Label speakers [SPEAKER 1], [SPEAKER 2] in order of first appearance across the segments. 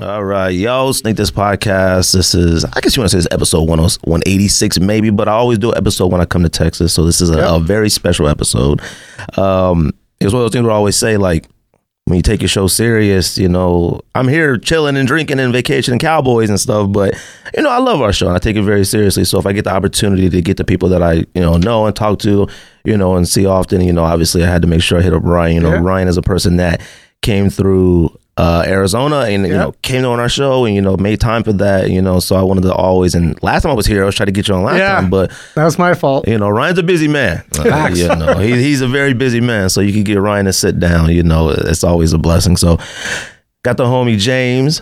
[SPEAKER 1] All right, yo, Sneak This Podcast. This is, I guess you want to say it's episode 10- 186, maybe, but I always do an episode when I come to Texas. So this is a, a very special episode. Um, it's one of those things where I always say, like, when you take your show serious, you know, I'm here chilling and drinking and vacationing cowboys and stuff, but, you know, I love our show and I take it very seriously. So if I get the opportunity to get the people that I, you know, know and talk to, you know, and see often, you know, obviously I had to make sure I hit up Ryan. You know, Ryan is a person that came through uh, Arizona and you know came on our show and you know made time for that you know so I wanted to always and last time I was here I was trying to get you on last
[SPEAKER 2] Yeah.
[SPEAKER 1] time but
[SPEAKER 2] That was my fault.
[SPEAKER 1] you know Ryan's a busy man uh, you know he, he's a very busy man so you can get Ryan to sit down you know it's always a blessing so got the homie James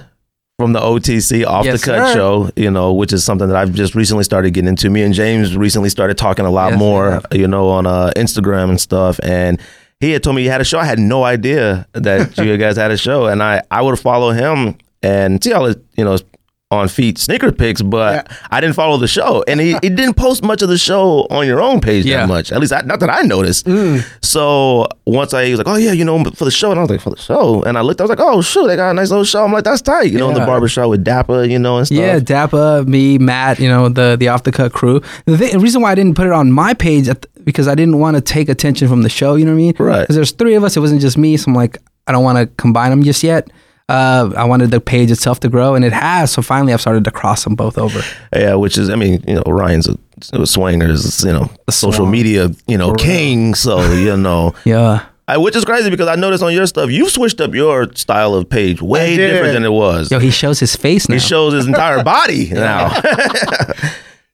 [SPEAKER 1] from the OTC off
[SPEAKER 3] Yes,
[SPEAKER 1] the cut
[SPEAKER 3] sir.
[SPEAKER 1] show you know which is something that I've just recently started getting into me and James recently started talking a lot
[SPEAKER 3] Yes, we
[SPEAKER 1] more
[SPEAKER 3] have.
[SPEAKER 1] you know on uh, Instagram and stuff and he had told me he had a show. I had no idea that you guys had a show, and I I would follow him and see all his you know on feet sneaker pics, but I didn't follow the show, and he, he didn't post much of the show on your own page
[SPEAKER 3] Yeah.
[SPEAKER 1] that much. At least I, not that I noticed.
[SPEAKER 3] Mm.
[SPEAKER 1] So once I he was like, oh yeah, you know for the show, and I was like for the show, and I looked, I was like, oh shoot, they got a nice little show. I'm like that's tight, you know, in the
[SPEAKER 3] Yeah.
[SPEAKER 1] barbershop with Dapper, you know, and stuff.
[SPEAKER 3] Yeah, Dappa, me, Matt, you know, the the off the cut crew. The, th- the reason why I didn't put it on my page at th- because I didn't want to take attention from the show, you know what I mean?
[SPEAKER 1] Right.
[SPEAKER 3] Because there's three of us, it wasn't just me, so I'm like, I don't want to combine them just yet. Uh, I wanted the page itself to grow, and it has. So finally, I've started to cross them both over.
[SPEAKER 1] Yeah, which is, I mean, you know, Ryan's a, a swanger, is you know, social media, you know, king. So you know,
[SPEAKER 3] Yeah,
[SPEAKER 1] I, which is crazy because I noticed on your stuff, you switched up your style of page way
[SPEAKER 2] did.
[SPEAKER 1] different than it was.
[SPEAKER 3] yo, he shows his face now.
[SPEAKER 1] It shows his entire body now.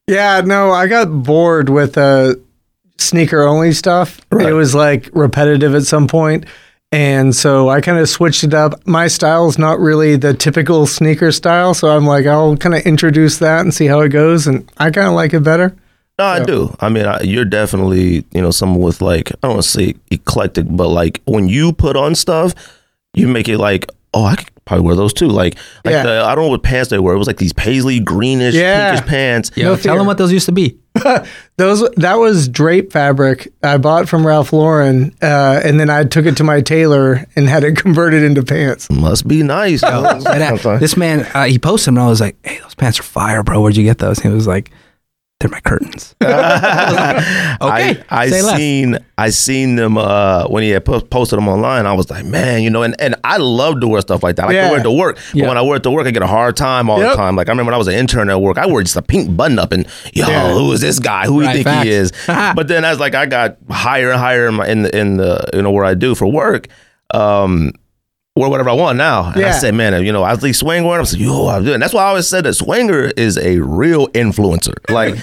[SPEAKER 2] Yeah, no, I got bored with uh, sneaker only stuff. It was like repetitive at some point, And so I kind of switched it up. My style is not really the typical sneaker style. So I'm like, I'll kind of introduce that and see how it goes. And I kind of like it better.
[SPEAKER 1] no, I do. I mean, I, you're definitely, you know, someone with like, I don't want to say eclectic, but like when you put on stuff, you make it like, oh, I could probably wear those too. Like, like
[SPEAKER 2] Yeah.
[SPEAKER 1] the, I don't know what pants they were. It was like these paisley, greenish,
[SPEAKER 2] Yeah.
[SPEAKER 1] pinkish pants.
[SPEAKER 3] yo,
[SPEAKER 2] no
[SPEAKER 3] tell
[SPEAKER 2] fear.
[SPEAKER 3] him what those used to be.
[SPEAKER 2] Those that was drape fabric I bought from Ralph Lauren, uh, and then I took it to my tailor and had it converted into pants.
[SPEAKER 1] Must be nice.
[SPEAKER 3] And I-
[SPEAKER 1] I'm sorry.
[SPEAKER 3] this man, uh, he posted them, and I was like, hey, those pants are fire, bro. Where'd you get those? And he was like, they're my curtains. Okay,
[SPEAKER 1] I, I
[SPEAKER 3] say less.
[SPEAKER 1] seen I seen them uh, when he had po- posted them online. I was like, man, you know, and, and I love to wear stuff like that. I like to
[SPEAKER 2] Yeah.
[SPEAKER 1] wear it to work, but
[SPEAKER 3] Yeah.
[SPEAKER 1] when I wear it to work, I get a hard time all the
[SPEAKER 2] Yep.
[SPEAKER 1] time. Like I remember when I was an intern at work, I wore just a pink button up, and yo,
[SPEAKER 2] Yeah.
[SPEAKER 1] who is this guy? Who do you
[SPEAKER 3] Right,
[SPEAKER 1] think
[SPEAKER 3] facts.
[SPEAKER 1] he is? but then as like I got higher and higher in, my, in the in the you know where I do for work. Um, wear whatever I want now. And I
[SPEAKER 2] Yeah.
[SPEAKER 1] said, man, you know, I was like swinger, and I was like, yo, I'm doing. That's why I always said that swinger is a real influencer. Like,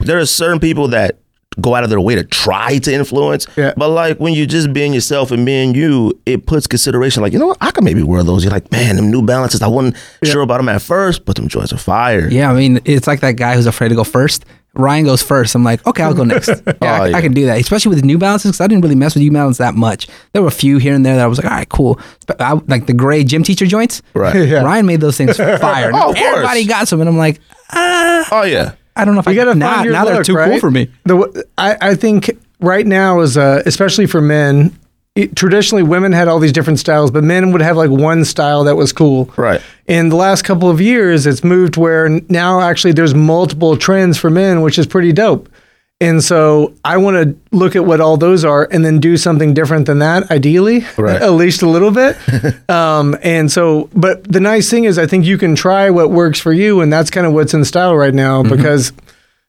[SPEAKER 1] there are certain people that go out of their way to try to influence.
[SPEAKER 2] Yeah.
[SPEAKER 1] But like when you just being yourself and being you, it puts consideration. Like, you know what? I could maybe wear those. You're like, man, them New Balances. I wasn't sure about them at first, but them joints are fire.
[SPEAKER 3] Yeah, I mean, it's like that guy who's afraid to go first. Ryan goes first. I'm like, okay, I'll go next. Yeah,
[SPEAKER 2] Oh,
[SPEAKER 3] I,
[SPEAKER 1] yeah.
[SPEAKER 3] I can do that, especially with New Balances because I didn't really mess with New Balances that much. There were a few here and there that I was like, all right, cool. But I, like the gray gym teacher joints.
[SPEAKER 1] Right.
[SPEAKER 3] Ryan made those things fire.
[SPEAKER 1] Oh, of course.
[SPEAKER 3] Everybody got some, and I'm like, "Ah,
[SPEAKER 1] Oh yeah.
[SPEAKER 3] I don't know if I
[SPEAKER 2] You gotta
[SPEAKER 3] got
[SPEAKER 2] find
[SPEAKER 3] now,
[SPEAKER 2] your
[SPEAKER 3] now they're
[SPEAKER 2] look,
[SPEAKER 3] too cool
[SPEAKER 2] right?
[SPEAKER 3] for me.
[SPEAKER 2] The w- I, I think right now is uh, especially for men. It, traditionally, women had all these different styles, but men would have like one style that was cool.
[SPEAKER 1] Right.
[SPEAKER 2] In the last couple of years, it's moved where n- now actually there's multiple trends for men, which is pretty dope. And so I want to look at what all those are, and then do something different than that, ideally,
[SPEAKER 1] Right.
[SPEAKER 2] at least a little bit. um, and so, but the nice thing is, I think you can try what works for you, and that's kind of what's in style right now
[SPEAKER 3] Mm-hmm.
[SPEAKER 2] because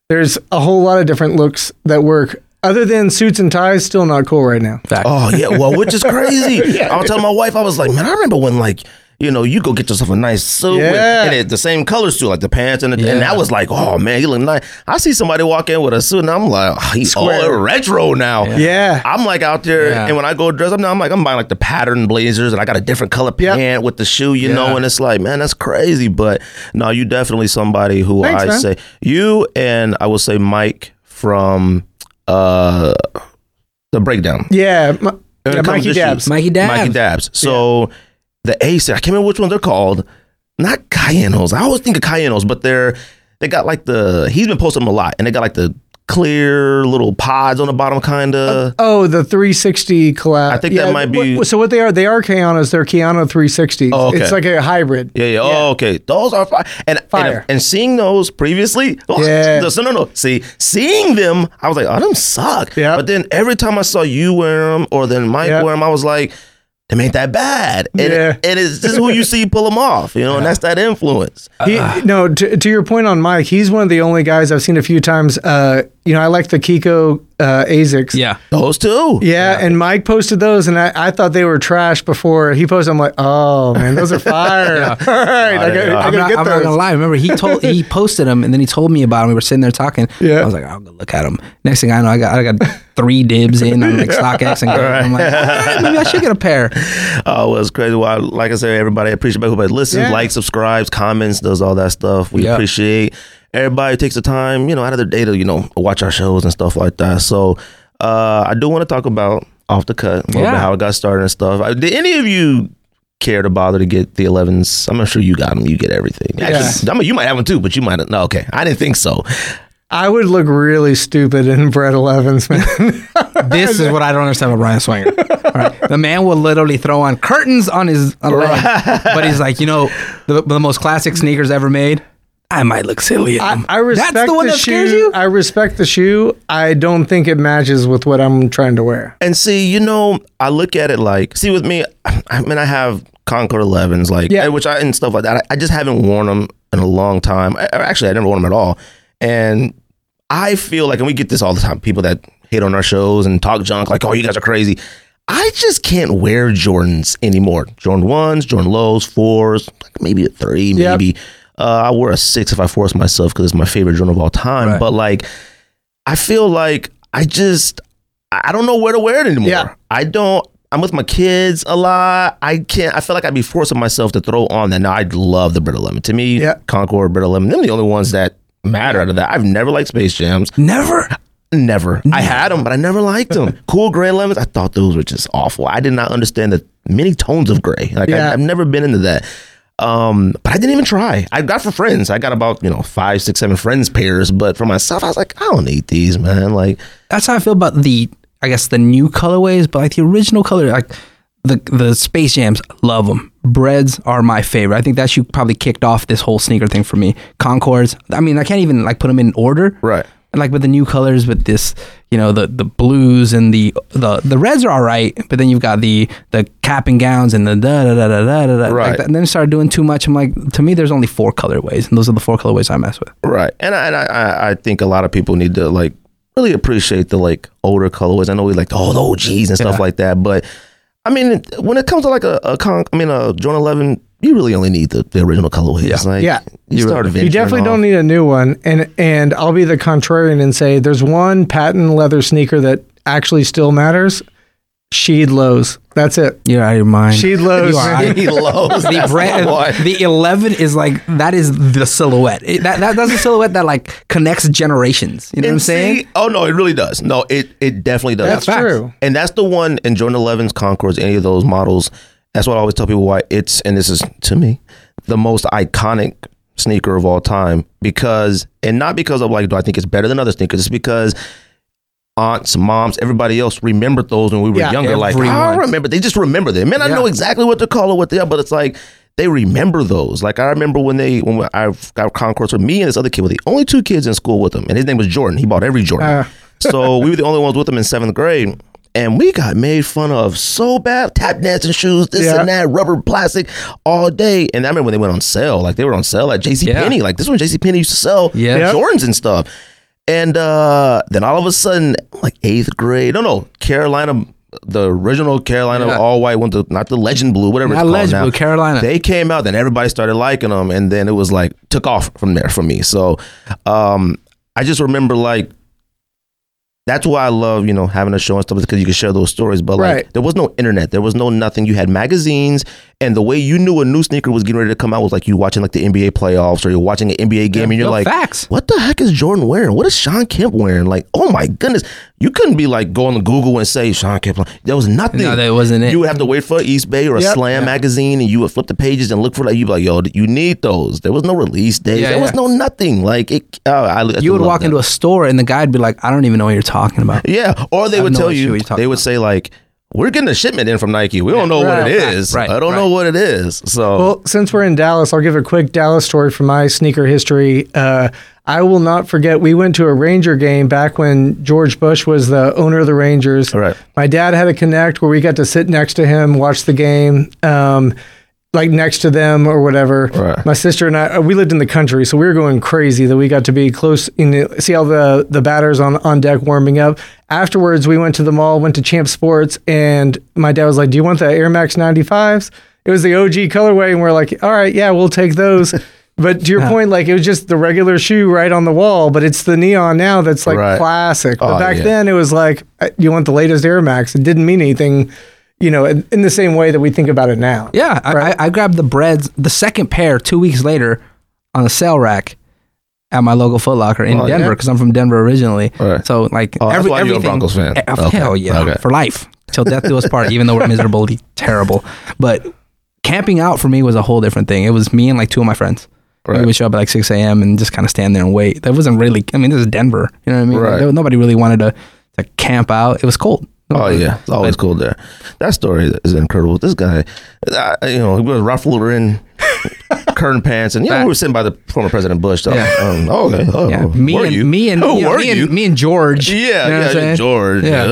[SPEAKER 2] there's a whole lot of different looks that work other than suits and ties still not cool right now
[SPEAKER 3] Fact.
[SPEAKER 1] Oh yeah, well, which is crazy. I was telling my wife, I was like, man, I remember when like you know you go get yourself a nice suit with-
[SPEAKER 2] Yeah.
[SPEAKER 1] and it, the same colors too, like the pants and the, and
[SPEAKER 3] Yeah.
[SPEAKER 1] that was like, oh man, you look nice. I see somebody walk in with a suit and I'm like, oh, he's all
[SPEAKER 2] Square.
[SPEAKER 1] retro now.
[SPEAKER 2] Yeah.
[SPEAKER 1] I'm like out there,
[SPEAKER 3] Yeah.
[SPEAKER 1] and when I go dress up now, I'm like, I'm buying like the pattern blazers, and I got a different color
[SPEAKER 2] Yep.
[SPEAKER 1] pant with the shoe, you know,
[SPEAKER 3] Yeah.
[SPEAKER 1] and it's like, man, that's crazy. But no, you definitely somebody who
[SPEAKER 2] Thanks,
[SPEAKER 1] I
[SPEAKER 2] man.
[SPEAKER 1] say you and I will say Mike from uh the breakdown.
[SPEAKER 2] yeah, mi-
[SPEAKER 1] When it
[SPEAKER 2] yeah,
[SPEAKER 1] comes
[SPEAKER 2] mikey
[SPEAKER 1] to
[SPEAKER 2] dabs
[SPEAKER 3] Mikey Dab.
[SPEAKER 1] Mikey Dabs. So the Ace, I can't remember which one they're called. Not Cayenos. I always think of Cayenos, but they're they got like the he's been posting them a lot, and they got like the clear little pods on the bottom, kind of.
[SPEAKER 2] Oh, the 360 collab.
[SPEAKER 1] I think that might be-
[SPEAKER 2] What, so what they are? They are Keanu's. They're Keanu 360s.
[SPEAKER 1] Oh, okay.
[SPEAKER 2] It's like a hybrid.
[SPEAKER 1] yeah, yeah. Oh, okay. Those are fire. And,
[SPEAKER 2] Fire.
[SPEAKER 1] and and seeing those previously, oh,
[SPEAKER 2] Yeah.
[SPEAKER 1] no, no, no. See, seeing them, I was like, oh, them suck.
[SPEAKER 2] Yeah.
[SPEAKER 1] But then every time I saw you wear them or then Mike
[SPEAKER 2] Yeah.
[SPEAKER 1] wear them, I was like, they ain't that bad. And,
[SPEAKER 2] Yeah.
[SPEAKER 1] and it's just who you see pull them off, you know, and that's that influence.
[SPEAKER 2] He, no, to, to your point on Mike, he's one of the only guys I've seen a few times. Uh, you know, I like the Kiko uh, Asics.
[SPEAKER 3] Yeah.
[SPEAKER 1] Those two.
[SPEAKER 2] Yeah, and Mike posted those, and I, I thought they were trash before he posted. I'm like, oh man, those are fire! All right, I
[SPEAKER 1] they
[SPEAKER 2] gotta,
[SPEAKER 1] are.
[SPEAKER 2] I
[SPEAKER 1] I'm
[SPEAKER 2] gotta
[SPEAKER 3] I'm, not,
[SPEAKER 2] get
[SPEAKER 3] I'm not
[SPEAKER 2] those.
[SPEAKER 3] gonna lie. Remember, he told he posted them, and then he told me about them. We were sitting there talking.
[SPEAKER 2] Yeah.
[SPEAKER 3] I was like, I'll go look at them. Next thing I know, I got I got three dibs in on like StockX, and I'm like, All right, maybe I should get a pair.
[SPEAKER 1] Oh, it was crazy. Well, I, like I said, everybody I appreciate everybody listens,
[SPEAKER 2] Yeah.
[SPEAKER 1] likes, subscribes, comments, does all that stuff. We
[SPEAKER 3] Yeah.
[SPEAKER 1] appreciate everybody who takes the time, you know, out of their day to you know watch our shows and stuff like that. So uh, I do want to talk about off the cut, a little
[SPEAKER 3] Yeah.
[SPEAKER 1] bit how it got started and stuff. Uh, Did any of you care to bother to get the 11s? I'm not sure you got them. You get everything. Actually, I mean, you might have them too, but you might. No, okay, I didn't think so.
[SPEAKER 2] I would look really stupid in Brett Elevens, man.
[SPEAKER 3] This is what I don't understand about Brian Swinger. All right. The man will literally throw on curtains on his on leg, but he's like, you know, the, the most classic sneakers ever made. I might look silly. in
[SPEAKER 2] I,
[SPEAKER 3] them.
[SPEAKER 2] I respect
[SPEAKER 3] That's the one that
[SPEAKER 2] shoe.
[SPEAKER 3] scares you.
[SPEAKER 2] I respect the shoe. I don't think it matches with what I'm trying to wear.
[SPEAKER 1] And see, you know, I look at it like, see, with me, I mean, I have Concord 11s, like,
[SPEAKER 2] Yeah.
[SPEAKER 1] which I, and stuff like that. I, I just haven't worn them in a long time. I, or actually, I never worn them at all. And I feel like, and we get this all the time people that hate on our shows and talk junk, like, oh, you guys are crazy. I just can't wear Jordans anymore. Jordan 1s, Jordan lows, 4s, like maybe a 3,
[SPEAKER 2] Yep.
[SPEAKER 1] maybe. Uh, I wear a 6 if I force myself because it's my favorite Jordan of all time. But, like, I feel like I just I I don't know where to wear it anymore.
[SPEAKER 2] Yeah.
[SPEAKER 1] I don't. I'm with my kids a lot. I can't. I feel like I'd be forcing myself to throw on that. Now I love the Brittle Lemon. To me,
[SPEAKER 2] Yeah.
[SPEAKER 1] Concord Brittle Lemon. Them the only ones that matter out of that. I've never liked Space Jams.
[SPEAKER 3] Never.
[SPEAKER 1] Never. I had them, but I never liked them. cool gray lemons. I thought those were just awful. I did not understand the many tones of gray. Like
[SPEAKER 2] Yeah.
[SPEAKER 1] I, I've never been into that. Um, but I didn't even try. I got for friends. I got about you know five, six, seven friends pairs. But for myself, I was like, I don't need these, man. Like
[SPEAKER 3] That's how I feel about the I guess the new colorways, but like the original color, like the the Space Jams, love them. Breads are my favorite. I think that shoe probably kicked off this whole sneaker thing for me. Concords. I mean, I can't even like put them in order.
[SPEAKER 1] Right.
[SPEAKER 3] And like with the new colors, with this, you know, the the blues and the the the reds are all right, but then you've got the the cap and gowns and the da da da da da da. da
[SPEAKER 1] Right.
[SPEAKER 3] Like that. And then you start doing too much. I'm like, to me, there's only four colorways, and those are the four colorways I mess with.
[SPEAKER 1] Right. And I, and I- I I think a lot of people need to like really appreciate the like older colorways. I know we like all the OGs and stuff like that, but I mean when it comes to like a, a con I mean a Jordan Eleven, you really only need the, the original colorways. Like
[SPEAKER 2] Yeah.
[SPEAKER 1] you start
[SPEAKER 2] You
[SPEAKER 1] venturing
[SPEAKER 2] definitely
[SPEAKER 1] off.
[SPEAKER 2] don't need a new one. And and I'll be the contrarian and say there's one patent leather sneaker that actually still matters. Sheed Lows. That's it.
[SPEAKER 3] You're out of your mind.
[SPEAKER 2] Sheed Lows.
[SPEAKER 3] You are out of
[SPEAKER 1] He loves
[SPEAKER 3] the
[SPEAKER 1] that
[SPEAKER 3] brand,
[SPEAKER 1] one.
[SPEAKER 3] the 11 is like that is the silhouette It- that, that that's a silhouette that like connects generations you know what i'm
[SPEAKER 1] And see-
[SPEAKER 3] saying
[SPEAKER 1] oh no, it really does. No, it it definitely does.
[SPEAKER 2] That's That's facts. true.
[SPEAKER 1] And that's the one in Jordan 11's Concords, any of those models. That's what I always tell people why it's and this is to me the most iconic sneaker of all time because and not because of like do I think it's better than other sneakers. It's because aunts, moms, everybody else remembered those when we were
[SPEAKER 2] Yeah,
[SPEAKER 1] younger. Like I
[SPEAKER 3] everyone.
[SPEAKER 1] remember. They just remember them. Man, I know exactly what they're called, what they are, but it's like they remember those. Like I remember when they when I got concourse with me and this other kid were the only two kids in school with him, and his name was Jordan. He bought every Jordan. so we were the only ones with him in seventh grade. And we got made fun of so bad, tap dancing shoes, this
[SPEAKER 2] Yeah.
[SPEAKER 1] and that, rubber plastic all day. And I remember when they went on sale, like they were on sale at JC
[SPEAKER 3] Yeah.
[SPEAKER 1] Penney. Like this one JC Penney used to sell
[SPEAKER 3] Yeah. Yep.
[SPEAKER 1] Jordans and stuff. And uh, then all of a sudden, like eighth grade, no, no, Carolina, the original Carolina
[SPEAKER 3] Yeah.
[SPEAKER 1] all white one, the, not the legend blue, whatever
[SPEAKER 3] Not
[SPEAKER 1] it's called
[SPEAKER 3] legend
[SPEAKER 1] now.
[SPEAKER 3] blue, Carolina.
[SPEAKER 1] They came out, then everybody started liking them, and then it was like took off from there for me. So um, I just remember like that's why I love you know having a show and stuff because you can share those stories. But
[SPEAKER 2] Right.
[SPEAKER 1] like there was no internet, there was no nothing. You had magazines, and the way you knew a new sneaker was getting ready to come out was like you watching like the NBA playoffs or you're watching an NBA game, and you're
[SPEAKER 3] Yo,
[SPEAKER 1] like,
[SPEAKER 3] facts.
[SPEAKER 1] what the heck is Jordan wearing? What is Sean Kemp wearing? Like, oh my goodness, you couldn't be like going to Google and say Sean Kemp. There was nothing.
[SPEAKER 3] No, that wasn't it.
[SPEAKER 1] You would have to wait for East Bay or a
[SPEAKER 2] Yep.
[SPEAKER 1] Slam magazine, and you would flip the pages and look for like you'd be like, yo, you need those. There was no release days.
[SPEAKER 3] Yeah,
[SPEAKER 1] there was
[SPEAKER 3] yeah.
[SPEAKER 1] no nothing. Like it, oh, I, I
[SPEAKER 3] you would
[SPEAKER 1] love
[SPEAKER 3] walk
[SPEAKER 1] that.
[SPEAKER 3] into a store and the guy'd be like, I don't even know what you're talking about.
[SPEAKER 1] Yeah, or they
[SPEAKER 3] have
[SPEAKER 1] would
[SPEAKER 3] no
[SPEAKER 1] tell
[SPEAKER 3] idea
[SPEAKER 1] you,
[SPEAKER 3] what you're talking
[SPEAKER 1] they would say like, "We're getting a shipment in from Nike. We don't know what
[SPEAKER 2] Right,
[SPEAKER 1] it
[SPEAKER 3] right,
[SPEAKER 1] is.
[SPEAKER 3] right,
[SPEAKER 1] I don't know what it is." So
[SPEAKER 2] Well, since we're in Dallas, I'll give a quick Dallas story from my sneaker history. Uh, I will not forget, we went to a Ranger game back when George Bush was the owner of the Rangers.
[SPEAKER 1] Right.
[SPEAKER 2] My dad had a connect where we got to sit next to him, watch the game, um, like next to them or whatever.
[SPEAKER 1] Right.
[SPEAKER 2] My sister and I, uh, we lived in the country, so we were going crazy that we got to be close and see all the, the batters on, on deck warming up. Afterwards, we went to the mall, went to Champ Sports, and my dad was like, Do you want the Air Max 95s? It was the OG colorway, and we're like, All right, yeah, we'll take those. But to your point, like it was just the regular shoe right on the wall, but it's the neon now that's like
[SPEAKER 1] Right.
[SPEAKER 2] classic. But
[SPEAKER 1] Oh,
[SPEAKER 2] back
[SPEAKER 1] yeah.
[SPEAKER 2] then, it was like, uh, You want the latest Air Max? It didn't mean anything, you know, in, in the same way that we think about it now.
[SPEAKER 3] Yeah, I, I, I grabbed the breads, the second pair, two weeks later, on a sale rack at my local Foot Locker in
[SPEAKER 1] Oh, yeah.
[SPEAKER 3] Denver because I'm from Denver originally.
[SPEAKER 1] Right.
[SPEAKER 3] So like
[SPEAKER 1] Oh, that's
[SPEAKER 3] every,
[SPEAKER 1] why you're a
[SPEAKER 3] everything,
[SPEAKER 1] Broncos fan.
[SPEAKER 3] eh,
[SPEAKER 1] Okay.
[SPEAKER 3] Hell yeah,
[SPEAKER 1] Okay.
[SPEAKER 3] for life till death do us part. even though we're miserably terrible, but camping out for me was a whole different thing. It was me and like two of my friends.
[SPEAKER 1] Right.
[SPEAKER 3] We would show up at like 6 a.m. and just kind of stand there and wait. That wasn't really. I mean, this is Denver. You know what I mean? Like,
[SPEAKER 1] Right.
[SPEAKER 3] there- nobody really wanted to to camp out. It was cold.
[SPEAKER 1] Oh yeah, it's always cool there. That story is incredible. This guy, uh, you know, he was ruffled in curtain pants, and yeah, we were sitting by the former President Bush. So,
[SPEAKER 3] Yeah.
[SPEAKER 1] um, oh, okay. Oh,
[SPEAKER 3] Yeah,
[SPEAKER 1] who
[SPEAKER 3] me
[SPEAKER 1] were
[SPEAKER 3] and
[SPEAKER 1] you?
[SPEAKER 3] me and
[SPEAKER 1] Who
[SPEAKER 3] you know,
[SPEAKER 1] were
[SPEAKER 3] me and
[SPEAKER 1] you?
[SPEAKER 3] me and George.
[SPEAKER 1] yeah,
[SPEAKER 3] you know what I'm
[SPEAKER 1] yeah,
[SPEAKER 3] saying?
[SPEAKER 1] George.
[SPEAKER 3] Yeah.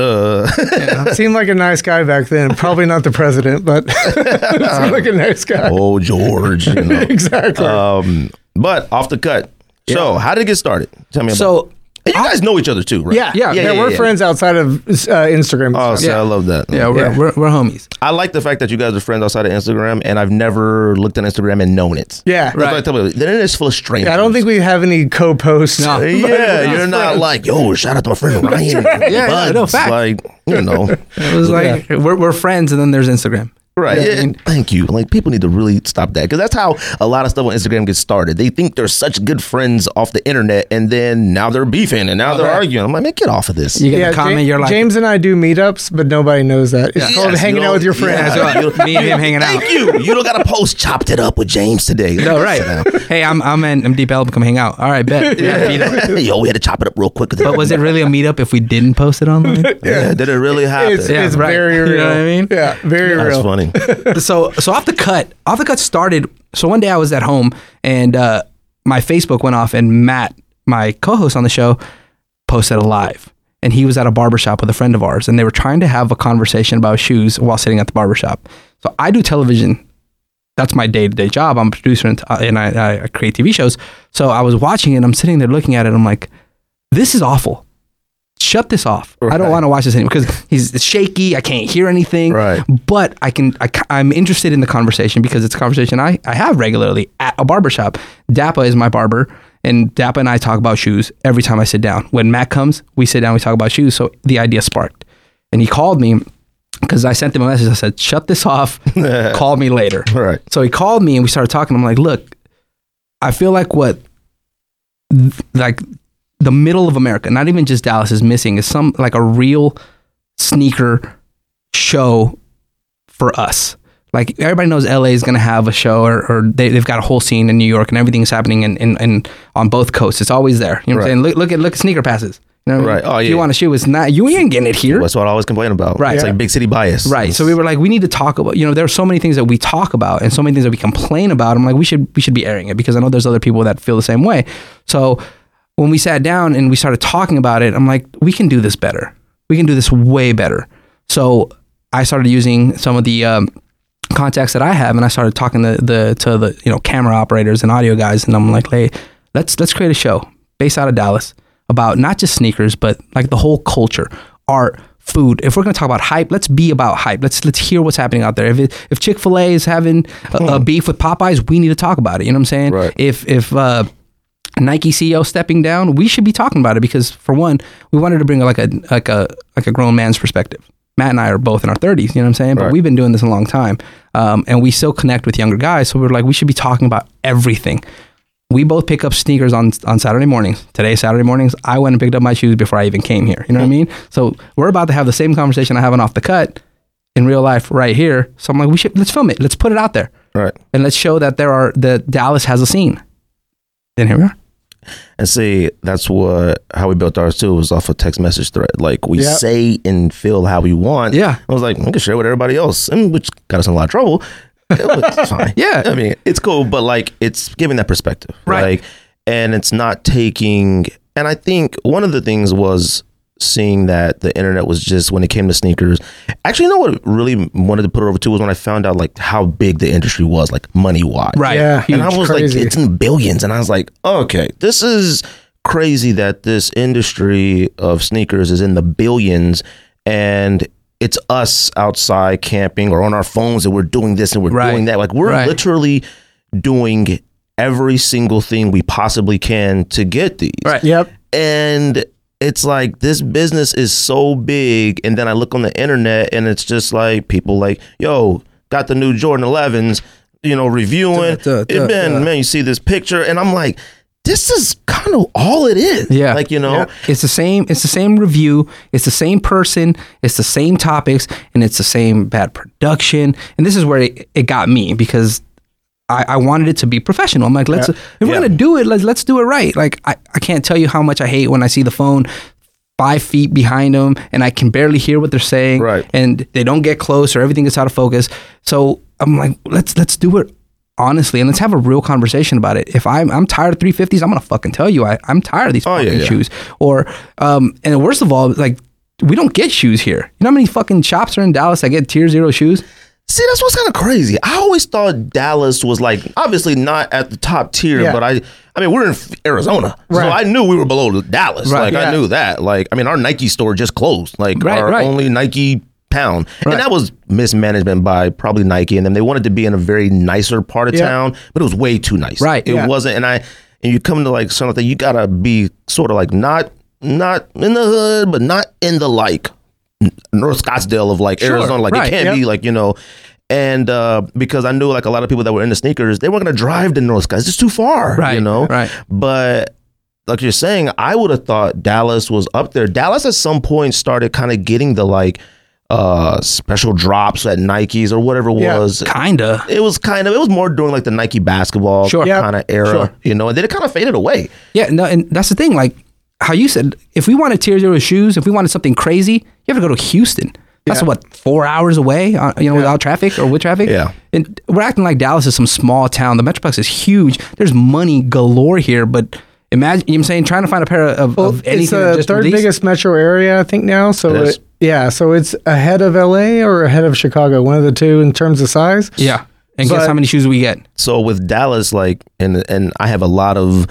[SPEAKER 1] uh.
[SPEAKER 2] Seemed like a nice guy back then. Probably not the president, but seemed like a nice guy.
[SPEAKER 1] oh, George. You know.
[SPEAKER 2] Exactly.
[SPEAKER 1] um, but off the cut. So, how did it get started? Tell me. About it.
[SPEAKER 3] So
[SPEAKER 1] And you guys know each other too, right?
[SPEAKER 2] yeah, yeah,
[SPEAKER 1] yeah, yeah,
[SPEAKER 2] We're
[SPEAKER 1] yeah.
[SPEAKER 2] friends outside of uh, Instagram.
[SPEAKER 1] Oh, so
[SPEAKER 3] Yeah.
[SPEAKER 1] I love that.
[SPEAKER 3] yeah, we're,
[SPEAKER 2] Yeah.
[SPEAKER 3] We're, we're homies.
[SPEAKER 1] I like the fact that you guys are friends outside of Instagram, and I've never looked at Instagram and known it.
[SPEAKER 2] yeah,
[SPEAKER 1] That's what I
[SPEAKER 3] Right.
[SPEAKER 1] tell people. The internet is full of strangers.
[SPEAKER 2] Yeah, I don't think we have any co-posts.
[SPEAKER 3] No.
[SPEAKER 1] Yeah,
[SPEAKER 2] But-
[SPEAKER 1] you're not like yo. Shout out to my friend Ryan.
[SPEAKER 3] Yeah, yeah, no,
[SPEAKER 1] Buds,
[SPEAKER 3] fact.
[SPEAKER 1] Like you know,
[SPEAKER 3] It was like we're, we're friends, and then there's Instagram.
[SPEAKER 1] right?
[SPEAKER 3] Yeah, I
[SPEAKER 1] Yeah,
[SPEAKER 3] mean-
[SPEAKER 1] thank you. Like people need to really stop that because that's how a lot of stuff on Instagram gets started. They think they're such good friends off the internet, and then now they're beefing and now they're arguing. I'm like, man, get off of this.
[SPEAKER 3] You get
[SPEAKER 2] Yeah,
[SPEAKER 3] a comment,
[SPEAKER 2] James,
[SPEAKER 3] you're like,
[SPEAKER 2] James and I do meetups, but nobody knows that. It's called
[SPEAKER 1] Yes,
[SPEAKER 2] hanging
[SPEAKER 1] you
[SPEAKER 2] out with your
[SPEAKER 1] don't-
[SPEAKER 2] friends.
[SPEAKER 1] yeah.
[SPEAKER 3] That's right. me and him hanging out.
[SPEAKER 1] Thank you. You don't got to post chopped it up with James today.
[SPEAKER 3] No, right. hey, I'm I'm in Deep Elm. Come hang out. All right, bet. Yeah.
[SPEAKER 1] Yo, we had to chop it up real quick.
[SPEAKER 3] But was it really a meetup if we didn't post it online?
[SPEAKER 1] Yeah, did it really happen?
[SPEAKER 2] It's,
[SPEAKER 3] Yeah,
[SPEAKER 2] it's
[SPEAKER 3] right.
[SPEAKER 2] very
[SPEAKER 3] You
[SPEAKER 2] real.
[SPEAKER 3] know what I mean?
[SPEAKER 2] Yeah, very
[SPEAKER 1] That's
[SPEAKER 2] real.
[SPEAKER 1] funny.
[SPEAKER 3] so so off the cut, off the cut started. So one day I was at home and uh, my Facebook went off, and Matt, my co-host on the show, posted a live, and he was at a barbershop with a friend of ours, and they were trying to have a conversation about shoes while sitting at the barbershop. So I do television. That's my day-to-day job. I'm a producer and, uh, and I, I create TV shows. So I was watching it. and I'm sitting there looking at it. And I'm like, this is awful. Shut this off. I don't
[SPEAKER 1] Right.
[SPEAKER 3] want to watch this anymore because he's shaky. I can't hear anything
[SPEAKER 1] Right.
[SPEAKER 3] but I can I, am interested in the conversation because it's a conversation I, I have regularly at a barbershop. Dappa is my barber, and Dappa and I talk about shoes every time I sit down. When Matt comes, we sit down, we talk about shoes. So the idea sparked, and he called me because I sent him a message. I said, "Shut this off. call me later."
[SPEAKER 1] Right.
[SPEAKER 3] So he called me and we started talking. I'm like, "Look, I feel like what th- like the middle of America, not even just Dallas, is missing is some like a real sneaker show for us. Like everybody knows LA is going to have a show or, or they, they've got a whole scene in New York and everything's happening in, in, in on both coasts. It's always there. You know what
[SPEAKER 1] Right.
[SPEAKER 3] I'm saying? Look, look at, look at sneaker passes. You know what I mean?
[SPEAKER 1] Right. Oh,
[SPEAKER 3] If
[SPEAKER 1] yeah,
[SPEAKER 3] You
[SPEAKER 1] yeah.
[SPEAKER 3] want a shoe. It's not, you ain't getting it here.
[SPEAKER 1] That's what I always complain about.
[SPEAKER 3] Right.
[SPEAKER 1] It's
[SPEAKER 3] Yeah.
[SPEAKER 1] like big city bias.
[SPEAKER 3] Right. So we were like, we need to talk about. You know, there are so many things that we talk about and so many things that we complain about. I'm like, we should we should be airing it because I know there's other people that feel the same way. So when we sat down and we started talking about it, I'm like, we can do this better. We can do this way better. So I started using some of the um, contacts that I have, and I started talking to the to the you know camera operators and audio guys, and I'm like, hey, let's let's create a show based out of Dallas about not just sneakers, but like the whole culture, art, food. If we're gonna talk about hype, let's be about hype. Let's let's hear what's happening out there. If it, if Chick Fil A is having a, a beef with Popeyes, we need to talk about it. You know what I'm saying?
[SPEAKER 1] Right.
[SPEAKER 3] If if uh, Nike CEO stepping down, we should be talking about it because for one, we wanted to bring like a like a like a grown man's perspective. Matt and I are both in our 30s, you know what I'm saying? But
[SPEAKER 1] Right.
[SPEAKER 3] we've been doing this a long time, um, and we still connect with younger guys. So we're like, we should be talking about everything. We both pick up sneakers on on Saturday mornings. Today, is Saturday mornings, I went and picked up my shoes before I even came here. You know what I mean? So we're about to have the same conversation I have on off the cut in real life right here. So I'm like, we should let's film it, let's put it out there,
[SPEAKER 1] Right.
[SPEAKER 3] and let's show that there are that Dallas has a scene. Then here we are.
[SPEAKER 1] And see, that's what how we built ours too was off a text message thread. Like we
[SPEAKER 2] Yep.
[SPEAKER 1] say and feel how we want.
[SPEAKER 3] Yeah.
[SPEAKER 1] I was like, I can share with everybody else, and which got us in a lot of trouble. It was fine.
[SPEAKER 3] Yeah.
[SPEAKER 1] I mean, it's cool, but like it's giving that perspective.
[SPEAKER 3] Right.
[SPEAKER 1] Like, and it's not taking and I think one of the things was seeing that the internet was just when it came to sneakers. Actually, you know what really wanted to put it over to was when I found out like how big the industry was, like money wise.
[SPEAKER 3] Right.
[SPEAKER 2] Yeah.
[SPEAKER 1] And I
[SPEAKER 2] Huge,
[SPEAKER 1] was
[SPEAKER 2] crazy.
[SPEAKER 1] like, it's in billions. And I was like, okay, this is crazy that this industry of sneakers is in the billions and it's us outside camping or on our phones and we're doing this and we're
[SPEAKER 3] Right.
[SPEAKER 1] doing that. Like we're
[SPEAKER 3] Right.
[SPEAKER 1] literally doing every single thing we possibly can to get these.
[SPEAKER 3] Right.
[SPEAKER 2] Yep.
[SPEAKER 1] And it's like this business is so big. And then I look on the internet and it's just like people like, yo, got the new Jordan 11s, you know, reviewing.
[SPEAKER 3] Duh, duh,
[SPEAKER 1] It
[SPEAKER 3] duh,
[SPEAKER 1] been,
[SPEAKER 3] duh.
[SPEAKER 1] man, you see this picture. And I'm like, this is kind of all it is.
[SPEAKER 3] Yeah.
[SPEAKER 1] Like, you know,
[SPEAKER 3] It's the same. It's the same review. It's the same person. It's the same topics, and it's the same bad production. And this is where it, it got me because I, I wanted it to be professional. I'm like, let's if we're
[SPEAKER 1] Yeah.
[SPEAKER 3] gonna do it, let's let's do it right. Like I, I can't tell you how much I hate when I see the phone five feet behind them and I can barely hear what they're saying.
[SPEAKER 1] Right.
[SPEAKER 3] And they don't get close or everything is out of focus. So I'm like, let's let's do it honestly and let's have a real conversation about it. If I'm I'm tired of 350s, I'm gonna fucking tell you I, I'm tired of these
[SPEAKER 1] Oh, yeah,
[SPEAKER 3] fucking
[SPEAKER 1] yeah.
[SPEAKER 3] shoes. Or um and worst of all, like we don't get shoes here. You know how many fucking shops are in Dallas that get tier zero shoes?
[SPEAKER 1] see, that's what's kind of crazy. I always thought Dallas was like, obviously not at the top tier,
[SPEAKER 2] Yeah.
[SPEAKER 1] but I, I mean, we're in Arizona. So I
[SPEAKER 2] Right.
[SPEAKER 1] knew we were below Dallas.
[SPEAKER 3] Right.
[SPEAKER 1] Like, I
[SPEAKER 2] Yeah.
[SPEAKER 1] knew that. Like, I mean, our Nike store just closed. Like,
[SPEAKER 3] Right,
[SPEAKER 1] our
[SPEAKER 3] right.
[SPEAKER 1] only Nike town.
[SPEAKER 3] Right.
[SPEAKER 1] And that was mismanagement by probably Nike and them. They wanted to be in a very nicer part of
[SPEAKER 2] Yeah.
[SPEAKER 1] town, but it was way too nice.
[SPEAKER 3] Right,
[SPEAKER 1] It
[SPEAKER 2] yeah.
[SPEAKER 1] wasn't. And I, and you come to like something like that, you gotta be sort of like not, not in the hood, but not in the like North Scottsdale of like Arizona. Like,
[SPEAKER 3] right,
[SPEAKER 1] it can't
[SPEAKER 2] yeah.
[SPEAKER 1] be like, you know, and uh, because I knew like a lot of people that were into sneakers, they weren't gonna drive to North Scottsdale. It's just too far, you
[SPEAKER 3] Right,
[SPEAKER 1] know.
[SPEAKER 3] right.
[SPEAKER 1] But like you're saying, I would have thought Dallas was up there. Dallas at some point started kind of getting the like uh special drops at Nikes or whatever it
[SPEAKER 2] Yeah.
[SPEAKER 1] was.
[SPEAKER 3] Kinda.
[SPEAKER 1] It was kind of it was more during like the Nike basketball
[SPEAKER 3] Sure.
[SPEAKER 2] Yeah.
[SPEAKER 1] kind of era,
[SPEAKER 2] Sure.
[SPEAKER 1] you know, and then it kind of faded away.
[SPEAKER 3] Yeah, no, and that's the thing. Like how you said, if we wanted tier zero shoes, if we wanted something crazy, you have to go to Houston. That's what four hours away, uh, you know, without traffic or with traffic.
[SPEAKER 1] Yeah.
[SPEAKER 3] and we're acting like Dallas is some small town. The Metroplex is huge. There's money galore here, but imagine you know what I'm saying trying to find a pair of,
[SPEAKER 2] Well,
[SPEAKER 3] of anything.
[SPEAKER 2] it's
[SPEAKER 3] that
[SPEAKER 2] the
[SPEAKER 3] just
[SPEAKER 2] third
[SPEAKER 3] released.
[SPEAKER 2] biggest metro area, I think now. So
[SPEAKER 1] It
[SPEAKER 2] it
[SPEAKER 1] is.
[SPEAKER 2] yeah, so it's ahead of LA or ahead of Chicago, one of the two in terms of size.
[SPEAKER 3] Yeah, and guess
[SPEAKER 2] But-
[SPEAKER 3] how many shoes we get?
[SPEAKER 1] So with Dallas, like, and and I have a lot of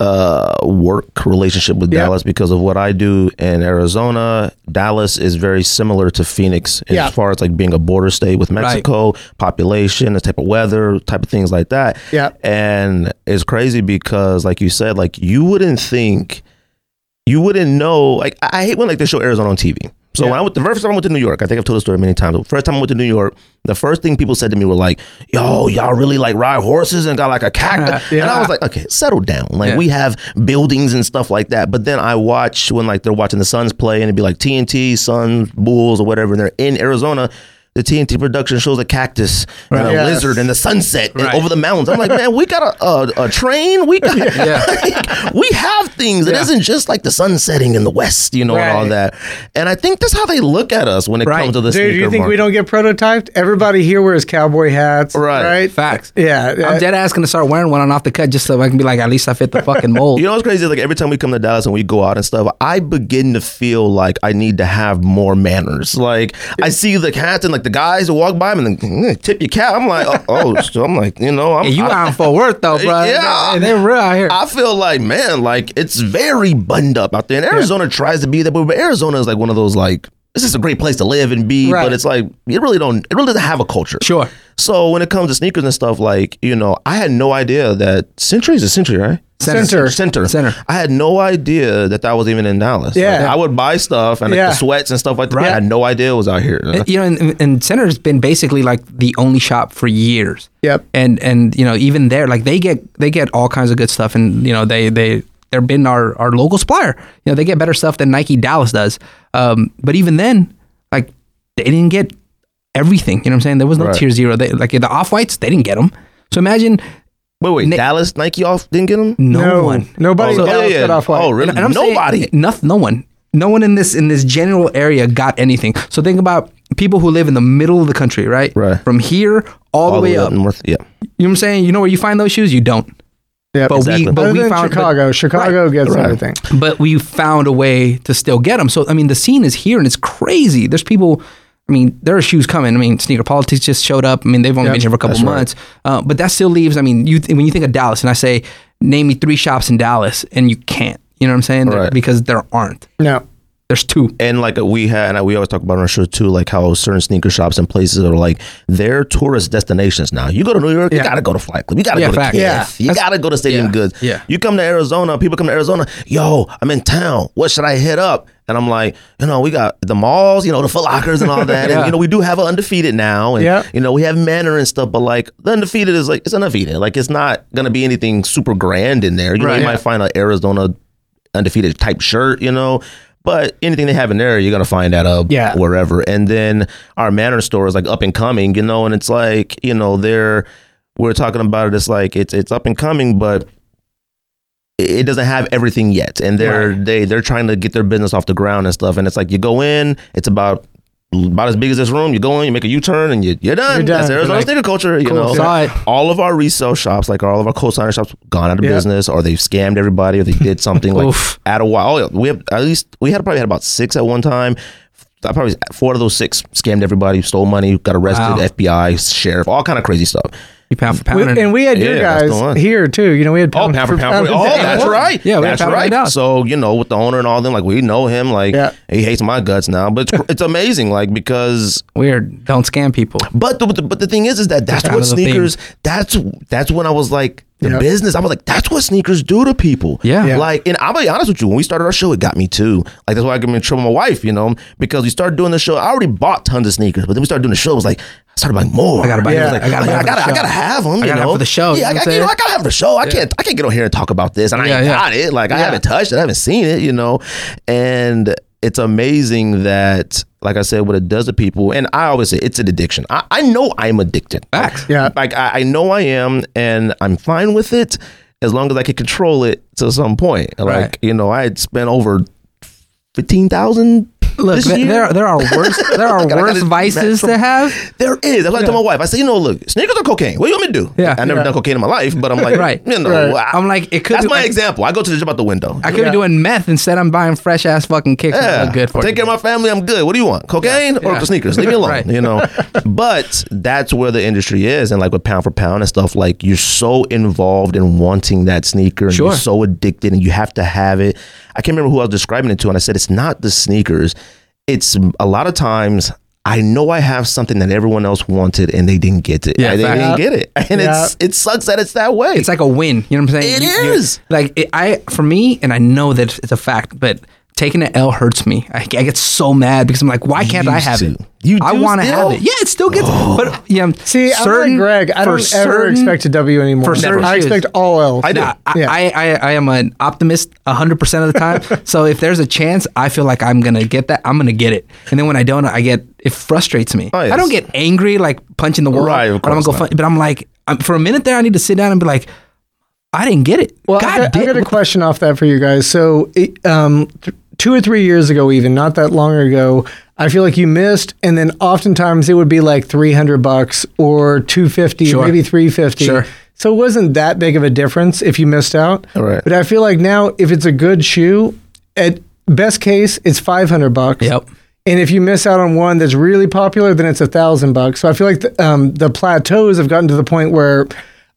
[SPEAKER 1] uh work relationship with
[SPEAKER 2] Yeah.
[SPEAKER 1] Dallas because of what I do in Arizona. Dallas is very similar to Phoenix
[SPEAKER 2] Yeah.
[SPEAKER 1] as far as like being a border state with Mexico, population, the type of weather, type of things like that.
[SPEAKER 2] Yeah.
[SPEAKER 1] And it's crazy because like you said, like you wouldn't think you wouldn't know. Like I I hate when like they show Arizona on TV. So when I went, the very first time I went to New York, I think I've told the story many times. The first time I went to New York, the first thing people said to me were like, "Yo, y'all really like ride horses and got like a cactus," and I was like, "Okay, settle down. Like
[SPEAKER 3] Yeah.
[SPEAKER 1] we have buildings and stuff like that." But then I watch when like they're watching the Suns play, and it'd be like TNT, Suns, Bulls, or whatever, and they're in Arizona. The TNT production shows a cactus and a
[SPEAKER 2] Yes.
[SPEAKER 1] lizard and the sunset and
[SPEAKER 3] Right.
[SPEAKER 1] over the mountains. I'm like, man, we got a, a, a train. We got like, we have things. It isn't just like the sun setting in the west, you know, and all
[SPEAKER 2] Right.
[SPEAKER 1] that. And I think that's how they look at us when it
[SPEAKER 3] Right.
[SPEAKER 1] comes to the
[SPEAKER 2] Dude,
[SPEAKER 1] sneaker
[SPEAKER 2] you think
[SPEAKER 1] market.
[SPEAKER 2] we don't get prototyped? Everybody here wears cowboy hats,
[SPEAKER 1] Right.
[SPEAKER 2] right?
[SPEAKER 3] Facts.
[SPEAKER 2] Yeah, uh,
[SPEAKER 3] I'm
[SPEAKER 2] yeah.
[SPEAKER 3] dead ass gonna start wearing one on off the cut just so I can be like, at least I fit the fucking mold.
[SPEAKER 1] You know what's crazy? is, Like every time we come to Dallas and we go out and stuff, I begin to feel like I need to have more manners. Like I see the cats and like the guys who walk by me and mm, tip your cat. I'm like, oh, oh, so I'm like, you know, I'm
[SPEAKER 3] Yeah, you
[SPEAKER 1] I-
[SPEAKER 3] out in Fort Worth though, bro.
[SPEAKER 1] Yeah.
[SPEAKER 3] and they're real out here.
[SPEAKER 1] I feel like, man, like it's very bunned up out there. And Arizona tries to be that, but Arizona is like one of those like This is a great place to live and be,
[SPEAKER 3] Right.
[SPEAKER 1] but it's like it really don't. It really doesn't have a culture.
[SPEAKER 3] Sure.
[SPEAKER 1] So when it comes to sneakers and stuff, like you know, I had no idea that Century is a Century, right?
[SPEAKER 2] Center.
[SPEAKER 1] Center.
[SPEAKER 3] Center.
[SPEAKER 1] I had no idea that that was even in Dallas.
[SPEAKER 2] Yeah.
[SPEAKER 1] Like, I would buy stuff and like,
[SPEAKER 2] Yeah.
[SPEAKER 1] the sweats and stuff like that. I
[SPEAKER 3] Right.
[SPEAKER 1] had no idea it was out here.
[SPEAKER 3] you know, and, and Center's been basically like the only shop for years.
[SPEAKER 2] Yep.
[SPEAKER 3] And and you know, even there, like they get they get all kinds of good stuff, and you know, they they they're been our our local supplier. You know, they get better stuff than Nike Dallas does. Um, but even then, like they didn't get everything. You know what I'm saying? There was no
[SPEAKER 1] Right.
[SPEAKER 3] tier zero. They like the off whites, they didn't get them. So imagine
[SPEAKER 1] Wait, wait,
[SPEAKER 3] Nick-
[SPEAKER 1] Dallas Nike off didn't get them.
[SPEAKER 3] no, one.
[SPEAKER 2] Nobody
[SPEAKER 1] oh,
[SPEAKER 2] in Dallas
[SPEAKER 1] yeah, yeah.
[SPEAKER 2] got off
[SPEAKER 1] oh,
[SPEAKER 2] white.
[SPEAKER 1] really?
[SPEAKER 3] And, and I'm
[SPEAKER 1] Nobody.
[SPEAKER 3] saying, no, no one, no one in this in this general area got anything. So think about people who live in the middle of the country, right?
[SPEAKER 1] Right.
[SPEAKER 3] From here all, the way, up.
[SPEAKER 1] north. Oh, Yeah.
[SPEAKER 3] You know what I'm saying? You know where you find those shoes? You don't.
[SPEAKER 2] Yep.
[SPEAKER 3] But
[SPEAKER 1] Exactly.
[SPEAKER 3] we, but
[SPEAKER 2] Other
[SPEAKER 3] we
[SPEAKER 2] than
[SPEAKER 3] found but-
[SPEAKER 2] Chicago. Chicago gets
[SPEAKER 1] Right.
[SPEAKER 2] everything.
[SPEAKER 3] but we found a way to still get them. So I mean, the scene is here and it's crazy. There's people. I mean, there are shoes coming. I mean, sneaker politics just showed up. I mean, they've only
[SPEAKER 2] Yeah,
[SPEAKER 3] been here for a couple
[SPEAKER 1] that's right.
[SPEAKER 3] months, uh, but that still leaves. I mean, you th- when you think of Dallas, and I say, name me three shops in Dallas, and you can't. You know what I'm saying? There-
[SPEAKER 1] Right.
[SPEAKER 3] Because there aren't.
[SPEAKER 2] No.
[SPEAKER 3] There's two.
[SPEAKER 1] And like we had, and we always talk about on our show too, like how certain sneaker shops and places are like they're tourist destinations now. You go to New York, you
[SPEAKER 2] Yeah.
[SPEAKER 1] gotta go to Flight Club, you gotta
[SPEAKER 3] Yeah,
[SPEAKER 1] go to
[SPEAKER 3] fact.
[SPEAKER 1] KF,
[SPEAKER 3] Yeah.
[SPEAKER 1] you
[SPEAKER 3] That's-
[SPEAKER 1] gotta go to Stadium
[SPEAKER 3] yeah,
[SPEAKER 1] Goods.
[SPEAKER 3] yeah.
[SPEAKER 1] You come to Arizona, people come to Arizona. Yo, I'm in town. What should I hit up? And I'm like, you know, we got the malls, you know, the Foot Lockers and all that. And
[SPEAKER 3] Yeah.
[SPEAKER 1] you know, we do have an undefeated now, and
[SPEAKER 2] Yeah.
[SPEAKER 1] you know, we have Manor and stuff. But like the undefeated is like it's undefeated. Like it's not gonna be anything super grand in there. You know,
[SPEAKER 3] Right.
[SPEAKER 1] you might find an Arizona undefeated type shirt, you know. But anything they have in there, you're gonna find that uh, up
[SPEAKER 2] Yeah.
[SPEAKER 1] wherever. And then our manor store is like up and coming, you know, and it's like, you know, they're we're talking about it, it's like it's it's up and coming, but it it doesn't have everything yet. And they're they they're trying to get their business off the ground and stuff. And it's like you go in, it's about about as big as this room. You go in, you make a U turn, and you, you're done.
[SPEAKER 2] You're
[SPEAKER 1] That's
[SPEAKER 2] done.
[SPEAKER 1] Arizona
[SPEAKER 3] Like,
[SPEAKER 1] sneaker culture. You
[SPEAKER 3] cool,
[SPEAKER 1] know,
[SPEAKER 3] saw it.
[SPEAKER 1] all of our resale shops, like all of our co-signer shops, gone out of
[SPEAKER 2] Yeah.
[SPEAKER 1] business, or they've scammed everybody, or they did something like
[SPEAKER 3] Oof.
[SPEAKER 1] at a while. Oh, yeah, We have at least we had probably had about six at one time. I probably four of those six scammed everybody, stole money, got arrested,
[SPEAKER 3] Wow.
[SPEAKER 1] FBI, sheriff, all kind of crazy stuff.
[SPEAKER 3] You pound for
[SPEAKER 2] We,
[SPEAKER 3] pound.
[SPEAKER 2] and we had your
[SPEAKER 1] Yeah, that's the one.
[SPEAKER 2] guys here too. You know, we had
[SPEAKER 1] Oh, pound for pound. for- Oh, that's right.
[SPEAKER 3] Yeah, we had
[SPEAKER 1] that's
[SPEAKER 3] pound for
[SPEAKER 1] right.
[SPEAKER 3] pound.
[SPEAKER 1] So you know, with the owner and all them, like we know him. Like
[SPEAKER 2] Yeah.
[SPEAKER 1] he hates my guts now, but it's, it's amazing. Like because
[SPEAKER 3] Weird. Don't scam people.
[SPEAKER 1] But the, but the but the thing is, is that that's
[SPEAKER 3] kind
[SPEAKER 1] what
[SPEAKER 3] of the thing.
[SPEAKER 1] sneakers. That's that's when I was like the
[SPEAKER 2] Yeah.
[SPEAKER 1] business. I was like, that's what sneakers do to people.
[SPEAKER 3] Yeah. Yeah.
[SPEAKER 1] Like, and I'll be honest with you. When we started our show, it got me too. Like that's why I got me in trouble with my wife. You know, because we started doing the show. I already bought tons of sneakers, but then we started doing the show. It was like I started buying more.
[SPEAKER 3] I gotta buy.
[SPEAKER 2] Yeah,
[SPEAKER 3] Yeah, like, I gotta.
[SPEAKER 1] Like,
[SPEAKER 3] buy
[SPEAKER 1] I
[SPEAKER 3] for the
[SPEAKER 1] gotta, I
[SPEAKER 3] show.
[SPEAKER 1] gotta have them. You
[SPEAKER 3] gotta have
[SPEAKER 1] know?
[SPEAKER 3] for the show, you
[SPEAKER 1] Yeah,
[SPEAKER 3] know
[SPEAKER 1] I,
[SPEAKER 3] what I'm
[SPEAKER 1] I- you know,
[SPEAKER 3] saying?
[SPEAKER 1] I gotta have for the show. I can't, I can't get on here and talk about this, and I
[SPEAKER 3] Yeah,
[SPEAKER 1] ain't
[SPEAKER 3] yeah.
[SPEAKER 1] got it. Like I haven't touched it, I haven't seen it. You know, and it's amazing that, like I said, what it does to people. And I always say it's an addiction. I, I know I'm addicted.
[SPEAKER 3] Facts.
[SPEAKER 2] Yeah.
[SPEAKER 1] Like I, I know I am, and I'm fine with it as long as I can control it to some point. Like
[SPEAKER 3] Right.
[SPEAKER 1] you know, I had spent over fifteen thousand.
[SPEAKER 3] Look,
[SPEAKER 1] this
[SPEAKER 3] th-
[SPEAKER 1] year.
[SPEAKER 3] there, there are worse. There are
[SPEAKER 1] I gotta- I
[SPEAKER 3] worse
[SPEAKER 1] gotta
[SPEAKER 3] vices
[SPEAKER 1] match
[SPEAKER 3] to have.
[SPEAKER 1] There is. That's what I told my wife. I said, you know, look, sneakers or cocaine. What do you want me to do?
[SPEAKER 3] Yeah.
[SPEAKER 1] I never
[SPEAKER 2] Yeah.
[SPEAKER 1] done cocaine in my life, but I'm like,
[SPEAKER 3] Right.
[SPEAKER 1] You know,
[SPEAKER 2] Right.
[SPEAKER 1] I,
[SPEAKER 3] I'm like, it could
[SPEAKER 1] that's
[SPEAKER 3] be-
[SPEAKER 1] my
[SPEAKER 3] I-
[SPEAKER 1] example. I go to the gym out the window.
[SPEAKER 3] I could be doing meth instead. I'm buying fresh ass fucking kicks.
[SPEAKER 1] yeah,
[SPEAKER 3] Yeah, good for
[SPEAKER 1] take
[SPEAKER 3] you.
[SPEAKER 1] care of my family. I'm good. What do you want? Cocaine or
[SPEAKER 3] Yeah.
[SPEAKER 1] sneakers? Leave me alone.
[SPEAKER 3] Right.
[SPEAKER 1] You know, but that's where the industry is, and like with pound for pound and stuff, like you're so involved in wanting that sneaker, and
[SPEAKER 3] Sure.
[SPEAKER 1] you're so addicted, and you have to have it. I can't remember who I was describing it to, and I said it's not the sneakers. It's a lot of times. I know I have something that everyone else wanted and they didn't get it.
[SPEAKER 3] Yeah,
[SPEAKER 1] they
[SPEAKER 3] fact.
[SPEAKER 1] didn't get it, and it's it sucks that it's that way.
[SPEAKER 3] It's like a win. You know what I'm
[SPEAKER 1] It
[SPEAKER 3] saying? It is. you, you-
[SPEAKER 1] is.
[SPEAKER 3] like it, I for me, and I know that it's a fact, but taking an L hurts me. I, I get so mad because I'm like, why can't I
[SPEAKER 1] used
[SPEAKER 3] have
[SPEAKER 1] to.
[SPEAKER 3] it?
[SPEAKER 1] You
[SPEAKER 3] I
[SPEAKER 1] do
[SPEAKER 3] want to
[SPEAKER 1] still? Oh.
[SPEAKER 3] have it. Yeah, it still gets. But yeah, I'm
[SPEAKER 2] See, I'm
[SPEAKER 3] certain-
[SPEAKER 2] like Greg. I
[SPEAKER 3] for
[SPEAKER 2] don't ever
[SPEAKER 3] certain-
[SPEAKER 2] expect a W anymore.
[SPEAKER 3] for certain
[SPEAKER 2] I
[SPEAKER 3] shoes.
[SPEAKER 2] expect all L.
[SPEAKER 1] I do.
[SPEAKER 3] Nah, I,
[SPEAKER 2] Yeah.
[SPEAKER 3] I, I, I am an optimist 100% of the time. so if there's a chance, I feel like I'm going to get that. I'm going to get it. And then when I don't, I get, it frustrates me.
[SPEAKER 1] Oh, yes.
[SPEAKER 3] I don't get angry, like punching the wall.
[SPEAKER 1] Right, of
[SPEAKER 3] but I'm,
[SPEAKER 1] course
[SPEAKER 3] gonna go
[SPEAKER 1] not.
[SPEAKER 3] fu- but I'm like, I'm, for a minute there, I need to sit down and be like, I didn't get it.
[SPEAKER 2] Well,
[SPEAKER 3] God
[SPEAKER 2] I, got, I
[SPEAKER 3] damn-
[SPEAKER 2] got a question off that for you guys. So, it, um, th- two or three years ago, even not that long ago, I feel like you missed, and then oftentimes it would be like three hundred bucks or two fifty,
[SPEAKER 3] Sure.
[SPEAKER 2] maybe three fifty.
[SPEAKER 3] Sure.
[SPEAKER 2] So it wasn't that big of a difference if you missed out.
[SPEAKER 1] Right.
[SPEAKER 2] But I feel like now, if it's a good shoe, at best case, it's five hundred bucks.
[SPEAKER 3] Yep.
[SPEAKER 2] And if you miss out on one that's really popular, then it's a thousand bucks. So I feel like the, um, the plateaus have gotten to the point where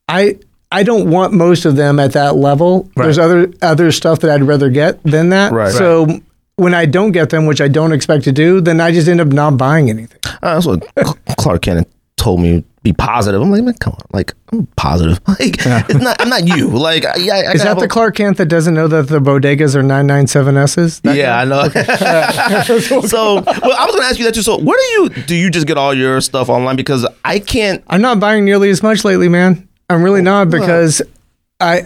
[SPEAKER 2] I I don't want most of them at that level. There's other other stuff that I'd rather get than that.
[SPEAKER 1] Right.
[SPEAKER 2] So when I don't get them, which I don't expect to do, then I just end up not buying anything.
[SPEAKER 1] Uh, that's what Cl- Clark Kent told me. Be positive. I'm like, man, come on. Like, I'm positive. Like, it's not. I'm not you. Like, I- yeah. I
[SPEAKER 2] Is
[SPEAKER 1] have
[SPEAKER 2] that
[SPEAKER 1] a-
[SPEAKER 2] the Clark Kent that doesn't know that the bodegas are 997Ss? That
[SPEAKER 1] yeah, I know. so, well, I was going to ask you that too. So, where do you do you just get all your stuff online? Because I can't.
[SPEAKER 2] I'm not buying nearly as much lately, man. I'm really not because I,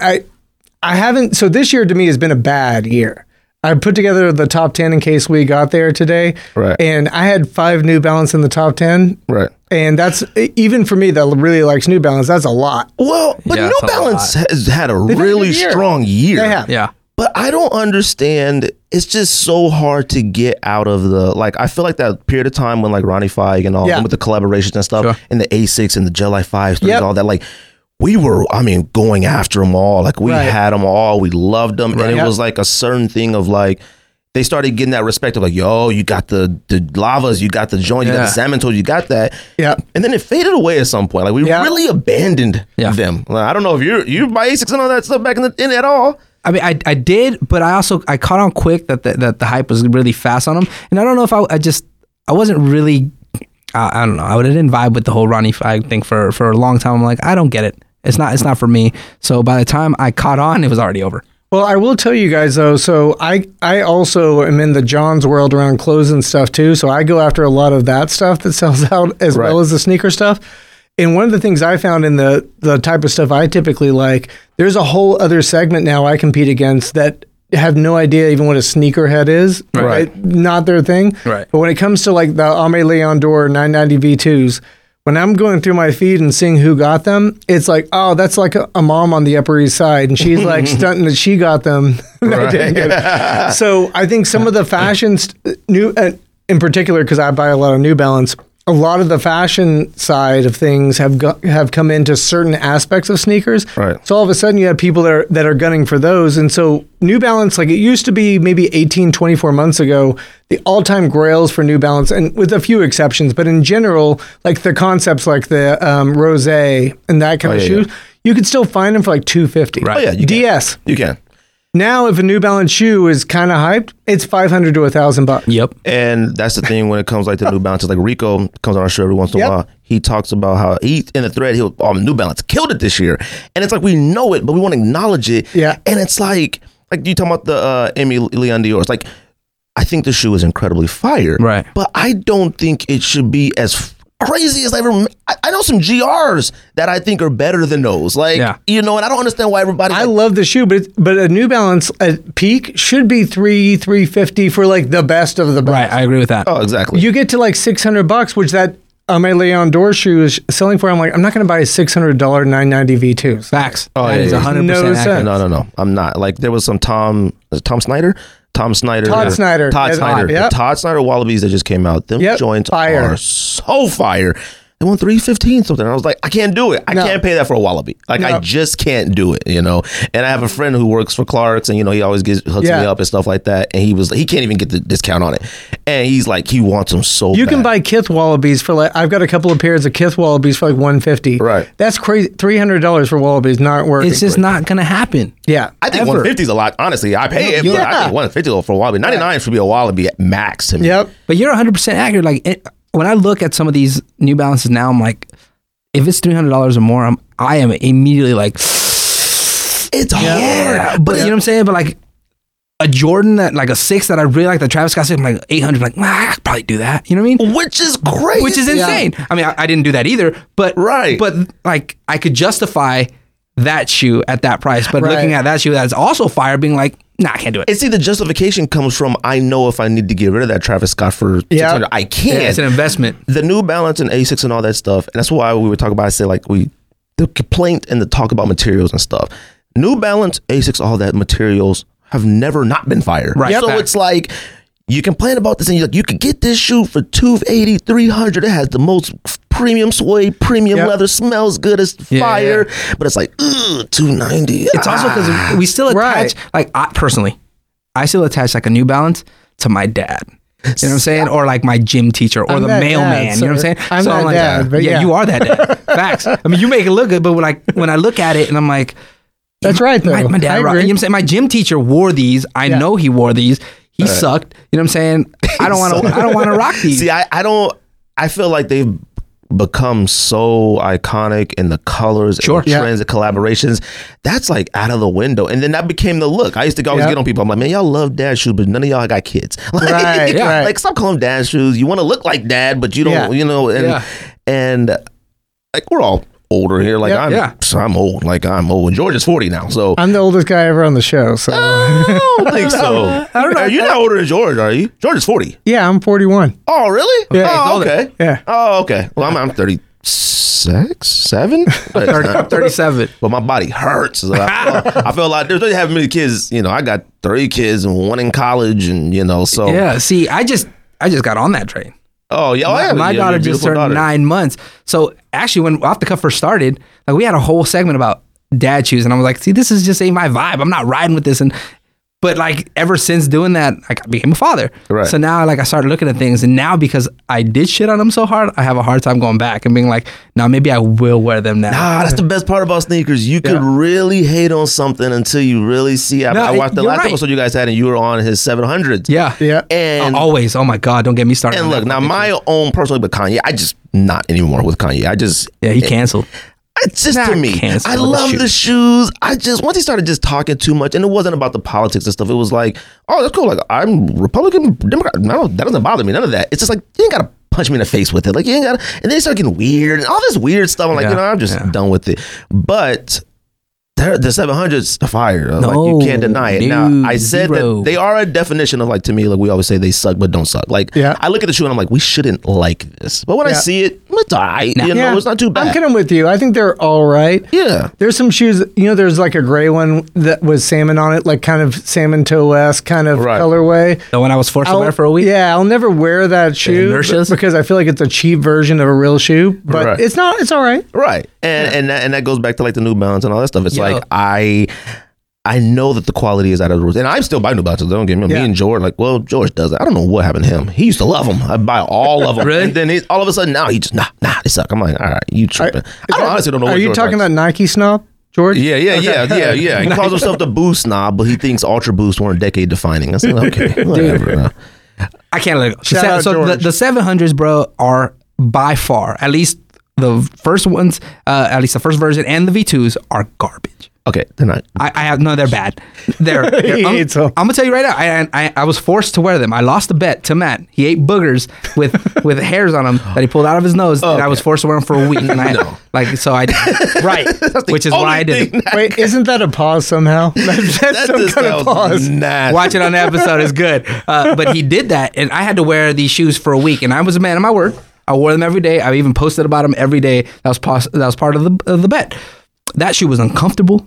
[SPEAKER 2] I I haven't. So this year to me has been a bad year. I put together the top ten in case we got there today,
[SPEAKER 1] Right.
[SPEAKER 2] And I had five New Balance in the top ten,
[SPEAKER 1] Right.
[SPEAKER 2] and that's even for me that really likes New Balance. That's a lot.
[SPEAKER 1] Well, but
[SPEAKER 3] Yeah,
[SPEAKER 1] New
[SPEAKER 3] it's a
[SPEAKER 1] Balance has had a really
[SPEAKER 2] good year.
[SPEAKER 1] strong year.
[SPEAKER 2] They have.
[SPEAKER 3] Yeah.
[SPEAKER 1] But I don't understand. It's just so hard to get out of the like. I feel like that period of time when like Ronnie Fieg and all
[SPEAKER 2] Yeah.
[SPEAKER 1] with the collaborations and stuff,
[SPEAKER 3] Sure.
[SPEAKER 1] and the A6 and the July Five and
[SPEAKER 2] Yep.
[SPEAKER 1] all that. Like we were, I mean, going after them all. Like we
[SPEAKER 2] Right.
[SPEAKER 1] had them all. We loved them, and it
[SPEAKER 2] Yep.
[SPEAKER 1] was like a certain thing of like. They started getting that respect of like, yo, you got the the lavas, you got the joint, you
[SPEAKER 3] Yeah.
[SPEAKER 1] got the salmon toes, you got that.
[SPEAKER 2] Yep.
[SPEAKER 1] And then it faded away at some point. Like we
[SPEAKER 2] Yeah.
[SPEAKER 1] really abandoned
[SPEAKER 3] Yeah.
[SPEAKER 1] them. Like, I don't know if you you buy A6 and all that stuff back in the in at all.
[SPEAKER 3] I mean, I, I did, but I also I caught on quick that the, that the hype was really fast on him, and I don't know if I, I just I wasn't really I, I don't know I didn't vibe with the whole Ronnie Fieg thing for for a long time. I'm like I don't get it. It's not it's not for me. So by the time I caught on, it was already over.
[SPEAKER 2] Well, I will tell you guys though. So I I also am in the John's world around clothes and stuff too. So I go after a lot of that stuff that sells out as well as the sneaker stuff. And one of the things I found in the the type of stuff I typically like, there's a whole other segment now I compete against that have no idea even what a sneakerhead is. Right. Not their thing.
[SPEAKER 3] Right.
[SPEAKER 2] But when it comes to like the Ame Leon Dor 990 V2s, when I'm going through my feed and seeing who got them, it's like, oh, that's like a, a mom on the Upper East Side, and she's like stunting that she got them. And I didn't get it. so I think some of the fashions, new uh, in particular, because I buy a lot of New Balance. A lot of the fashion side of things have go- have come into certain aspects of sneakers.
[SPEAKER 1] Right.
[SPEAKER 2] So all of a sudden you have people that are, that are gunning for those. And so New Balance, like it used to be maybe 18, 24 months ago, the all time grails for New Balance, and with a few exceptions, but in general, like the concepts like the um, Rose and that kind of
[SPEAKER 1] Oh, yeah,
[SPEAKER 2] shoes, you could still find them for like 250
[SPEAKER 3] Right.
[SPEAKER 1] Oh yeah, you can.
[SPEAKER 2] DS.
[SPEAKER 1] You can.
[SPEAKER 2] Now, if a New Balance shoe is kind of hyped, it's 500 to 1,000 bucks.
[SPEAKER 3] Yep. And
[SPEAKER 1] And that's the thing when it comes like to New Balance. Like Rico comes on our show every once in
[SPEAKER 2] Yep.
[SPEAKER 1] a while. He talks about how he in the thread he was, um, New Balance killed it this year, and it's like we know it, but we want to acknowledge it.
[SPEAKER 2] Yeah.
[SPEAKER 1] And it's like like you talking about the uh, Amy Leon Dior. It's like I think the shoe is incredibly fire,
[SPEAKER 3] Right.
[SPEAKER 1] But I don't think it should be as f- crazy as I ever. I, I know some GRs that I think are better than those. Like
[SPEAKER 3] Yeah.
[SPEAKER 1] you know, and I don't understand why everybody.
[SPEAKER 2] I
[SPEAKER 1] like,
[SPEAKER 2] love the shoe, but it's, but a New Balance at peak should be three three fifty for like the best of the best.
[SPEAKER 3] right. I agree with that.
[SPEAKER 1] oh exactly.
[SPEAKER 2] you get to like 600 bucks which that um, my Leon Dor shoe is selling for. I'm like, I'm not going to buy a $600 990 V2.
[SPEAKER 3] Facts. Oh,
[SPEAKER 1] yeah, yeah.
[SPEAKER 3] hundred
[SPEAKER 2] No
[SPEAKER 3] percent accurate.
[SPEAKER 2] sense.
[SPEAKER 1] No, no, no. I'm not. Like there was some Tom is it Tom Snyder? Tom Snyder.
[SPEAKER 2] Todd Snyder.
[SPEAKER 1] Todd
[SPEAKER 2] Yeah,
[SPEAKER 1] Snyder.
[SPEAKER 2] yep.
[SPEAKER 1] The Todd Snyder Wallabies that just came out. Them
[SPEAKER 2] Yep,
[SPEAKER 1] joints
[SPEAKER 2] fire.
[SPEAKER 1] are so fire. They won 315 something. I was like, I can't do it. I
[SPEAKER 2] No.
[SPEAKER 1] can't pay that for a wallaby. Like I
[SPEAKER 2] No.
[SPEAKER 1] just can't do it, you know. And I have a friend who works for Clark's and you know, he always gets hooks me
[SPEAKER 2] Yeah.
[SPEAKER 1] up and stuff like that. And he was he can't even get the discount on it. And he's like, he wants them so
[SPEAKER 2] You can
[SPEAKER 1] bad.
[SPEAKER 2] buy Kith Wallabies for like, I've got a couple of pairs of Kith Wallabies for like 150
[SPEAKER 1] Right.
[SPEAKER 2] That's crazy. $300 for Wallabies, not worth
[SPEAKER 3] It's
[SPEAKER 2] it.
[SPEAKER 3] just not gonna happen.
[SPEAKER 2] Yeah.
[SPEAKER 1] I think
[SPEAKER 3] Ever.
[SPEAKER 1] 150 is a lot. Honestly, I pay it, but I
[SPEAKER 2] Yeah.
[SPEAKER 1] think 150 for a wallaby. 99 should be a wallaby at max to me.
[SPEAKER 2] Yep.
[SPEAKER 3] But you're 100% accurate. Like it, when I look at some of these New Balances now, I'm like, if it's $300 or more, I'm I am immediately like,
[SPEAKER 1] It's
[SPEAKER 3] yeah.
[SPEAKER 1] hard.
[SPEAKER 3] But you know what I'm saying? But like a Jordan that like a six that I really like, the Travis Scott six, I'm like 800. Like ah, I could probably do that. You know what I mean?
[SPEAKER 1] which is crazy.
[SPEAKER 3] Which is insane. I mean, I, I didn't do that either. But
[SPEAKER 1] Right.
[SPEAKER 3] But like I could justify that shoe at that price. But
[SPEAKER 2] Right.
[SPEAKER 3] looking at that shoe that's also fire, being like, nah, I can't do it.
[SPEAKER 1] And see, the justification comes from I know if I need to get rid of that Travis Scott for
[SPEAKER 2] Yeah.
[SPEAKER 1] 600, I
[SPEAKER 3] Yeah,
[SPEAKER 1] can.
[SPEAKER 3] it's an investment.
[SPEAKER 1] the New Balance and Asics and all that stuff, and that's why we were talking about. I say like we, the complaint and the talk about materials and stuff. New Balance, Asics, all that materials have never not been fired.
[SPEAKER 3] Right.
[SPEAKER 1] So
[SPEAKER 3] Yep.
[SPEAKER 1] it's like. You complain about this and you're like, you could get this shoe for 280, 300. It has the most premium suede, premium
[SPEAKER 2] Yep.
[SPEAKER 1] leather, smells good, it's
[SPEAKER 3] Yeah, yeah,
[SPEAKER 1] fire. But it's like, ugh, 290.
[SPEAKER 3] It's also because we still attach,
[SPEAKER 2] Right.
[SPEAKER 3] like I personally, I still attach like a New Balance to my dad. You know what I'm saying? Or like my gym teacher or
[SPEAKER 2] I'm
[SPEAKER 3] the
[SPEAKER 2] that
[SPEAKER 3] mailman.
[SPEAKER 2] dad,
[SPEAKER 3] you know what I'm
[SPEAKER 2] sir.
[SPEAKER 3] saying?
[SPEAKER 2] I'm that
[SPEAKER 3] like,
[SPEAKER 2] dad, but yeah.
[SPEAKER 3] you are that dad. Facts. I mean, you make it look good, but when I when I look at it and I'm like,
[SPEAKER 2] That's right, though.
[SPEAKER 3] my, my dad,
[SPEAKER 2] Oh, I
[SPEAKER 3] rock-
[SPEAKER 2] agree.
[SPEAKER 3] you know what I'm saying? My gym teacher wore these. I know he wore these. He sucked. You know what I'm saying? I don't want to. I don't want to rock these.
[SPEAKER 1] See, I, I don't. I feel like they've become so iconic in the colors,
[SPEAKER 3] Sure.
[SPEAKER 1] and the trends, and collaborations. That's like out of the window. And then that became the look. I used to always
[SPEAKER 2] Yeah.
[SPEAKER 1] get on people. I'm like, man, y'all love dad shoes, but none of y'all got kids. Like,
[SPEAKER 2] Right,
[SPEAKER 1] yeah,
[SPEAKER 2] right.
[SPEAKER 1] like stop calling them dad shoes. You want to look like dad, but you don't.
[SPEAKER 2] Yeah.
[SPEAKER 1] You know, and
[SPEAKER 3] Yeah.
[SPEAKER 1] and like we're all older here. Like
[SPEAKER 2] Yeah,
[SPEAKER 1] I'm,
[SPEAKER 3] yeah.
[SPEAKER 1] I'm old. Like I'm old. George is 40 now, so.
[SPEAKER 2] I'm the oldest guy ever on the show, so
[SPEAKER 1] Ah. I don't think so.
[SPEAKER 3] I don't know.
[SPEAKER 1] Are you not older than George? Are you? George is forty.
[SPEAKER 2] yeah, I'm 41.
[SPEAKER 1] Oh, really?
[SPEAKER 2] Yeah. He's
[SPEAKER 1] Oh,
[SPEAKER 3] older.
[SPEAKER 1] okay.
[SPEAKER 2] Yeah.
[SPEAKER 1] Oh, okay. Well, I'm, I'm 36, 7? But it's not-
[SPEAKER 3] 37.
[SPEAKER 1] but my body hurts. So I, feel, I feel like there's really having many kids. You know, I got three kids and one in college, and you know, so
[SPEAKER 3] Yeah. See, I just I just got on that train.
[SPEAKER 1] Oh yeah, oh, yeah,
[SPEAKER 3] my, my
[SPEAKER 1] yeah,
[SPEAKER 3] daughter
[SPEAKER 1] your
[SPEAKER 3] just
[SPEAKER 1] beautiful daughter.
[SPEAKER 3] turned nine months. So actually, when off the cuff first started, like we had a whole segment about dad shoes, and I was like, see, this is just ain't my vibe. I'm not riding with this. And but like ever since doing that, I got- became a father.
[SPEAKER 1] Right.
[SPEAKER 3] So now like I started looking at things, and now because I did shit on them so hard, I have a hard time going back and being like, now maybe I will wear them now.
[SPEAKER 1] Ah, that's the best part about sneakers. You could really hate on something until you really see. I,
[SPEAKER 3] No,
[SPEAKER 1] I watched the
[SPEAKER 3] you're
[SPEAKER 1] last
[SPEAKER 3] right.
[SPEAKER 1] episode you guys had, and you were on his 700s.
[SPEAKER 3] Yeah.
[SPEAKER 2] Yeah.
[SPEAKER 1] and
[SPEAKER 3] Always. Oh my god, don't get me started.
[SPEAKER 1] and
[SPEAKER 3] on
[SPEAKER 1] look
[SPEAKER 3] that
[SPEAKER 1] now,
[SPEAKER 3] fucking shit.
[SPEAKER 1] my own personal with Kanye, I just not anymore with Kanye. I just
[SPEAKER 3] yeah, he canceled.
[SPEAKER 1] It's just
[SPEAKER 3] Nah,
[SPEAKER 1] to me.
[SPEAKER 3] can't
[SPEAKER 1] I
[SPEAKER 3] sell the
[SPEAKER 1] love the
[SPEAKER 3] shoes.
[SPEAKER 1] shoes. I just once he started just talking too much, and it wasn't about the politics and stuff. It was like, oh, that's cool. Like I'm Republican, Democrat. No, that doesn't bother me. None of that. It's just like you ain't gotta punch me in the face with it. Like you ain't gotta. And then he started getting weird and all this weird stuff. I'm like,
[SPEAKER 3] Yeah,
[SPEAKER 1] you know, I'm just
[SPEAKER 3] yeah.
[SPEAKER 1] done with it. But. they're- The 700s, the fire. like,
[SPEAKER 3] No,
[SPEAKER 1] you can't deny it. Now,
[SPEAKER 3] dude,
[SPEAKER 1] I said
[SPEAKER 3] zero.
[SPEAKER 1] that they are a definition of, like, to me, like, we always say they suck, but don't suck. Like,
[SPEAKER 2] Yeah.
[SPEAKER 1] I look at the shoe and I'm like, we shouldn't like this. But when I
[SPEAKER 2] Yeah.
[SPEAKER 1] see it, it's all right. You know, uh, it's not too bad.
[SPEAKER 2] I'm kind of with you. I think they're all right.
[SPEAKER 1] yeah.
[SPEAKER 2] There's some shoes, you know, there's like a gray one that was salmon on it, like kind of salmon toe esque kind of
[SPEAKER 1] Right.
[SPEAKER 2] colorway.
[SPEAKER 3] The one I was forced to wear for a week.
[SPEAKER 2] Yeah, I'll never wear that shoe
[SPEAKER 3] inertias?
[SPEAKER 2] because I feel like it's a cheap version of a real shoe, but
[SPEAKER 1] Right.
[SPEAKER 2] it's not, it's all right.
[SPEAKER 1] Right. And and that, and that goes back to like the New Balance and all that stuff. It's
[SPEAKER 3] Yo.
[SPEAKER 1] like I I know that the quality is out of the roof, and I'm still buying New Balances. Don't get me.
[SPEAKER 2] Yeah.
[SPEAKER 1] Me and George, like, well, George does it. I don't know what happened to him. He used to love them. I buy all of them,
[SPEAKER 3] Really?
[SPEAKER 1] and then he, all of a sudden now he just nah nah they suck. I'm like, all right, you tripping? I don't, honestly don't know.
[SPEAKER 2] Are
[SPEAKER 1] what
[SPEAKER 2] you
[SPEAKER 1] George
[SPEAKER 2] talking
[SPEAKER 1] likes.
[SPEAKER 2] about Nike snob, George?
[SPEAKER 1] Yeah, yeah, yeah, yeah, yeah. He calls himself the Boost snob, but he thinks Ultra Boost weren't decade defining. I said, okay, whatever.
[SPEAKER 3] I can't let it go.
[SPEAKER 2] Shout
[SPEAKER 3] so
[SPEAKER 2] out
[SPEAKER 3] so the,
[SPEAKER 2] George.
[SPEAKER 3] the 700s, bro, are by far, at least the first ones, uh, at least the first version and the V2s are garbage.
[SPEAKER 1] okay, they're not.
[SPEAKER 3] I, I have no, they're bad. They're, they're-
[SPEAKER 2] He
[SPEAKER 3] I'm,
[SPEAKER 2] hates 'em.
[SPEAKER 3] I'm gonna tell you right now. I, I I was forced to wear them. I lost a bet to Matt. He ate boogers with with hairs on them that he pulled out of his nose, and I was forced to wear them for a week. And I like so I right, which is
[SPEAKER 1] Only
[SPEAKER 3] why I did.
[SPEAKER 1] thing
[SPEAKER 3] it.
[SPEAKER 1] that-
[SPEAKER 2] Wait, isn't that a pause somehow? That's, that's
[SPEAKER 1] That
[SPEAKER 2] some
[SPEAKER 1] just
[SPEAKER 2] kind of
[SPEAKER 1] sounds
[SPEAKER 2] pause.
[SPEAKER 1] nasty.
[SPEAKER 3] Watch it on the episode. It's good. Uh, but he did that, and I had to wear these shoes for a week, and I was a man of my word. I wore them every day. I even posted about them every day. That was pos- that was part of the of the bet. That shoe was uncomfortable.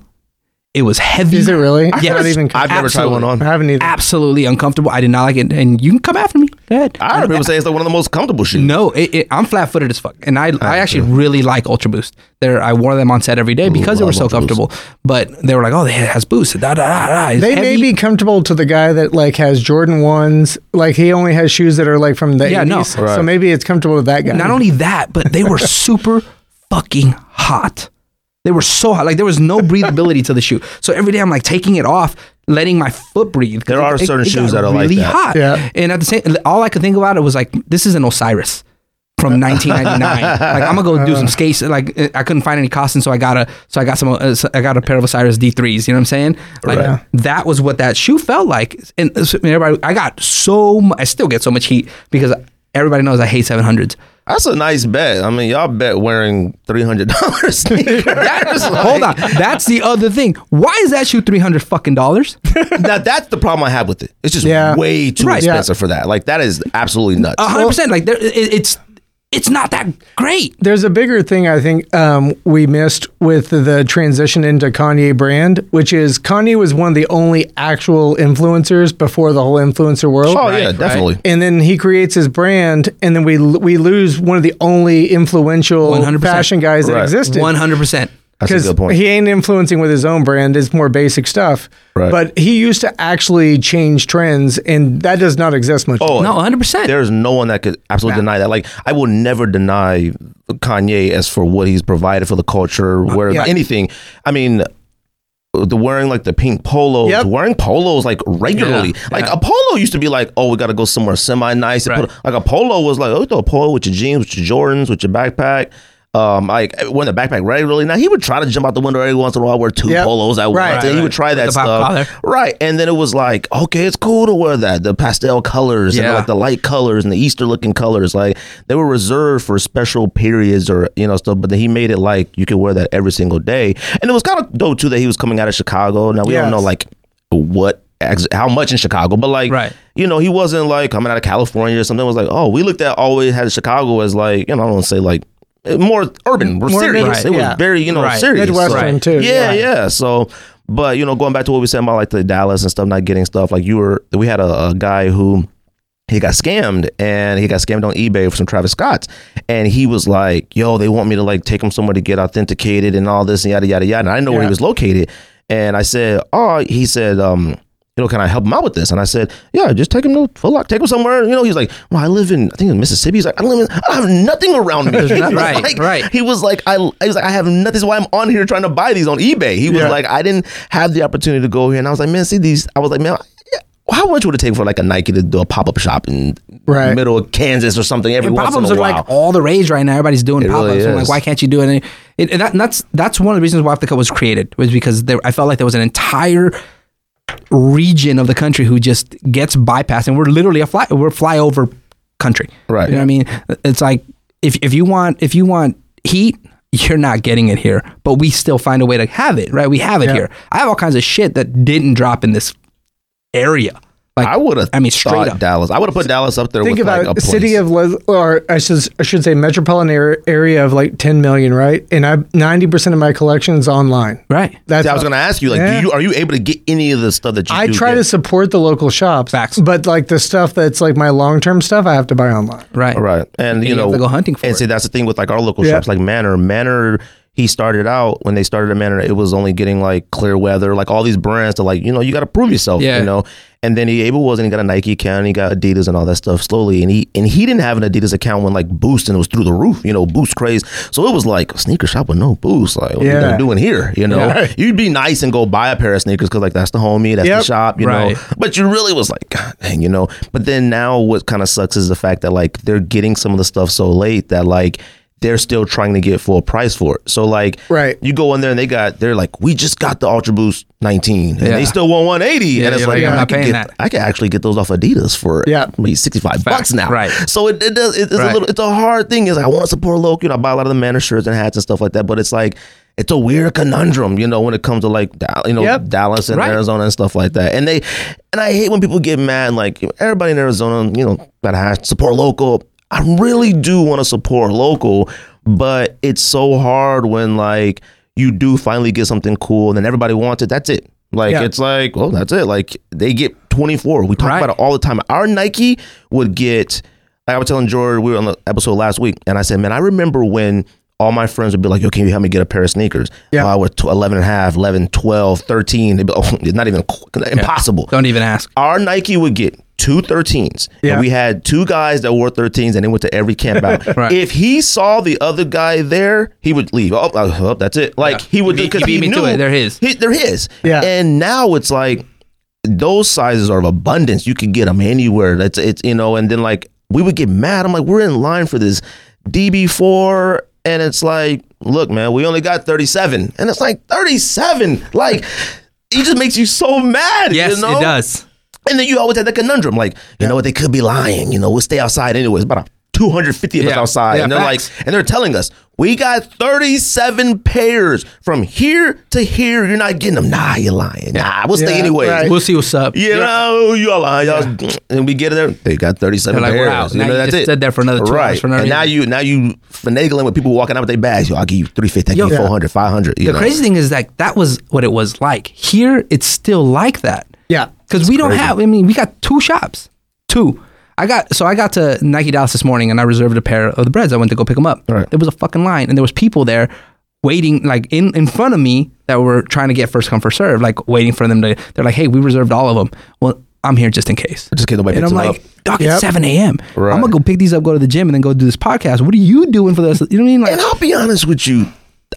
[SPEAKER 3] It was heavy.
[SPEAKER 2] Is it really?
[SPEAKER 3] Yes.
[SPEAKER 2] Not even
[SPEAKER 1] I've never tried one
[SPEAKER 3] Absolutely.
[SPEAKER 1] on.
[SPEAKER 2] I haven't either.
[SPEAKER 3] Absolutely uncomfortable. I did not like it. And you can come after me. Go ahead.
[SPEAKER 1] I heard people say it's like one of the most comfortable shoes.
[SPEAKER 3] No, it, it, I'm flat footed as fuck, and I I actually really like Ultra Boost. They're, I wore them on set every day because they were
[SPEAKER 1] love
[SPEAKER 3] so
[SPEAKER 1] Ultra Boost.
[SPEAKER 3] comfortable. But they were like, oh, they it has Boost. Da, da, da, da. It's
[SPEAKER 2] They
[SPEAKER 3] heavy.
[SPEAKER 2] may be comfortable to the guy that like has Jordan ones. Like he only has shoes that are like from the
[SPEAKER 3] Yeah, no.
[SPEAKER 2] 80s. So
[SPEAKER 1] Right.
[SPEAKER 2] maybe it's comfortable to that guy.
[SPEAKER 3] Not only that, but they were super fucking hot. They were so hot. Like there was no breathability to the shoe. So every day I'm like taking it off, letting my foot breathe. 'cause
[SPEAKER 1] There are certain shoes
[SPEAKER 3] got
[SPEAKER 1] that are like
[SPEAKER 3] really
[SPEAKER 1] that.
[SPEAKER 3] hot.
[SPEAKER 2] Yeah.
[SPEAKER 3] And at the same, all I could think about it was like, this is an Osiris from 1999. like I'm gonna go do some skates. Like uh, I couldn't find any costume, so I got a so I got some uh, s- I got a pair of Osiris D3s. You know what I'm saying? Like that was what that shoe felt like. And uh, so everybody, I got so mu- I still get so much heat because everybody knows I hate 700s.
[SPEAKER 1] That's a nice bet. I mean, y'all bet wearing three hundred dollars sneakers.
[SPEAKER 3] Hold on, that's the other thing. Why is that shoe three hundred fucking dollars?
[SPEAKER 1] now that's the problem I have with it. It's just
[SPEAKER 2] Yeah.
[SPEAKER 1] way too
[SPEAKER 3] Right.
[SPEAKER 1] expensive for that. Like that is absolutely nuts.
[SPEAKER 3] A hundred percent. Like there, it, it's it's not that great.
[SPEAKER 2] There's a bigger thing I think um, we missed with the transition into Kanye brand, which is Kanye was one of the only actual influencers before the whole influencer world.
[SPEAKER 1] oh yeah, definitely.
[SPEAKER 2] and then he creates his brand, and then we we lose one of the only influential
[SPEAKER 3] 100%.
[SPEAKER 2] fashion guys that
[SPEAKER 1] Right.
[SPEAKER 2] existed.
[SPEAKER 3] One hundred percent.
[SPEAKER 1] That's a
[SPEAKER 2] because
[SPEAKER 1] good point.
[SPEAKER 2] he ain't influencing with his own brand. It's more basic stuff.
[SPEAKER 1] Right.
[SPEAKER 2] But he used to actually change trends, and that does not exist much.
[SPEAKER 1] oh,
[SPEAKER 3] No, one hundred percent.
[SPEAKER 1] there's no one that could absolutely deny that. Like I will never deny
[SPEAKER 3] Uh,
[SPEAKER 1] Kanye as for what he's provided for the culture, where
[SPEAKER 2] yeah.
[SPEAKER 1] anything. I mean, the wearing like the pink polos,
[SPEAKER 2] Yep.
[SPEAKER 1] wearing polos like regularly.
[SPEAKER 3] Yeah,
[SPEAKER 1] Like
[SPEAKER 3] yeah.
[SPEAKER 1] a polo used to be like, oh, we got to go somewhere semi nice.
[SPEAKER 3] Right.
[SPEAKER 1] Like a polo was like, oh, you throw a polo with your jeans, with your Jordans, with your backpack. Um, like wearing the backpack regularly. Now he would try to jump out the window every once in a while, wear two
[SPEAKER 2] Yep.
[SPEAKER 1] polos at
[SPEAKER 2] Right.
[SPEAKER 1] once. And
[SPEAKER 2] Right,
[SPEAKER 1] he would try that
[SPEAKER 3] the pop
[SPEAKER 1] stuff.
[SPEAKER 3] collar.
[SPEAKER 1] Right. And then it was like, okay, it's cool to wear that. The pastel colors and
[SPEAKER 3] Yeah.
[SPEAKER 1] like the light colors and the Easter looking colors. Like they were reserved for special periods or, you know, stuff. But then he made it like you could wear that every single day. And it was kind of dope too that he was coming out of Chicago. Now we don't
[SPEAKER 2] Yes.
[SPEAKER 1] know like what. ex- How much in Chicago, but like,
[SPEAKER 3] Right.
[SPEAKER 1] you know, he wasn't like coming out of California or something. It was like, oh, we looked at always had Chicago as like, you know, I don't want to say like more urban, more,
[SPEAKER 2] More
[SPEAKER 1] serious.
[SPEAKER 2] mid-
[SPEAKER 1] it was
[SPEAKER 2] yeah.
[SPEAKER 1] very, you know,
[SPEAKER 3] Right.
[SPEAKER 1] serious. So-
[SPEAKER 2] Midwestern too.
[SPEAKER 1] yeah, yeah. So, but you know, going back to what we said about like the Dallas and stuff, not getting stuff. Like you were, we had a, a guy who he got scammed and he got scammed on eBay for some Travis Scott's, and he was like, "Yo, they want me to like take him somewhere to get authenticated and all this and yada yada yada." And I didn't know where he
[SPEAKER 2] Yeah.
[SPEAKER 1] was located, and I said, "Oh," he said, um. You know, can I help him out with this? And I said, Yeah, just take him to Foot Lock, take him somewhere. You know, he's like, Well, I live in, I think in Mississippi. He's like, I live in, I have nothing around me. He was
[SPEAKER 3] Right,
[SPEAKER 1] like-
[SPEAKER 3] right.
[SPEAKER 1] he was like, I, I was like, I have nothing. This is why I'm on here trying to buy these on eBay. He was
[SPEAKER 2] Yeah.
[SPEAKER 1] like, I didn't have the opportunity to go here, and I was like, man, see these. I was like, man, yeah, how much would it take for like a Nike to do a pop up shop in
[SPEAKER 2] Right.
[SPEAKER 1] middle of Kansas or something every
[SPEAKER 3] And
[SPEAKER 1] once in
[SPEAKER 3] pop-ups
[SPEAKER 1] a
[SPEAKER 3] are
[SPEAKER 1] while?
[SPEAKER 3] like all the rage right now. Everybody's doing
[SPEAKER 1] It
[SPEAKER 3] pop-ups.
[SPEAKER 1] really
[SPEAKER 3] I'm like,
[SPEAKER 1] is.
[SPEAKER 3] why can't you do it? And, it- and that- and that's that's one of the reasons why Africa was created was because there, I felt like there was an entire region of the country who just gets bypassed, and we're literally a fly we're flyover country.
[SPEAKER 1] Right.
[SPEAKER 3] You know what I mean? It's like if if you want if you want heat. You're not getting it here, but we still find a way to have it, right? We have it
[SPEAKER 2] Yeah.
[SPEAKER 3] here. I have all kinds of shit that didn't drop in this area. Like
[SPEAKER 1] I would have.
[SPEAKER 3] I mean, straight
[SPEAKER 1] thought
[SPEAKER 3] up.
[SPEAKER 1] Dallas. I would have put Dallas up there.
[SPEAKER 2] Think
[SPEAKER 1] with
[SPEAKER 2] about
[SPEAKER 1] like a
[SPEAKER 2] it. City
[SPEAKER 1] place.
[SPEAKER 2] of Les- or I should I should say metropolitan area, area of like 10 million, right? And I 90% of my collection is online.
[SPEAKER 3] right.
[SPEAKER 2] That's
[SPEAKER 1] See, I was gonna ask you, like,
[SPEAKER 2] Yeah.
[SPEAKER 1] do you are you able to get any of the stuff that you?
[SPEAKER 2] I
[SPEAKER 1] do
[SPEAKER 2] try
[SPEAKER 1] get?
[SPEAKER 2] to support the local shops,
[SPEAKER 3] Facts.
[SPEAKER 2] but like the stuff that's like my long term stuff, I have to buy online.
[SPEAKER 3] Right.
[SPEAKER 1] Right. And, you,
[SPEAKER 3] you
[SPEAKER 1] know,
[SPEAKER 3] have to go hunting for
[SPEAKER 1] and
[SPEAKER 3] it.
[SPEAKER 1] see, that's the thing with like our local
[SPEAKER 2] Yeah.
[SPEAKER 1] shops, like Manor. Manor, he started out when they started at Manor, it was only getting like clear weather, like all these brands to like, you know, you got to prove yourself,
[SPEAKER 3] Yeah.
[SPEAKER 1] you know? And then he able was and he got a Nike account and he got Adidas and all that stuff slowly. And he and he didn't have an Adidas account when like Boost and it was through the roof, you know, Boost craze. So it was like a sneaker shop with no Boost. Like, what are you
[SPEAKER 2] Yeah.
[SPEAKER 1] gonna do in here? You know, you'd be nice and go buy a pair of sneakers because like that's the homie, that's the
[SPEAKER 2] Yep.
[SPEAKER 1] shop, you
[SPEAKER 3] Right.
[SPEAKER 1] know. But you really was like, God dang, you know. But then now what kind of sucks is the fact that like they're getting some of the stuff so late that like they're still trying to get full price for it. So like
[SPEAKER 2] Right.
[SPEAKER 1] you go in there and they got they're like, We just got the Ultra Boost nineteen and they
[SPEAKER 3] Yeah.
[SPEAKER 1] still want one eighty. and it's
[SPEAKER 3] you're
[SPEAKER 1] like,
[SPEAKER 3] like, I'm
[SPEAKER 1] I
[SPEAKER 3] not
[SPEAKER 1] could
[SPEAKER 3] paying
[SPEAKER 1] get-
[SPEAKER 3] that.
[SPEAKER 1] I can actually get those off Adidas for
[SPEAKER 2] Yeah.
[SPEAKER 1] maybe sixty five bucks now.
[SPEAKER 3] Right.
[SPEAKER 1] So it, it does it, it's a
[SPEAKER 3] Right.
[SPEAKER 1] little it's a hard thing. Is I want to support local, you know, I buy a lot of the manor shirts and hats and stuff like that, but it's like it's a weird conundrum, you know, when it comes to like Dal- you know
[SPEAKER 2] Yep.
[SPEAKER 1] Dallas and
[SPEAKER 3] Right.
[SPEAKER 1] Arizona and stuff like that. And they and I hate when people get mad. and, Like everybody in Arizona, you know, gotta have- support local. I really do want to support local, but it's so hard when like you do finally get something cool and then everybody wants it. That's it. Like
[SPEAKER 2] Yeah.
[SPEAKER 1] it's like, well, that's it. Like they get 24. We talk
[SPEAKER 3] Right.
[SPEAKER 1] about it all the time. Our Nike would get. Like I was telling George, we were on the episode last week, and I said, man, I remember when all my friends would be like, yo, can you help me get a pair of sneakers?
[SPEAKER 2] Yeah.
[SPEAKER 1] Oh, I was tw- 11 and a half, 11, 12, 13. They'd be, oh, it's not even qu- impossible.
[SPEAKER 3] Don't even ask.
[SPEAKER 1] Our Nike would get two 13s.
[SPEAKER 2] Yeah.
[SPEAKER 1] And we had two guys that wore 13s and they went to every camp out.
[SPEAKER 3] Right.
[SPEAKER 1] If he saw the other guy there, he would leave. Oh, oh, oh, that's it. Like he would
[SPEAKER 3] You beat-
[SPEAKER 1] because
[SPEAKER 3] you
[SPEAKER 1] he
[SPEAKER 3] beat me to
[SPEAKER 1] knew
[SPEAKER 3] it. They're his.
[SPEAKER 1] He, they're his.
[SPEAKER 2] Yeah.
[SPEAKER 1] And now it's like those sizes are of abundance. You can get them anywhere. That's it's you know. And then like we would get mad. I'm like, we're in line for this DB4, and it's like, look, man, we only got 37, and it's like 37. Like it just makes you so mad.
[SPEAKER 3] Yes,
[SPEAKER 1] you know?
[SPEAKER 3] it does.
[SPEAKER 1] And then you always have that conundrum, like, you know what, they could be lying. You know, we'll stay outside anyway. It's about 250 of us
[SPEAKER 3] Yeah.
[SPEAKER 1] outside.
[SPEAKER 3] Yeah,
[SPEAKER 1] and they're
[SPEAKER 3] facts.
[SPEAKER 1] like, and they're telling us, we got 37 pairs from here to here. You're not getting them. Nah, you're lying. Nah, we'll stay
[SPEAKER 2] Yeah,
[SPEAKER 1] anyway.
[SPEAKER 2] right.
[SPEAKER 3] We'll see what's up.
[SPEAKER 1] You know, y'all lying. Y'all, And we get there. They got 37
[SPEAKER 3] They're like,
[SPEAKER 1] pairs.
[SPEAKER 3] we're out.
[SPEAKER 1] You
[SPEAKER 3] Now
[SPEAKER 1] know,
[SPEAKER 3] you
[SPEAKER 1] that's
[SPEAKER 3] just
[SPEAKER 1] it.
[SPEAKER 3] stood there for another two hours
[SPEAKER 1] right.
[SPEAKER 3] for no
[SPEAKER 1] and now
[SPEAKER 3] reason.
[SPEAKER 1] you, now you finagling with people walking out with their bags. Yo, I'll give you 350. I'll give you
[SPEAKER 2] Yo,
[SPEAKER 1] 400, 500. You
[SPEAKER 3] The
[SPEAKER 1] know?
[SPEAKER 3] crazy thing is like that was what it was like. Here, it's still like that.
[SPEAKER 2] Yeah.
[SPEAKER 3] Because we don't have. I mean, we got two shops. Two. I got so I got to Nike Dallas this morning and I reserved a pair of the breads. I went to go pick them up.
[SPEAKER 1] Right.
[SPEAKER 3] There was a fucking line and there was people there waiting like in in front of me that were trying to get first come first serve. Like waiting for them to. They're like, hey, we reserved all of them. Well, I'm here just in case.
[SPEAKER 1] Just kidding. Nobody
[SPEAKER 3] And
[SPEAKER 1] picks
[SPEAKER 3] I'm
[SPEAKER 1] them up.
[SPEAKER 3] like, dog,
[SPEAKER 2] Yep.
[SPEAKER 3] it's 7 a.m.
[SPEAKER 1] Right.
[SPEAKER 3] I'm going to go pick these up, go to the gym, and then go do this podcast. What are you doing for the rest of, you know what I mean? Like,
[SPEAKER 1] And I'll be honest with you,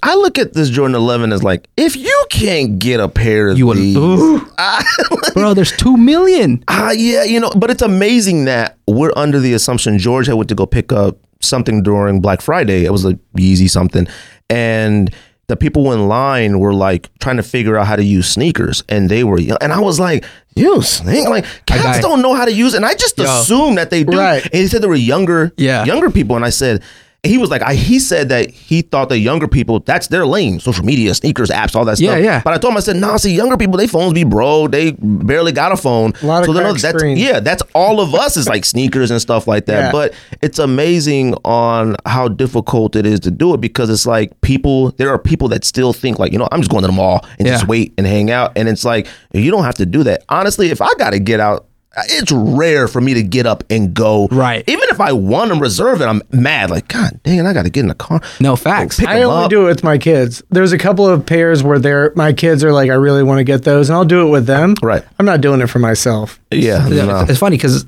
[SPEAKER 1] I look at this Jordan 11 as like, if you can't get a pair of
[SPEAKER 3] You would,
[SPEAKER 1] these,
[SPEAKER 3] Ooh,
[SPEAKER 1] I,
[SPEAKER 3] bro. There's two million.
[SPEAKER 1] Ah, yeah, you know, but it's amazing that we're under the assumption George had went to go pick up something during Black Friday. It was a Yeezy something, and the people in line were like trying to figure out how to use sneakers, and they were, and I was like, "You sneak like cats
[SPEAKER 3] got-
[SPEAKER 1] don't know how to use," it. and I just assumed that they do.
[SPEAKER 2] Right.
[SPEAKER 1] And he said there were younger,
[SPEAKER 3] Yeah.
[SPEAKER 1] younger people, and I said. and He was like, I, he said that he thought that younger people, that's their lane, social media, sneakers, apps, all that
[SPEAKER 3] Yeah,
[SPEAKER 1] stuff.
[SPEAKER 3] yeah.
[SPEAKER 1] But I told him, I said, nah, see, younger people, they phones be broke. They barely got a phone.
[SPEAKER 2] A lot of
[SPEAKER 1] they know
[SPEAKER 2] cracked
[SPEAKER 1] that's,
[SPEAKER 2] screens.
[SPEAKER 1] yeah, that's all of us is like sneakers and stuff like that.
[SPEAKER 2] Yeah.
[SPEAKER 1] But it's amazing on how difficult it is to do it because it's like people. There are people that still think like you know I'm just going to the mall and just
[SPEAKER 3] Yeah.
[SPEAKER 1] wait and hang out, and it's like you don't have to do that. Honestly, if I got to get out. It's rare for me to get up and go.
[SPEAKER 3] Right.
[SPEAKER 1] Even if I want to reserve it, I'm mad. Like, God dang it, I got to get in the car.
[SPEAKER 3] No facts.
[SPEAKER 1] Pick
[SPEAKER 2] I
[SPEAKER 1] 'em
[SPEAKER 2] only
[SPEAKER 1] up.
[SPEAKER 2] do it with my kids. There's a couple of pairs where they're my kids are like, I really want to get those, and I'll do it with them.
[SPEAKER 1] Right.
[SPEAKER 2] I'm not doing it for myself.
[SPEAKER 1] Yeah.
[SPEAKER 3] Yeah,
[SPEAKER 1] no.
[SPEAKER 3] it's- It's funny because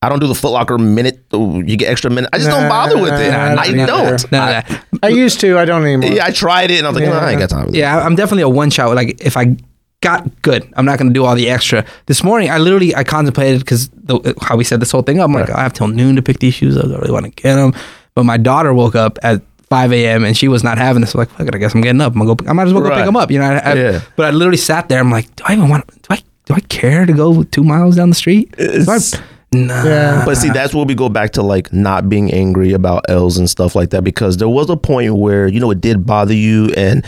[SPEAKER 1] I don't do the Foot Locker minute. oh, You get extra minute. I just don't
[SPEAKER 2] Nah,
[SPEAKER 1] bother with it.
[SPEAKER 2] nah,
[SPEAKER 1] I
[SPEAKER 2] nah,
[SPEAKER 1] don't.
[SPEAKER 3] No, no,
[SPEAKER 1] I-
[SPEAKER 3] no.
[SPEAKER 2] I used to. I don't anymore.
[SPEAKER 1] yeah, I tried it and I was like, nah, I ain't got time. For that.
[SPEAKER 3] yeah, I- I'm definitely a one shot. Like if I got good, I'm not gonna do all the extra. This morning, I literally I contemplated because how we set this whole thing up. I'm like, I have till noon to pick these shoes. up. I don't really want to get them, but my daughter woke up at 5 a.m. and she was not having this. So like, fuck it, I guess I'm getting up. I'm gonna go. I might as well go
[SPEAKER 1] Right.
[SPEAKER 3] pick them up. You know. I, I-
[SPEAKER 1] Yeah.
[SPEAKER 3] But I literally sat there. I'm like, do I even want? Do I? Do I care to go two miles down the street? Do I,
[SPEAKER 1] It's-
[SPEAKER 3] nah.
[SPEAKER 2] Yeah.
[SPEAKER 1] But see, that's where we go back to like not being angry about L's and stuff like that because there was a point where you know it did bother you and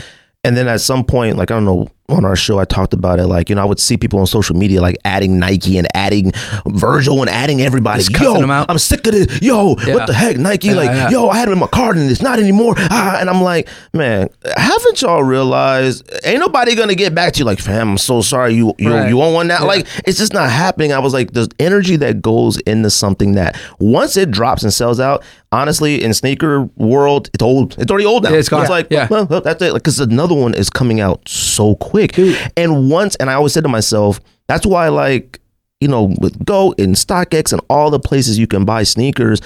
[SPEAKER 1] and then at some point like I don't know on our show I talked about it like you know I would see people on social media like adding Nike and adding Virgil and adding everybody.
[SPEAKER 3] Just cussing
[SPEAKER 1] Yo,
[SPEAKER 3] them out.
[SPEAKER 1] I'm sick of this. Yo,
[SPEAKER 3] Yeah.
[SPEAKER 1] what the heck, Nike?
[SPEAKER 3] Yeah,
[SPEAKER 1] like,
[SPEAKER 3] yeah.
[SPEAKER 1] yo, I had him in my card and it's not anymore. Ah, and I'm like, man, haven't y'all realized? Ain't nobody gonna get back to you like, fam. I'm so sorry you you,
[SPEAKER 3] Right.
[SPEAKER 1] you want one now. Like, it's just not happening. I was like, the energy that goes into something that once it drops and sells out. Honestly, in sneaker world, it's old. It's already old now.
[SPEAKER 3] Yeah, it's gone.
[SPEAKER 1] It's like,
[SPEAKER 3] Yeah.
[SPEAKER 1] well, well, that's it. Because another one is coming out so quick. And once, and I always said to myself, that's why, like, you know, with Go and StockX and all the places you can buy sneakers,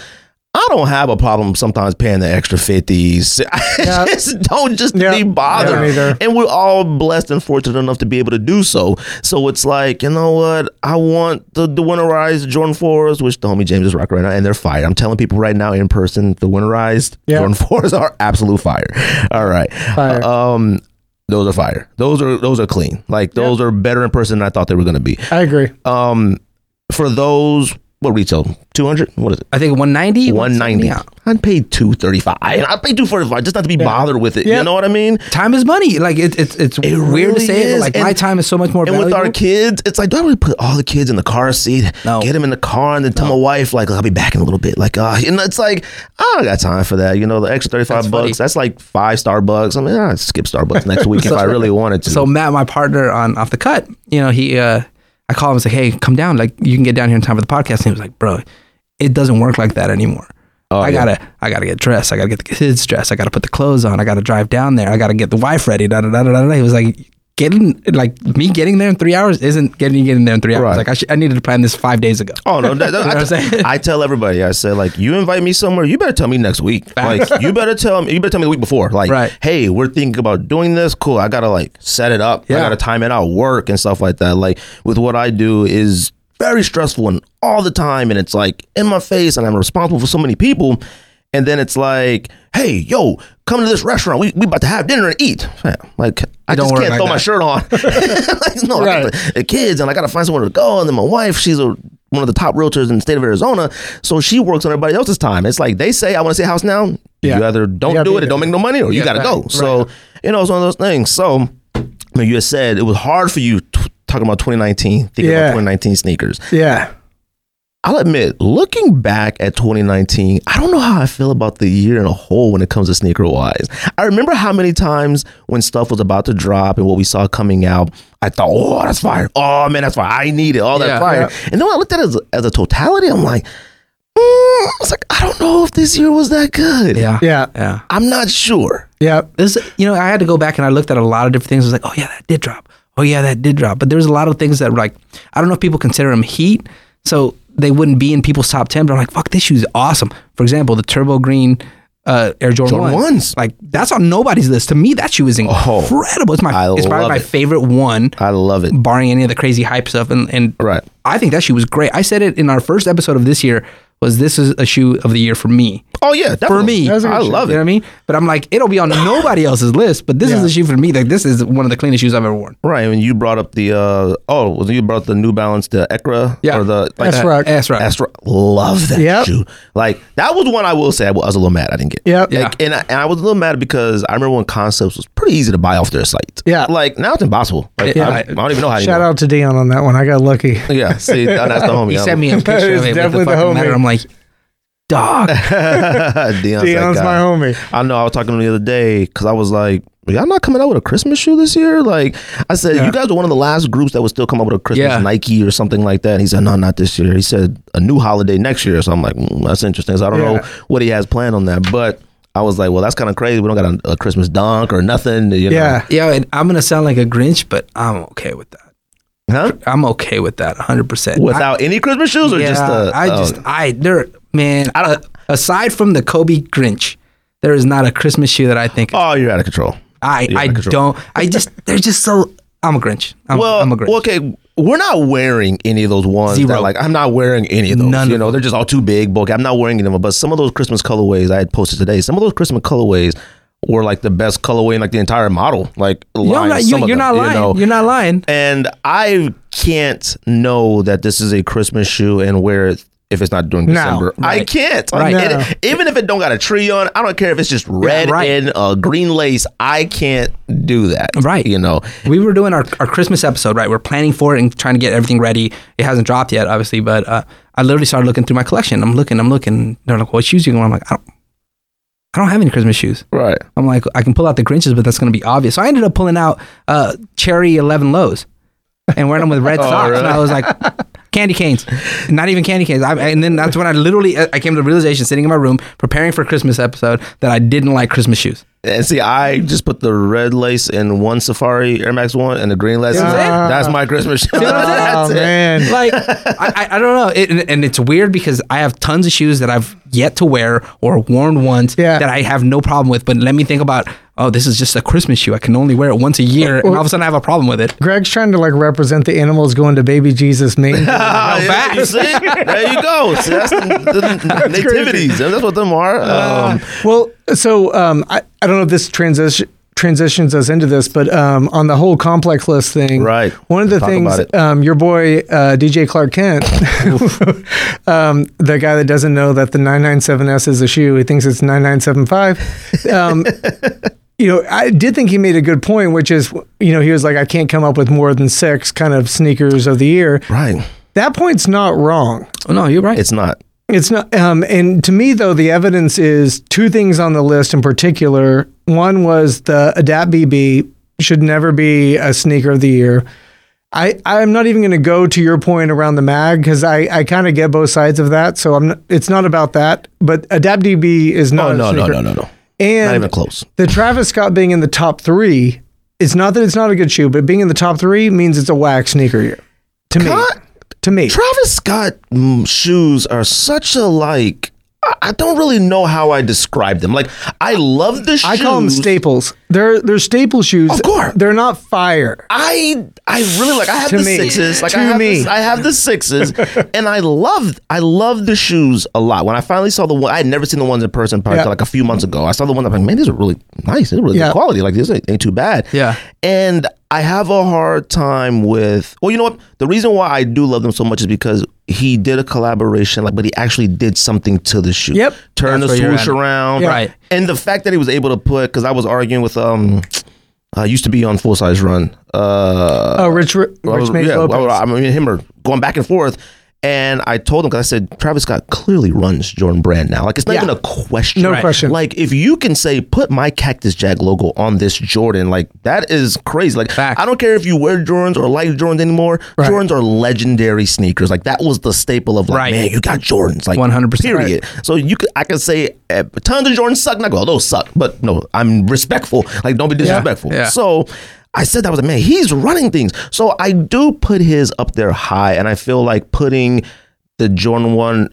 [SPEAKER 1] I don't have a problem sometimes paying the extra 50s. I just don't just
[SPEAKER 2] Yeah.
[SPEAKER 1] be bothered.
[SPEAKER 2] Yeah, me neither.
[SPEAKER 1] and we're all blessed and fortunate enough to be able to do so. So it's like, you know what? I want the, the winterized Jordan 4s, which the homie James is rocking right now, and they're fire. I'm telling people right now in person, the winterized
[SPEAKER 2] Yeah.
[SPEAKER 1] Jordan 4s are absolute fire. All right.
[SPEAKER 2] Fire.
[SPEAKER 1] Um, those are fire. Those are those are clean. Like those are better in person than I thought they were gonna be.
[SPEAKER 2] I agree.
[SPEAKER 1] Um, for those what retail two hundred? What is it?
[SPEAKER 3] I think 190.
[SPEAKER 1] One ninety.
[SPEAKER 3] 170.
[SPEAKER 1] I paid two thirty five. I paid two forty five just not to be bothered with it.
[SPEAKER 2] Yeah.
[SPEAKER 1] You know what I mean?
[SPEAKER 3] Time is money. Like it, it's it's weird
[SPEAKER 1] really
[SPEAKER 3] to say it,
[SPEAKER 1] is.
[SPEAKER 3] but like my
[SPEAKER 1] And-
[SPEAKER 3] time is so much more
[SPEAKER 1] And
[SPEAKER 3] valuable.
[SPEAKER 1] with our kids, it's like, do I really put all the kids in the car seat?
[SPEAKER 3] No.
[SPEAKER 1] Get them in the car and then tell my wife, like, I'll be back in a little bit. Like, uh, you know, it's like, I don't got time for that. You know, the extra 35
[SPEAKER 3] That's
[SPEAKER 1] bucks,
[SPEAKER 3] funny.
[SPEAKER 1] that's like five Starbucks. I mean, I'd skip Starbucks next week if I really wanted to.
[SPEAKER 3] So Matt, my partner on off the cut, you know, he uh I called him and said, Hey, come down, like you can get down here in time for the podcast. And he was like, Bro, it doesn't work like that anymore.
[SPEAKER 1] Oh,
[SPEAKER 3] I gotta I gotta get dressed, I gotta get the kids dressed, I gotta put the clothes on, I gotta drive down there, I gotta get the wife ready, da da da da da da. He was like Getting like me getting there in three hours isn't getting you getting there in three hours.
[SPEAKER 1] Right.
[SPEAKER 3] Like I, sh- I needed to plan this five days ago.
[SPEAKER 1] Oh no! That, that-
[SPEAKER 3] what I'm saying?
[SPEAKER 1] I, I tell everybody. I say like, you invite me somewhere, you better tell me next week. Like, you better tell me. You better tell me the week before. Like,
[SPEAKER 3] Right.
[SPEAKER 1] hey, we're thinking about doing this. Cool. I gotta like set it up. I
[SPEAKER 3] Yeah.
[SPEAKER 1] gotta time it out, work and stuff like that. Like with what I do is very stressful and all the time, and it's like in my face, and I'm responsible for so many people. And then it's like, hey, yo, come to this restaurant. We we about to have dinner and eat. Like, I
[SPEAKER 3] don't
[SPEAKER 1] just
[SPEAKER 3] work
[SPEAKER 1] can't
[SPEAKER 3] like
[SPEAKER 1] throw my
[SPEAKER 3] that.
[SPEAKER 1] shirt on. like, no, I got the, the kids, and I got to find somewhere to go. And then my wife, she's a, one of the top realtors in the state of Arizona, so she works on everybody else's time. It's like they say, "I want to see a house now."
[SPEAKER 2] Yeah.
[SPEAKER 1] You either don't
[SPEAKER 2] gotta
[SPEAKER 1] do
[SPEAKER 2] be
[SPEAKER 1] it, it
[SPEAKER 2] there.
[SPEAKER 1] don't make no money, or you
[SPEAKER 3] Yeah,
[SPEAKER 1] got to
[SPEAKER 3] right,
[SPEAKER 1] go.
[SPEAKER 3] right.
[SPEAKER 1] So you know, it's one of those things. So I mean, you had said it was hard for you t- talking about 2019, thinking about
[SPEAKER 2] Yeah.
[SPEAKER 1] 2019 sneakers.
[SPEAKER 2] Yeah.
[SPEAKER 1] I'll admit, looking back at 2019, I don't know how I feel about the year in a whole when it comes to sneaker wise. I remember how many times when stuff was about to drop and what we saw coming out, I thought, oh, that's fire. Oh, man, that's fire. I need it. All that
[SPEAKER 3] Yeah.
[SPEAKER 1] fire. And then when I looked at it as, as a totality, I'm like, mm, I was like, I don't know if this year was that good.
[SPEAKER 3] Yeah.
[SPEAKER 2] Yeah.
[SPEAKER 3] Yeah.
[SPEAKER 1] I'm not sure.
[SPEAKER 2] Yeah.
[SPEAKER 3] this you know i had to go back and i looked at a lot of different things i was like oh yeah that did drop oh yeah that did drop but there's a lot of things that were like i don't know if people consider them heat so they wouldn't be in people's top 10 but i'm like fuck this shoe's awesome for example the turbo green uh, uh, Air Jordan,
[SPEAKER 1] Jordan ones.
[SPEAKER 3] Like that's on nobody's list. To me, that shoe is
[SPEAKER 1] Oh,
[SPEAKER 3] incredible. it's my
[SPEAKER 1] I
[SPEAKER 3] it's probably
[SPEAKER 1] love
[SPEAKER 3] my
[SPEAKER 1] it.
[SPEAKER 3] favorite one,
[SPEAKER 1] I love it.
[SPEAKER 3] barring any of the crazy hype stuff. And and
[SPEAKER 1] Right.
[SPEAKER 3] I think that shoe was great. I said it in our first episode of this year. Was this is a shoe of the year for me?
[SPEAKER 1] Oh yeah, definitely.
[SPEAKER 3] for me.
[SPEAKER 2] was a good
[SPEAKER 1] I
[SPEAKER 2] shoe.
[SPEAKER 1] love
[SPEAKER 3] You know what I
[SPEAKER 1] it.
[SPEAKER 3] mean? But I'm like, it'll be on nobody else's list. But this is
[SPEAKER 2] Yeah.
[SPEAKER 3] the shoe for me. Like this is one of the cleanest shoes I've ever worn.
[SPEAKER 1] Right, and you brought up the uh oh, well, you brought the New Balance, the Ekra,
[SPEAKER 3] Yeah.
[SPEAKER 1] or the like,
[SPEAKER 2] That's right.
[SPEAKER 3] That's right.
[SPEAKER 1] Astro, love that
[SPEAKER 2] Yep.
[SPEAKER 1] shoe. Like that was one I will say I was a little mad I didn't get.
[SPEAKER 2] Yep.
[SPEAKER 3] Yeah.
[SPEAKER 1] Like, and, I, and I was a little mad because I remember when Concepts was pretty easy to buy off their site.
[SPEAKER 2] Yeah.
[SPEAKER 1] Like now it's impossible. Like,
[SPEAKER 3] Yeah.
[SPEAKER 1] I, I don't even know how.
[SPEAKER 2] Shout out to Dion on that one. I got lucky.
[SPEAKER 1] out. Yeah. See, that's the homie.
[SPEAKER 3] He sent me a
[SPEAKER 2] That
[SPEAKER 3] picture
[SPEAKER 2] is
[SPEAKER 3] of it with
[SPEAKER 2] definitely
[SPEAKER 3] the
[SPEAKER 2] the
[SPEAKER 3] fucking
[SPEAKER 2] homie.
[SPEAKER 3] matter. I'm like, dog.
[SPEAKER 1] Dion's,
[SPEAKER 2] Dion's
[SPEAKER 1] that
[SPEAKER 2] my
[SPEAKER 1] guy.
[SPEAKER 2] homie.
[SPEAKER 1] I know. I was talking to him the other day because I was like, "Y'all not coming out with a Christmas shoe this year?" Like I said,
[SPEAKER 2] Yeah.
[SPEAKER 1] you guys were one of the last groups that would still come up with a Christmas
[SPEAKER 3] Yeah.
[SPEAKER 1] Nike or something like that. And he said, "No, not this year." He said a new holiday next year. So I'm like, mm, "That's interesting." So I don't know
[SPEAKER 2] Yeah.
[SPEAKER 1] what he has planned on that, but I was like, "Well, that's kind of crazy. We don't got a, a Christmas dunk or nothing." You know?
[SPEAKER 2] Yeah.
[SPEAKER 3] Yeah, and I'm gonna sound like a Grinch, but I'm okay with that.
[SPEAKER 1] Huh?
[SPEAKER 3] I'm okay with that 100. percent
[SPEAKER 1] Without any Christmas shoes or
[SPEAKER 3] yeah,
[SPEAKER 1] just a,
[SPEAKER 3] I
[SPEAKER 1] oh,
[SPEAKER 3] just I there man. I don't, aside from the Kobe Grinch, there is not a Christmas shoe that I think
[SPEAKER 1] oh, you're out of control.
[SPEAKER 3] I
[SPEAKER 1] yeah,
[SPEAKER 3] I
[SPEAKER 1] I control.
[SPEAKER 3] don't. I just they're just so. I'm a Grinch. I'm,
[SPEAKER 1] well,
[SPEAKER 3] I'm a Grinch.
[SPEAKER 1] okay, we're not wearing any of those ones. that,
[SPEAKER 3] Zero.
[SPEAKER 1] like I'm not wearing any of those.
[SPEAKER 3] None
[SPEAKER 1] you
[SPEAKER 3] of
[SPEAKER 1] know, they're just all too big, bulky. I'm not wearing any of them. But some of those Christmas colorways I had posted today, some of those Christmas colorways were like the best colorway in like the entire model. Like
[SPEAKER 3] you're
[SPEAKER 1] line,
[SPEAKER 3] not,
[SPEAKER 1] some
[SPEAKER 3] you,
[SPEAKER 1] of them,
[SPEAKER 3] you're not
[SPEAKER 1] you
[SPEAKER 3] lying. You
[SPEAKER 1] know?
[SPEAKER 3] are not lying.
[SPEAKER 1] and I can't know that this is a Christmas shoe and wear it if it's not during
[SPEAKER 2] No,
[SPEAKER 1] December. I
[SPEAKER 3] right.
[SPEAKER 1] can't. Like,
[SPEAKER 2] Right.
[SPEAKER 1] it-
[SPEAKER 2] No.
[SPEAKER 1] even if it don't got a tree on, I don't care if it's just red
[SPEAKER 3] right.
[SPEAKER 1] and uh, green lace. I can't do that.
[SPEAKER 3] Right.
[SPEAKER 1] You know.
[SPEAKER 3] We were doing our, our Christmas episode, right? We're planning for it and trying to get everything ready. It hasn't dropped yet, obviously, but uh, I literally started looking through my collection. I'm looking, I'm looking. They're like, "What shoes you going?" I'm like, "I don't, I don't have any Christmas shoes."
[SPEAKER 1] Right.
[SPEAKER 3] I'm like, I can pull out the Grinches, but that's going to be obvious. So I ended up pulling out uh, cherry 11 lows and wearing them with red socks. And I was like, candy canes, not even candy canes. I, and then that's when I literally I came to the realization, sitting in my room preparing for Christmas episode, that I didn't like Christmas shoes.
[SPEAKER 1] And see, I just put the red lace in one Safari Air Max one and the green lace. in
[SPEAKER 2] Yeah.
[SPEAKER 1] the- That's my Christmas show.
[SPEAKER 3] what I'm
[SPEAKER 1] That's
[SPEAKER 3] saying?
[SPEAKER 2] Oh
[SPEAKER 1] it.
[SPEAKER 2] man.
[SPEAKER 3] Like, I, I, I don't know. It, and- and it's weird because I have tons of shoes that I've yet to wear or worn once
[SPEAKER 2] Yeah.
[SPEAKER 3] that I have no problem with. But let me think about, oh, this is just a Christmas shoe. I can only wear it once a year. And all of a sudden I have a problem with it.
[SPEAKER 2] Greg's trying to like represent the animals going to baby Jesus meeting.
[SPEAKER 1] Ah, yeah,
[SPEAKER 3] back.
[SPEAKER 1] you see? There you go. See, that's the, the nativities. That's what them are. Um,
[SPEAKER 2] well, so um, I, I don't know if this transition transitions us into this, but um, on the whole complex list thing,
[SPEAKER 1] Right.
[SPEAKER 2] One of the
[SPEAKER 1] Talk about
[SPEAKER 2] things,
[SPEAKER 1] it.
[SPEAKER 2] um, your boy uh, DJ Clark Kent, um, the guy that doesn't know that the 997S is a shoe, he thinks it's 9975. Um, you know, I did think he made a good point, which is, you know, he was like, I can't come up with more than six kind of sneakers of the year.
[SPEAKER 1] right.
[SPEAKER 2] That point's not wrong.
[SPEAKER 3] Oh, no, you're right.
[SPEAKER 1] It's not.
[SPEAKER 2] It's not, um, and to me though, the evidence is two things on the list in particular. One was the Adapt BB should never be a sneaker of the year. I I'm not even going to go to your point around the mag because I I kind of get both sides of that. So I'm not, it's not about that, but Adapt DB is not
[SPEAKER 1] Oh,
[SPEAKER 2] a
[SPEAKER 1] no, no,
[SPEAKER 2] sneaker.
[SPEAKER 1] no, no, no.
[SPEAKER 2] and
[SPEAKER 1] Not even close.
[SPEAKER 2] the Travis Scott being in the top three. It's not that it's not a good shoe, but being in the top three means it's a whack sneaker year. To me,
[SPEAKER 1] God,
[SPEAKER 2] to me,
[SPEAKER 1] Travis Scott mm, shoes are such a like. I- I don't really know how I describe them. Like, I love the shoes.
[SPEAKER 2] I call them staples. They're they're staple shoes.
[SPEAKER 1] Of course.
[SPEAKER 2] they're not fire. Uh,
[SPEAKER 1] I I really like I have
[SPEAKER 2] To
[SPEAKER 1] the
[SPEAKER 2] me.
[SPEAKER 1] sixes like I
[SPEAKER 2] To
[SPEAKER 1] have
[SPEAKER 2] me.
[SPEAKER 1] The, I have the sixes and I love I love the shoes a lot. When I finally saw the one I had never seen the ones in person probably
[SPEAKER 2] Yeah.
[SPEAKER 1] till like a few months ago. I saw the one I'm like man these are really nice. These are really
[SPEAKER 2] Yeah.
[SPEAKER 1] good quality. Like these ain't, ain't too bad.
[SPEAKER 3] Yeah.
[SPEAKER 1] And I have a hard time with well you know what the reason why I do love them so much is because he did a collaboration like but he actually did something to the shoe.
[SPEAKER 2] Yep.
[SPEAKER 1] Turn
[SPEAKER 3] That's
[SPEAKER 1] the
[SPEAKER 3] where you're
[SPEAKER 1] swoosh
[SPEAKER 3] at.
[SPEAKER 1] around.
[SPEAKER 3] Yeah. Right.
[SPEAKER 1] And the fact that he was able to put because I was arguing with um I used to be on full size run. Uh,
[SPEAKER 2] Oh, Rich Rich
[SPEAKER 1] well,
[SPEAKER 2] Mate
[SPEAKER 1] yeah,
[SPEAKER 2] Lopez.
[SPEAKER 1] well, I mean, him or going back and forth. And I told him because I said Travis Scott clearly runs Jordan Brand now. Like it's not
[SPEAKER 2] Yeah.
[SPEAKER 1] even a question.
[SPEAKER 2] No Right. question.
[SPEAKER 1] Like if you can say put my Cactus Jack logo on this Jordan, like that is crazy. Like
[SPEAKER 3] Facts.
[SPEAKER 1] I don't care if you wear Jordans or like Jordans anymore. Jordans are legendary sneakers. Like that was the staple of like
[SPEAKER 3] Right.
[SPEAKER 1] man, you got Jordans. Like
[SPEAKER 3] 100%.
[SPEAKER 1] Period. So you could I could say uh, tons of Jordans suck. Not go those suck, but no, I'm respectful. Like don't be disrespectful.
[SPEAKER 3] Yeah.
[SPEAKER 1] So I said that I was like, man, he's running things. So I do put his up there high, and I feel like putting the Jordan one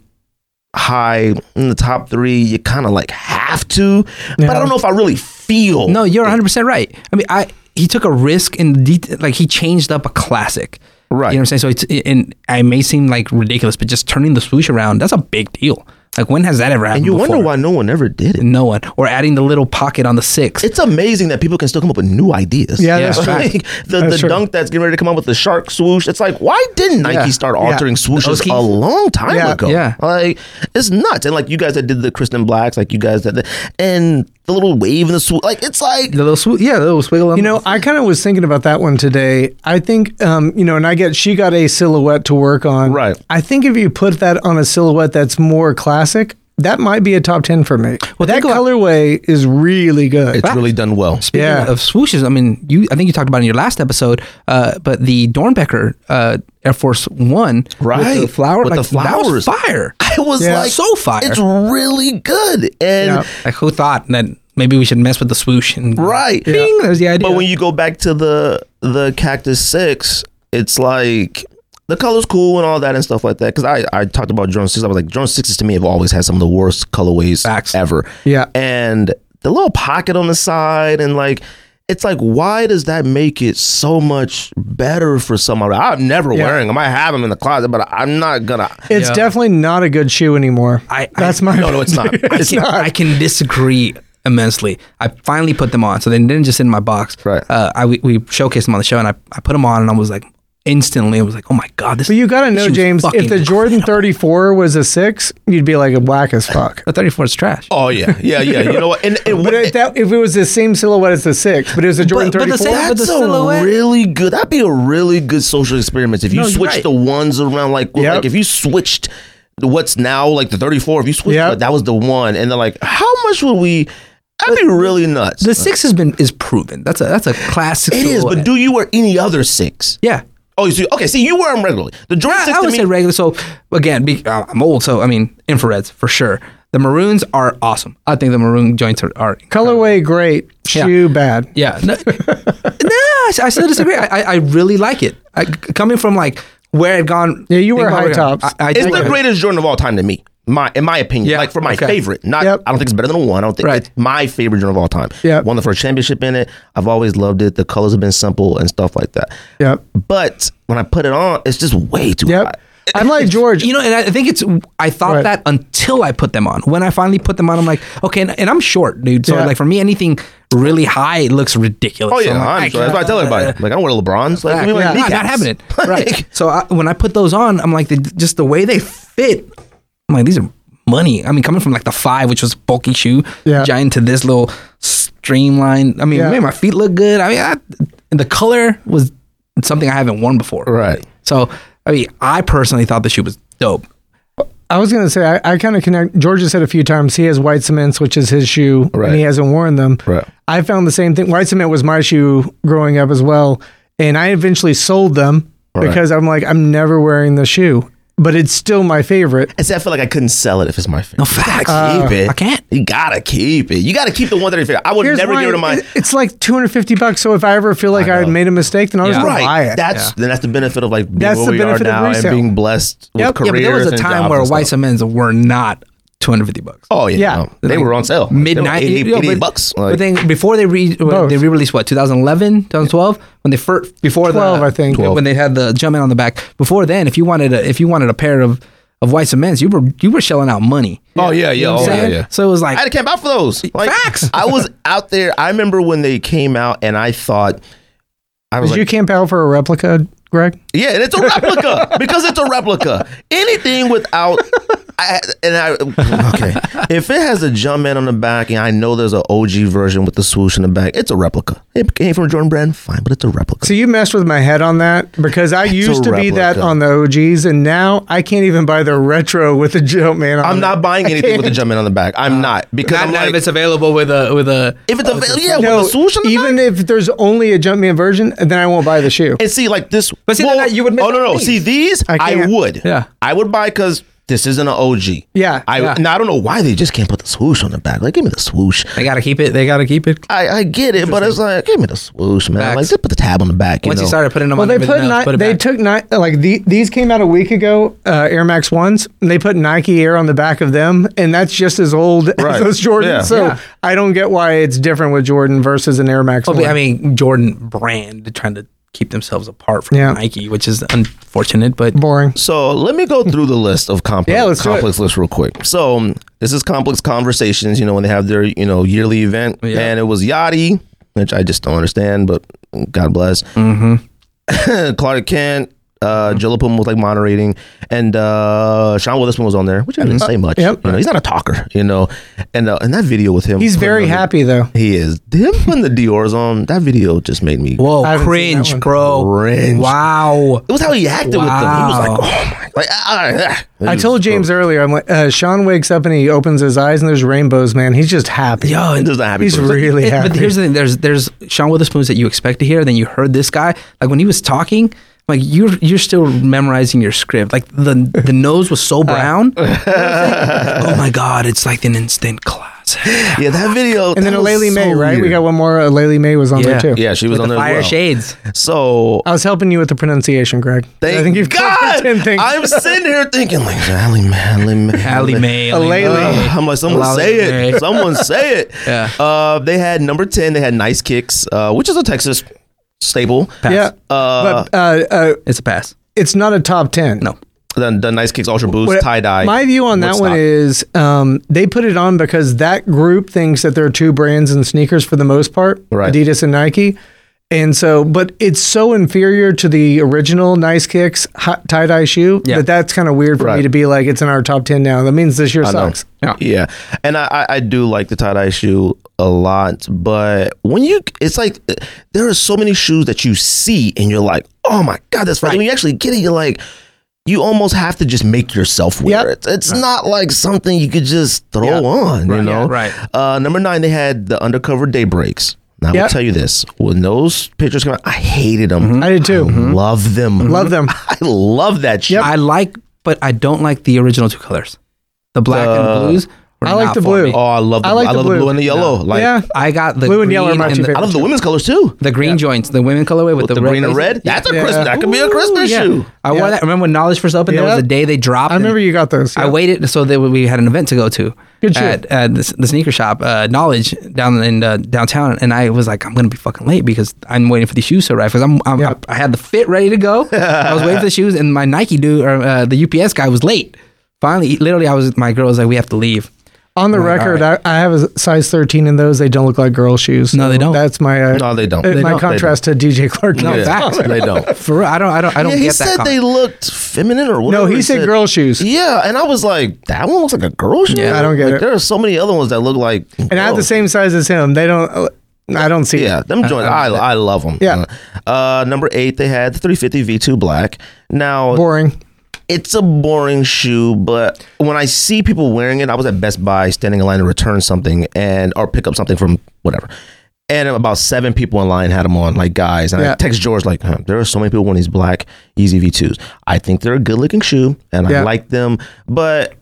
[SPEAKER 1] high in the top three, you kind of like have to. But I don't know if I really feel.
[SPEAKER 3] No, you're 100 percent right. I mean, I he took a risk in det- like he changed up a classic.
[SPEAKER 1] Right.
[SPEAKER 3] You know what I'm saying? So it's and I may seem like ridiculous, but just turning the swoosh around that's a big deal. Like when has that ever happened?
[SPEAKER 1] You wonder
[SPEAKER 3] before?
[SPEAKER 1] why no one ever did it.
[SPEAKER 3] No one or adding the little pocket on the six.
[SPEAKER 1] It's amazing that people can still come up with new ideas.
[SPEAKER 2] Yeah, that's
[SPEAKER 3] Yeah.
[SPEAKER 2] true.
[SPEAKER 1] Like, the
[SPEAKER 2] That's
[SPEAKER 1] the
[SPEAKER 2] true.
[SPEAKER 1] dunk that's getting ready to come out with the shark swoosh. It's like, why didn't Nike
[SPEAKER 2] Yeah.
[SPEAKER 1] start
[SPEAKER 2] Yeah.
[SPEAKER 1] altering swooshes
[SPEAKER 3] Okies?
[SPEAKER 1] a long time
[SPEAKER 2] Yeah.
[SPEAKER 1] ago?
[SPEAKER 3] Yeah.
[SPEAKER 1] like it's nuts. And like you guys that did the Kristen Blacks, like you guys that and the little wave in the swoosh. Like it's like
[SPEAKER 3] the little swoo- yeah, the little swiggle. on
[SPEAKER 2] You
[SPEAKER 3] the-
[SPEAKER 2] know, I kind of was thinking about that one today. I think, um, you know, and I get she got a silhouette to work on.
[SPEAKER 1] Right.
[SPEAKER 2] I think if you put that on a silhouette that's more classic, that might be a top ten for me.
[SPEAKER 3] Well,
[SPEAKER 2] that
[SPEAKER 3] think about-
[SPEAKER 2] colorway is really good.
[SPEAKER 1] it's really done well.
[SPEAKER 3] Speaking
[SPEAKER 2] Yeah.
[SPEAKER 3] of swooshes, I mean, you. I think you talked about it in your last episode, uh, but the Dornbecker uh, Air Force One,
[SPEAKER 1] Right.
[SPEAKER 3] With the flower,
[SPEAKER 1] With
[SPEAKER 3] like,
[SPEAKER 1] the
[SPEAKER 3] that was
[SPEAKER 1] flowers.
[SPEAKER 3] fire.
[SPEAKER 1] I was
[SPEAKER 2] Yeah.
[SPEAKER 1] like,
[SPEAKER 3] So fire.
[SPEAKER 1] It's really good, and
[SPEAKER 2] Yeah.
[SPEAKER 3] Like, who thought that maybe we should mess with the swoosh and
[SPEAKER 1] right.
[SPEAKER 3] Bing, there's the idea.
[SPEAKER 1] But when you go back to the the Cactus Six, it's like the color's cool and all that and stuff like that. Because I I talked about Drone Six. I was like, Drone Sixes to me have always had some of the worst colorways
[SPEAKER 3] Facts.
[SPEAKER 1] ever.
[SPEAKER 2] Yeah.
[SPEAKER 1] and the little pocket on the side and like. It's like, why does that make it so much better for somebody? I'm never
[SPEAKER 2] Yeah.
[SPEAKER 1] wearing them. I have them in the closet, but I'm not gonna.
[SPEAKER 2] It's
[SPEAKER 3] Yeah.
[SPEAKER 2] definitely not a good shoe anymore.
[SPEAKER 3] I- I-
[SPEAKER 2] that's my
[SPEAKER 1] No, no, it's not. It's
[SPEAKER 3] I can,
[SPEAKER 1] not.
[SPEAKER 3] I can disagree immensely. I finally put them on, so they didn't just sit in my box.
[SPEAKER 1] Right.
[SPEAKER 3] Uh, I we, we showcased them on the show, and I, I put them on, and I was like, instantly, I was like, oh my god, this.
[SPEAKER 2] But you got to
[SPEAKER 3] this
[SPEAKER 2] know,
[SPEAKER 3] shoe's
[SPEAKER 2] James, if
[SPEAKER 3] fucking
[SPEAKER 2] the Jordan
[SPEAKER 3] incredible.
[SPEAKER 2] 34 was a six, you'd be like whack as fuck.
[SPEAKER 3] the thirty four is trash.
[SPEAKER 1] Oh yeah, yeah, yeah. You know what? And, and
[SPEAKER 2] But if, that, if it was the same silhouette as the six, but it was a Jordan
[SPEAKER 3] but the
[SPEAKER 2] 34,
[SPEAKER 3] same- with
[SPEAKER 1] That's
[SPEAKER 3] the
[SPEAKER 1] a
[SPEAKER 3] silhouette.
[SPEAKER 1] really good. That'd be a really good social experiment if you
[SPEAKER 3] No, you're
[SPEAKER 1] switched
[SPEAKER 3] right.
[SPEAKER 1] the ones around. Like,
[SPEAKER 2] Yep.
[SPEAKER 1] like if you switched what's now like the 34. If you switched,
[SPEAKER 2] Yep.
[SPEAKER 1] like, that was the one, and they're like, how much would we? That'd be really nuts.
[SPEAKER 3] The six has been is proven. That's a that's a classic.
[SPEAKER 1] it is, but
[SPEAKER 3] silhouette.
[SPEAKER 1] do you wear any other six?
[SPEAKER 3] yeah.
[SPEAKER 1] Oh, you see, okay. See, you wear them regularly. The Jordan
[SPEAKER 3] I,
[SPEAKER 1] six
[SPEAKER 3] I
[SPEAKER 1] to
[SPEAKER 3] would
[SPEAKER 1] me,
[SPEAKER 3] say regular. So again, be, uh, I'm old, so I mean infrareds for sure. The maroons are awesome. I think the maroon joints are. are
[SPEAKER 2] colorway great,
[SPEAKER 3] Yeah.
[SPEAKER 2] shoe bad.
[SPEAKER 3] yeah. No, no I, I still disagree. I, I, I really like it. I, coming from like where it gone.
[SPEAKER 2] Yeah, you
[SPEAKER 3] think
[SPEAKER 2] wear
[SPEAKER 3] about
[SPEAKER 2] high
[SPEAKER 3] where it gone.
[SPEAKER 2] tops.
[SPEAKER 3] I, I
[SPEAKER 1] it's
[SPEAKER 3] think
[SPEAKER 1] the
[SPEAKER 3] it-
[SPEAKER 1] greatest Jordan of all time to me. My, in my opinion,
[SPEAKER 3] Yeah,
[SPEAKER 1] like for my
[SPEAKER 3] okay.
[SPEAKER 1] favorite, not
[SPEAKER 2] Yep.
[SPEAKER 1] I don't think it's better than a one. I don't think
[SPEAKER 3] Right.
[SPEAKER 1] it's my favorite Jordan of all time.
[SPEAKER 2] Yep.
[SPEAKER 1] won the first championship in it. I've always loved it. The colors have been simple and stuff like that.
[SPEAKER 2] Yep.
[SPEAKER 1] But when I put it on, it's just way too high.
[SPEAKER 2] Yep. I'm like George.
[SPEAKER 3] You know, and I think it's. I thought
[SPEAKER 2] Right.
[SPEAKER 3] that until I put them on. When I finally put them on, I'm like, okay, and, and I'm short, dude. So
[SPEAKER 2] Yeah.
[SPEAKER 3] like for me, anything really high looks ridiculous.
[SPEAKER 1] Oh
[SPEAKER 3] So
[SPEAKER 1] yeah,
[SPEAKER 3] I'm like,
[SPEAKER 1] I'm
[SPEAKER 3] I
[SPEAKER 1] sorry. That's what I tell everybody. Like I don't wear LeBrons. Like,
[SPEAKER 3] Back.
[SPEAKER 1] we wear
[SPEAKER 3] yeah. not, not
[SPEAKER 1] kneecaps.
[SPEAKER 3] having it.
[SPEAKER 1] Like,
[SPEAKER 3] Right. So I, when I put those on, I'm like, the, just the way they fit. I'm like, these are money. I mean, coming from like the five, which was bulky shoe,
[SPEAKER 2] Yeah.
[SPEAKER 3] giant to this little streamlined. I mean,
[SPEAKER 2] Yeah.
[SPEAKER 3] it made my feet look good. I mean, I, and the color was something I haven't worn before.
[SPEAKER 1] Right.
[SPEAKER 3] So I mean, I personally thought the shoe was dope.
[SPEAKER 2] I was gonna say I, I kind of connect. George has said a few times he has white cements, which is his shoe,
[SPEAKER 1] Right.
[SPEAKER 2] and he hasn't worn them.
[SPEAKER 1] Right.
[SPEAKER 2] I found the same thing. White cement was my shoe growing up as well, and I eventually sold them because I'm like I'm never wearing the shoe, but it's still my favorite.
[SPEAKER 1] I see, I feel like I couldn't sell it if it's my favorite.
[SPEAKER 3] No facts.
[SPEAKER 1] keep it.
[SPEAKER 3] I can't.
[SPEAKER 1] You gotta keep it. You gotta keep the one that favorite. I would
[SPEAKER 2] Here's
[SPEAKER 1] never
[SPEAKER 2] why
[SPEAKER 1] give it to my
[SPEAKER 2] it- It's like 250 bucks. So if I ever feel like I,
[SPEAKER 1] know.
[SPEAKER 2] made a mistake, then I'll just
[SPEAKER 3] Yeah.
[SPEAKER 2] go buy
[SPEAKER 1] right.
[SPEAKER 2] it.
[SPEAKER 1] That's then that's the benefit of like being
[SPEAKER 2] That's
[SPEAKER 1] where
[SPEAKER 2] the
[SPEAKER 1] we are
[SPEAKER 2] benefit of
[SPEAKER 1] now and
[SPEAKER 2] resale.
[SPEAKER 1] being blessed with
[SPEAKER 2] Yep.
[SPEAKER 1] careers.
[SPEAKER 3] yeah, but there was a
[SPEAKER 1] and
[SPEAKER 3] time
[SPEAKER 1] jobs
[SPEAKER 3] where
[SPEAKER 1] and
[SPEAKER 3] white
[SPEAKER 1] stuff.
[SPEAKER 3] cements were not 250 bucks.
[SPEAKER 1] Oh yeah,
[SPEAKER 2] Yeah.
[SPEAKER 1] no. they were on sale.
[SPEAKER 3] mid
[SPEAKER 1] eighty,
[SPEAKER 3] 90s
[SPEAKER 1] 80 bucks.
[SPEAKER 3] but
[SPEAKER 1] Like,
[SPEAKER 3] then before they re when they
[SPEAKER 2] Both.
[SPEAKER 3] re released what 2011 2012 when they first before
[SPEAKER 2] 12,
[SPEAKER 3] the
[SPEAKER 2] I think.
[SPEAKER 3] when they had the jumpman on the back before then if you wanted a if you wanted a pair of of white cements you were you were shelling out money
[SPEAKER 1] oh yeah, yeah,
[SPEAKER 3] You know
[SPEAKER 1] oh
[SPEAKER 3] what I'm
[SPEAKER 1] yeah,
[SPEAKER 3] saying?
[SPEAKER 1] yeah.
[SPEAKER 3] so it was like
[SPEAKER 1] I had to camp out for those. Like,
[SPEAKER 3] Facts.
[SPEAKER 1] I was out there. I remember when they came out, and I thought, I was
[SPEAKER 2] Did
[SPEAKER 1] like,
[SPEAKER 2] you camp out for a replica, Greg?
[SPEAKER 1] Yeah, and it's a replica because it's a replica. Anything without, I, and I okay. If it has a Jumpman on the back, and I know there's an OG version with the swoosh in the back, it's a replica. It came from a Jordan Brand, fine, but it's a replica.
[SPEAKER 2] So you messed with my head on that because I used to be that
[SPEAKER 1] replica.
[SPEAKER 2] on the OGs, and now I can't even buy the retro with the jump man. On
[SPEAKER 1] I'm
[SPEAKER 2] it.
[SPEAKER 1] not buying anything with a Jumpman on the back. I'm not because I'm like,
[SPEAKER 3] available with a with a
[SPEAKER 1] if it's available, yeah,
[SPEAKER 2] No,
[SPEAKER 1] with a swoosh on the
[SPEAKER 2] even
[SPEAKER 1] back.
[SPEAKER 2] if there's only a Jumpman version, then I won't buy the shoe.
[SPEAKER 1] And see, like this,
[SPEAKER 3] But see, they're not- you would miss
[SPEAKER 1] Oh no,
[SPEAKER 3] out
[SPEAKER 1] no.
[SPEAKER 3] on these.
[SPEAKER 1] See these,
[SPEAKER 2] I
[SPEAKER 1] I,
[SPEAKER 2] can't.
[SPEAKER 1] would.
[SPEAKER 3] Yeah.
[SPEAKER 1] I would buy because This isn't an OG.
[SPEAKER 2] Yeah,
[SPEAKER 1] I
[SPEAKER 2] yeah.
[SPEAKER 1] now I don't know why they just can't put the swoosh on the back. Like, give me the swoosh.
[SPEAKER 3] They gotta keep it. They gotta keep it.
[SPEAKER 1] I, I get it, but it's like, give me the swoosh, man.
[SPEAKER 3] Facts.
[SPEAKER 1] Like, just put the tab on the back. You
[SPEAKER 3] Once
[SPEAKER 1] know?
[SPEAKER 3] you started putting them
[SPEAKER 2] Well,
[SPEAKER 3] on,
[SPEAKER 2] they
[SPEAKER 3] everything
[SPEAKER 2] put,
[SPEAKER 3] else,
[SPEAKER 2] Ni-
[SPEAKER 3] put it
[SPEAKER 2] they
[SPEAKER 3] back.
[SPEAKER 2] took Ni- like the- these came out a week ago, uh, Air Max ones. And they put Nike Air on the back of them, and that's just as old
[SPEAKER 1] Right.
[SPEAKER 2] as those Jordans.
[SPEAKER 1] Yeah.
[SPEAKER 2] So
[SPEAKER 3] Yeah.
[SPEAKER 2] I don't get why it's different with Jordan versus an Air
[SPEAKER 1] Oh,
[SPEAKER 2] Max.
[SPEAKER 3] Well,
[SPEAKER 2] one.
[SPEAKER 3] I mean, Jordan brand they're trying to keep themselves apart from
[SPEAKER 2] Yeah.
[SPEAKER 3] Nike, which is unfortunate. But
[SPEAKER 2] boring.
[SPEAKER 1] So let me go through the list of complex,
[SPEAKER 2] Yeah, let's do it.
[SPEAKER 1] complex list real quick. So um, this is complex conversations. You know when they have their you know yearly event,
[SPEAKER 3] Yeah.
[SPEAKER 1] and it was Yachty, which I just don't understand, but God bless.
[SPEAKER 2] Mm-hmm.
[SPEAKER 1] Clark Kent, uh, Jill Pum was like moderating, and uh, Sean Witherspoon was on there, which I didn't say much.
[SPEAKER 2] Mm-hmm. Uh, Yep.
[SPEAKER 1] You know, he's not a talker, you know, and uh, and that video with him,
[SPEAKER 2] He's very
[SPEAKER 1] putting on
[SPEAKER 2] happy though.
[SPEAKER 1] the- He is him putting the Dior's on. That video just made me.
[SPEAKER 2] I
[SPEAKER 3] whoa,
[SPEAKER 2] haven't seen that
[SPEAKER 3] cringe,
[SPEAKER 2] one.
[SPEAKER 3] bro.
[SPEAKER 1] Cringe.
[SPEAKER 3] Wow.
[SPEAKER 1] It was how he acted with them. He was like,
[SPEAKER 3] Wow.
[SPEAKER 1] oh my, like ah, ah.
[SPEAKER 2] I told James earlier. I'm like, uh, Sean wakes up and he opens his eyes and there's rainbows. Man, he's just happy.
[SPEAKER 3] Yo,
[SPEAKER 1] "Oh,
[SPEAKER 3] and
[SPEAKER 1] It was a happy.
[SPEAKER 2] He's
[SPEAKER 1] person.
[SPEAKER 2] really
[SPEAKER 3] It-
[SPEAKER 2] happy.
[SPEAKER 3] But here's the thing: there's there's Sean Witherspoon's that you expect to hear, then you heard this guy. Like when he was talking, like you're you're still memorizing your script. Like the the nose was
[SPEAKER 2] Uh.
[SPEAKER 3] so brown. You know what I'm saying? oh my god, it's like an instant class.
[SPEAKER 1] Yeah, that video.
[SPEAKER 2] and then Aleli May, right? We got one more. Aleli May was on
[SPEAKER 3] Yeah.
[SPEAKER 2] there too.
[SPEAKER 1] Yeah, she was
[SPEAKER 3] With
[SPEAKER 1] on
[SPEAKER 3] the
[SPEAKER 1] there
[SPEAKER 3] fire
[SPEAKER 1] as well.
[SPEAKER 3] shades.
[SPEAKER 1] So
[SPEAKER 2] Oh, I was helping you with the pronunciation, Greg.
[SPEAKER 1] thank
[SPEAKER 2] I think you've covered
[SPEAKER 1] God.
[SPEAKER 2] 10 things.
[SPEAKER 1] I'm sitting here thinking like Ally May, Ally May,
[SPEAKER 3] Ally May. Ally
[SPEAKER 2] Aleli.
[SPEAKER 3] May.
[SPEAKER 1] Uh, I'm like, someone
[SPEAKER 3] Ally
[SPEAKER 1] say it.
[SPEAKER 3] May.
[SPEAKER 1] Someone say it.
[SPEAKER 3] Yeah.
[SPEAKER 1] Uh, they had number ten. They had nice kicks, uh, which is a Texas staple.
[SPEAKER 3] Pass.
[SPEAKER 2] yeah,
[SPEAKER 1] Uh,
[SPEAKER 2] but uh, uh,
[SPEAKER 3] It's a pass.
[SPEAKER 2] it's not a top ten.
[SPEAKER 3] No.
[SPEAKER 1] the, the nice kicks, ultra boost,
[SPEAKER 2] What-
[SPEAKER 1] tie dye.
[SPEAKER 2] My view on that one is um, they put it on because that group thinks that there are two brands in sneakers for the most part,
[SPEAKER 1] Right.
[SPEAKER 2] Adidas and Nike. And so, but it's so inferior to the original Nice Kicks tie dye shoe
[SPEAKER 3] Yeah.
[SPEAKER 2] that that's kind of weird for
[SPEAKER 1] Right.
[SPEAKER 2] me to be like, it's in our top 10 now. That means this year sucks.
[SPEAKER 1] Yeah. yeah. And I, I, I do like the tie dye shoe a lot, but when you, it's like uh, there are so many shoes that you see and you're like, oh my God, that's right. When you actually get it, you're like, you almost have to just make yourself wear
[SPEAKER 2] Yep.
[SPEAKER 1] it. It's not like something you could just throw on, you know?
[SPEAKER 3] right.
[SPEAKER 1] Uh, number nine, they had the undercover day breaks. Now, I will
[SPEAKER 2] Yep. Mm-hmm.
[SPEAKER 1] tell you this when those pictures came out, I hated them.
[SPEAKER 2] I did too. Mm-hmm.
[SPEAKER 1] Love them.
[SPEAKER 2] Love them.
[SPEAKER 1] I love that shit.
[SPEAKER 3] I like, but I don't like the original two colors, the black
[SPEAKER 1] Uh,
[SPEAKER 3] and blues. were
[SPEAKER 2] I like
[SPEAKER 3] not
[SPEAKER 2] the
[SPEAKER 3] for
[SPEAKER 2] blue.
[SPEAKER 3] me.
[SPEAKER 1] Oh, I love the,
[SPEAKER 2] I
[SPEAKER 1] I,
[SPEAKER 2] like
[SPEAKER 1] love the blue. and the yellow. Like,
[SPEAKER 2] yeah.
[SPEAKER 3] I got the
[SPEAKER 2] Blue
[SPEAKER 3] green
[SPEAKER 2] and yellow are my two
[SPEAKER 3] the-
[SPEAKER 1] I
[SPEAKER 2] favorite.
[SPEAKER 1] love the women's colors too.
[SPEAKER 3] The green joints, the women colorway with,
[SPEAKER 1] the,
[SPEAKER 3] the,
[SPEAKER 1] green and red.
[SPEAKER 3] laces.
[SPEAKER 1] That's a
[SPEAKER 2] Yeah.
[SPEAKER 1] Christmas. That could be a Christmas
[SPEAKER 3] Oh, Yeah.
[SPEAKER 1] shoe.
[SPEAKER 3] I
[SPEAKER 2] Yeah.
[SPEAKER 3] wore that. Remember when Knowledge first opened? There was
[SPEAKER 2] Yeah.
[SPEAKER 3] a day they dropped.
[SPEAKER 2] I remember you got those.
[SPEAKER 3] I
[SPEAKER 2] yeah.
[SPEAKER 3] waited so that we had an event to go to
[SPEAKER 2] Good shit.
[SPEAKER 3] at, at the, the sneaker shop, uh, Knowledge down in uh, downtown, and I was like, I'm gonna be fucking late because I'm waiting for the shoes to arrive because I'm, I'm
[SPEAKER 2] Yeah.
[SPEAKER 3] I, I had the fit ready to go. I was waiting for the shoes, and my Nike dude or uh, the UPS guy was lait. Finally, he- literally, I was my girl was like, we have to leave.
[SPEAKER 1] Oh
[SPEAKER 2] On the
[SPEAKER 3] Right,
[SPEAKER 2] record,
[SPEAKER 3] all
[SPEAKER 2] I, I have a size 13 in those. They don't look like girl shoes.
[SPEAKER 3] No, they don't.
[SPEAKER 2] That's my uh,
[SPEAKER 1] No, they don't.
[SPEAKER 2] uh,
[SPEAKER 1] They
[SPEAKER 2] my
[SPEAKER 1] don't.
[SPEAKER 2] contrast to DJ Clark.
[SPEAKER 3] No,
[SPEAKER 1] Yeah.
[SPEAKER 3] facts.
[SPEAKER 1] They don't.
[SPEAKER 3] For real, I don't, I don't, I don't
[SPEAKER 1] Yeah,
[SPEAKER 3] get
[SPEAKER 1] he
[SPEAKER 3] that.
[SPEAKER 1] said
[SPEAKER 3] comment.
[SPEAKER 1] they looked feminine or whatever.
[SPEAKER 2] No, he said girl shoes.
[SPEAKER 1] Yeah, and I was like, that one looks like a girl shoe.
[SPEAKER 3] Yeah,
[SPEAKER 2] I don't get
[SPEAKER 1] Like,
[SPEAKER 2] it.
[SPEAKER 1] There are so many other ones that look like.
[SPEAKER 2] and I have the same size as him. They don't. I don't see.
[SPEAKER 1] Yeah,
[SPEAKER 2] it.
[SPEAKER 1] them joints. I, I love them.
[SPEAKER 2] Yeah.
[SPEAKER 1] Uh, number eight, they had the 350 V2 black. Now,
[SPEAKER 2] boring.
[SPEAKER 1] it's a boring shoe, but when I see people wearing it, I was at Best Buy standing in line to return something and or pick up something from whatever. And about seven people in line had them on, like guys. And I
[SPEAKER 2] Yeah.
[SPEAKER 1] text George, like, huh, there are so many people wearing these black Yeezy V2s. I think they're a good looking shoe and I
[SPEAKER 2] Yeah.
[SPEAKER 1] like them, but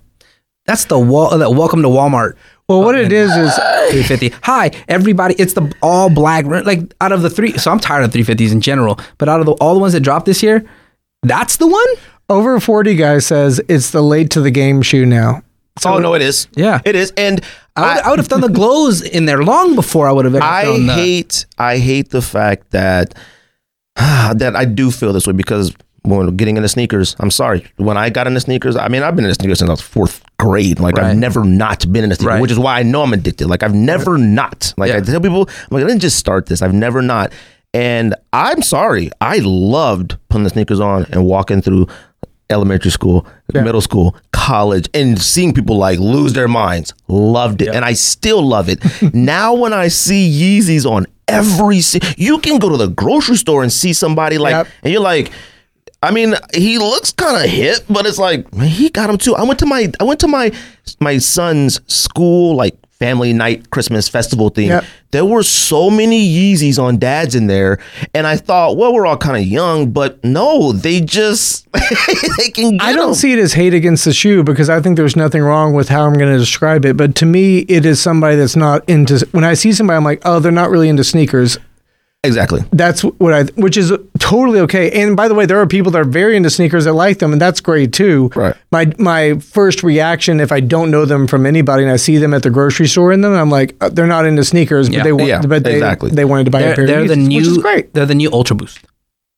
[SPEAKER 3] That's the wall. That welcome to Walmart.
[SPEAKER 2] Well, what it is is
[SPEAKER 3] 350. Hi, everybody. It's the all black. Like out of the three, so I'm tired of 350s in general. But out of the, all the ones that dropped this year, that's the one.
[SPEAKER 2] over forty guy says it's the late to the game shoe now.
[SPEAKER 1] oh no, it is.
[SPEAKER 3] Yeah.
[SPEAKER 1] It is. And
[SPEAKER 3] I would, I, would have done the glows in there long before I would have ever
[SPEAKER 1] I
[SPEAKER 3] done that.
[SPEAKER 1] hate I hate the fact that that I do feel this way because when getting into sneakers, I'm sorry. When I got into sneakers, I mean I've been into sneakers since I was fourth grade. Like
[SPEAKER 3] Right.
[SPEAKER 1] I've never not been into sneakers,
[SPEAKER 3] Right.
[SPEAKER 1] which is why I know I'm addicted. Like I've never not. Like I
[SPEAKER 3] Yeah.
[SPEAKER 1] tell people, I'm like I didn't just start this. I've never not. And I'm sorry. I loved putting the sneakers on and walking through elementary school, middle school, college, and seeing people like lose their minds. Loved it. And I still love it. now, when I see Yeezys on every, si- you can go to the grocery store and see somebody like,
[SPEAKER 2] Yep.
[SPEAKER 1] and you're like, I mean, he looks kind of hip, but it's like man, he got him too. I went to my I went to my my son's school like family night Christmas festival thing.
[SPEAKER 2] Yep.
[SPEAKER 1] There were so many Yeezys on dads in there, and I thought, well, we're all kind of young, but no, they just they can. Get
[SPEAKER 2] I
[SPEAKER 1] 'em.
[SPEAKER 2] don't see it as hate against the shoe because I think there's nothing wrong with how I'm going to describe it. But to me, it is somebody that's not into. When I see somebody, I'm like, oh, they're not really into sneakers.
[SPEAKER 1] exactly.
[SPEAKER 2] That's what I, which is totally okay. And by the way, there are people that are very into sneakers that like them, and that's great too.
[SPEAKER 1] Right.
[SPEAKER 2] My my first reaction, if I don't know them from anybody, and I see them at the grocery store in them, I'm like, uh, they're not into sneakers, but
[SPEAKER 3] Yeah.
[SPEAKER 2] they want,
[SPEAKER 1] Yeah,
[SPEAKER 2] but they,
[SPEAKER 1] exactly.
[SPEAKER 2] they wanted to buy a
[SPEAKER 3] They're,
[SPEAKER 2] pair.
[SPEAKER 3] they're
[SPEAKER 2] of
[SPEAKER 3] the
[SPEAKER 2] Yeezys,
[SPEAKER 3] new.
[SPEAKER 2] which is great.
[SPEAKER 3] They're the new Ultra Boost.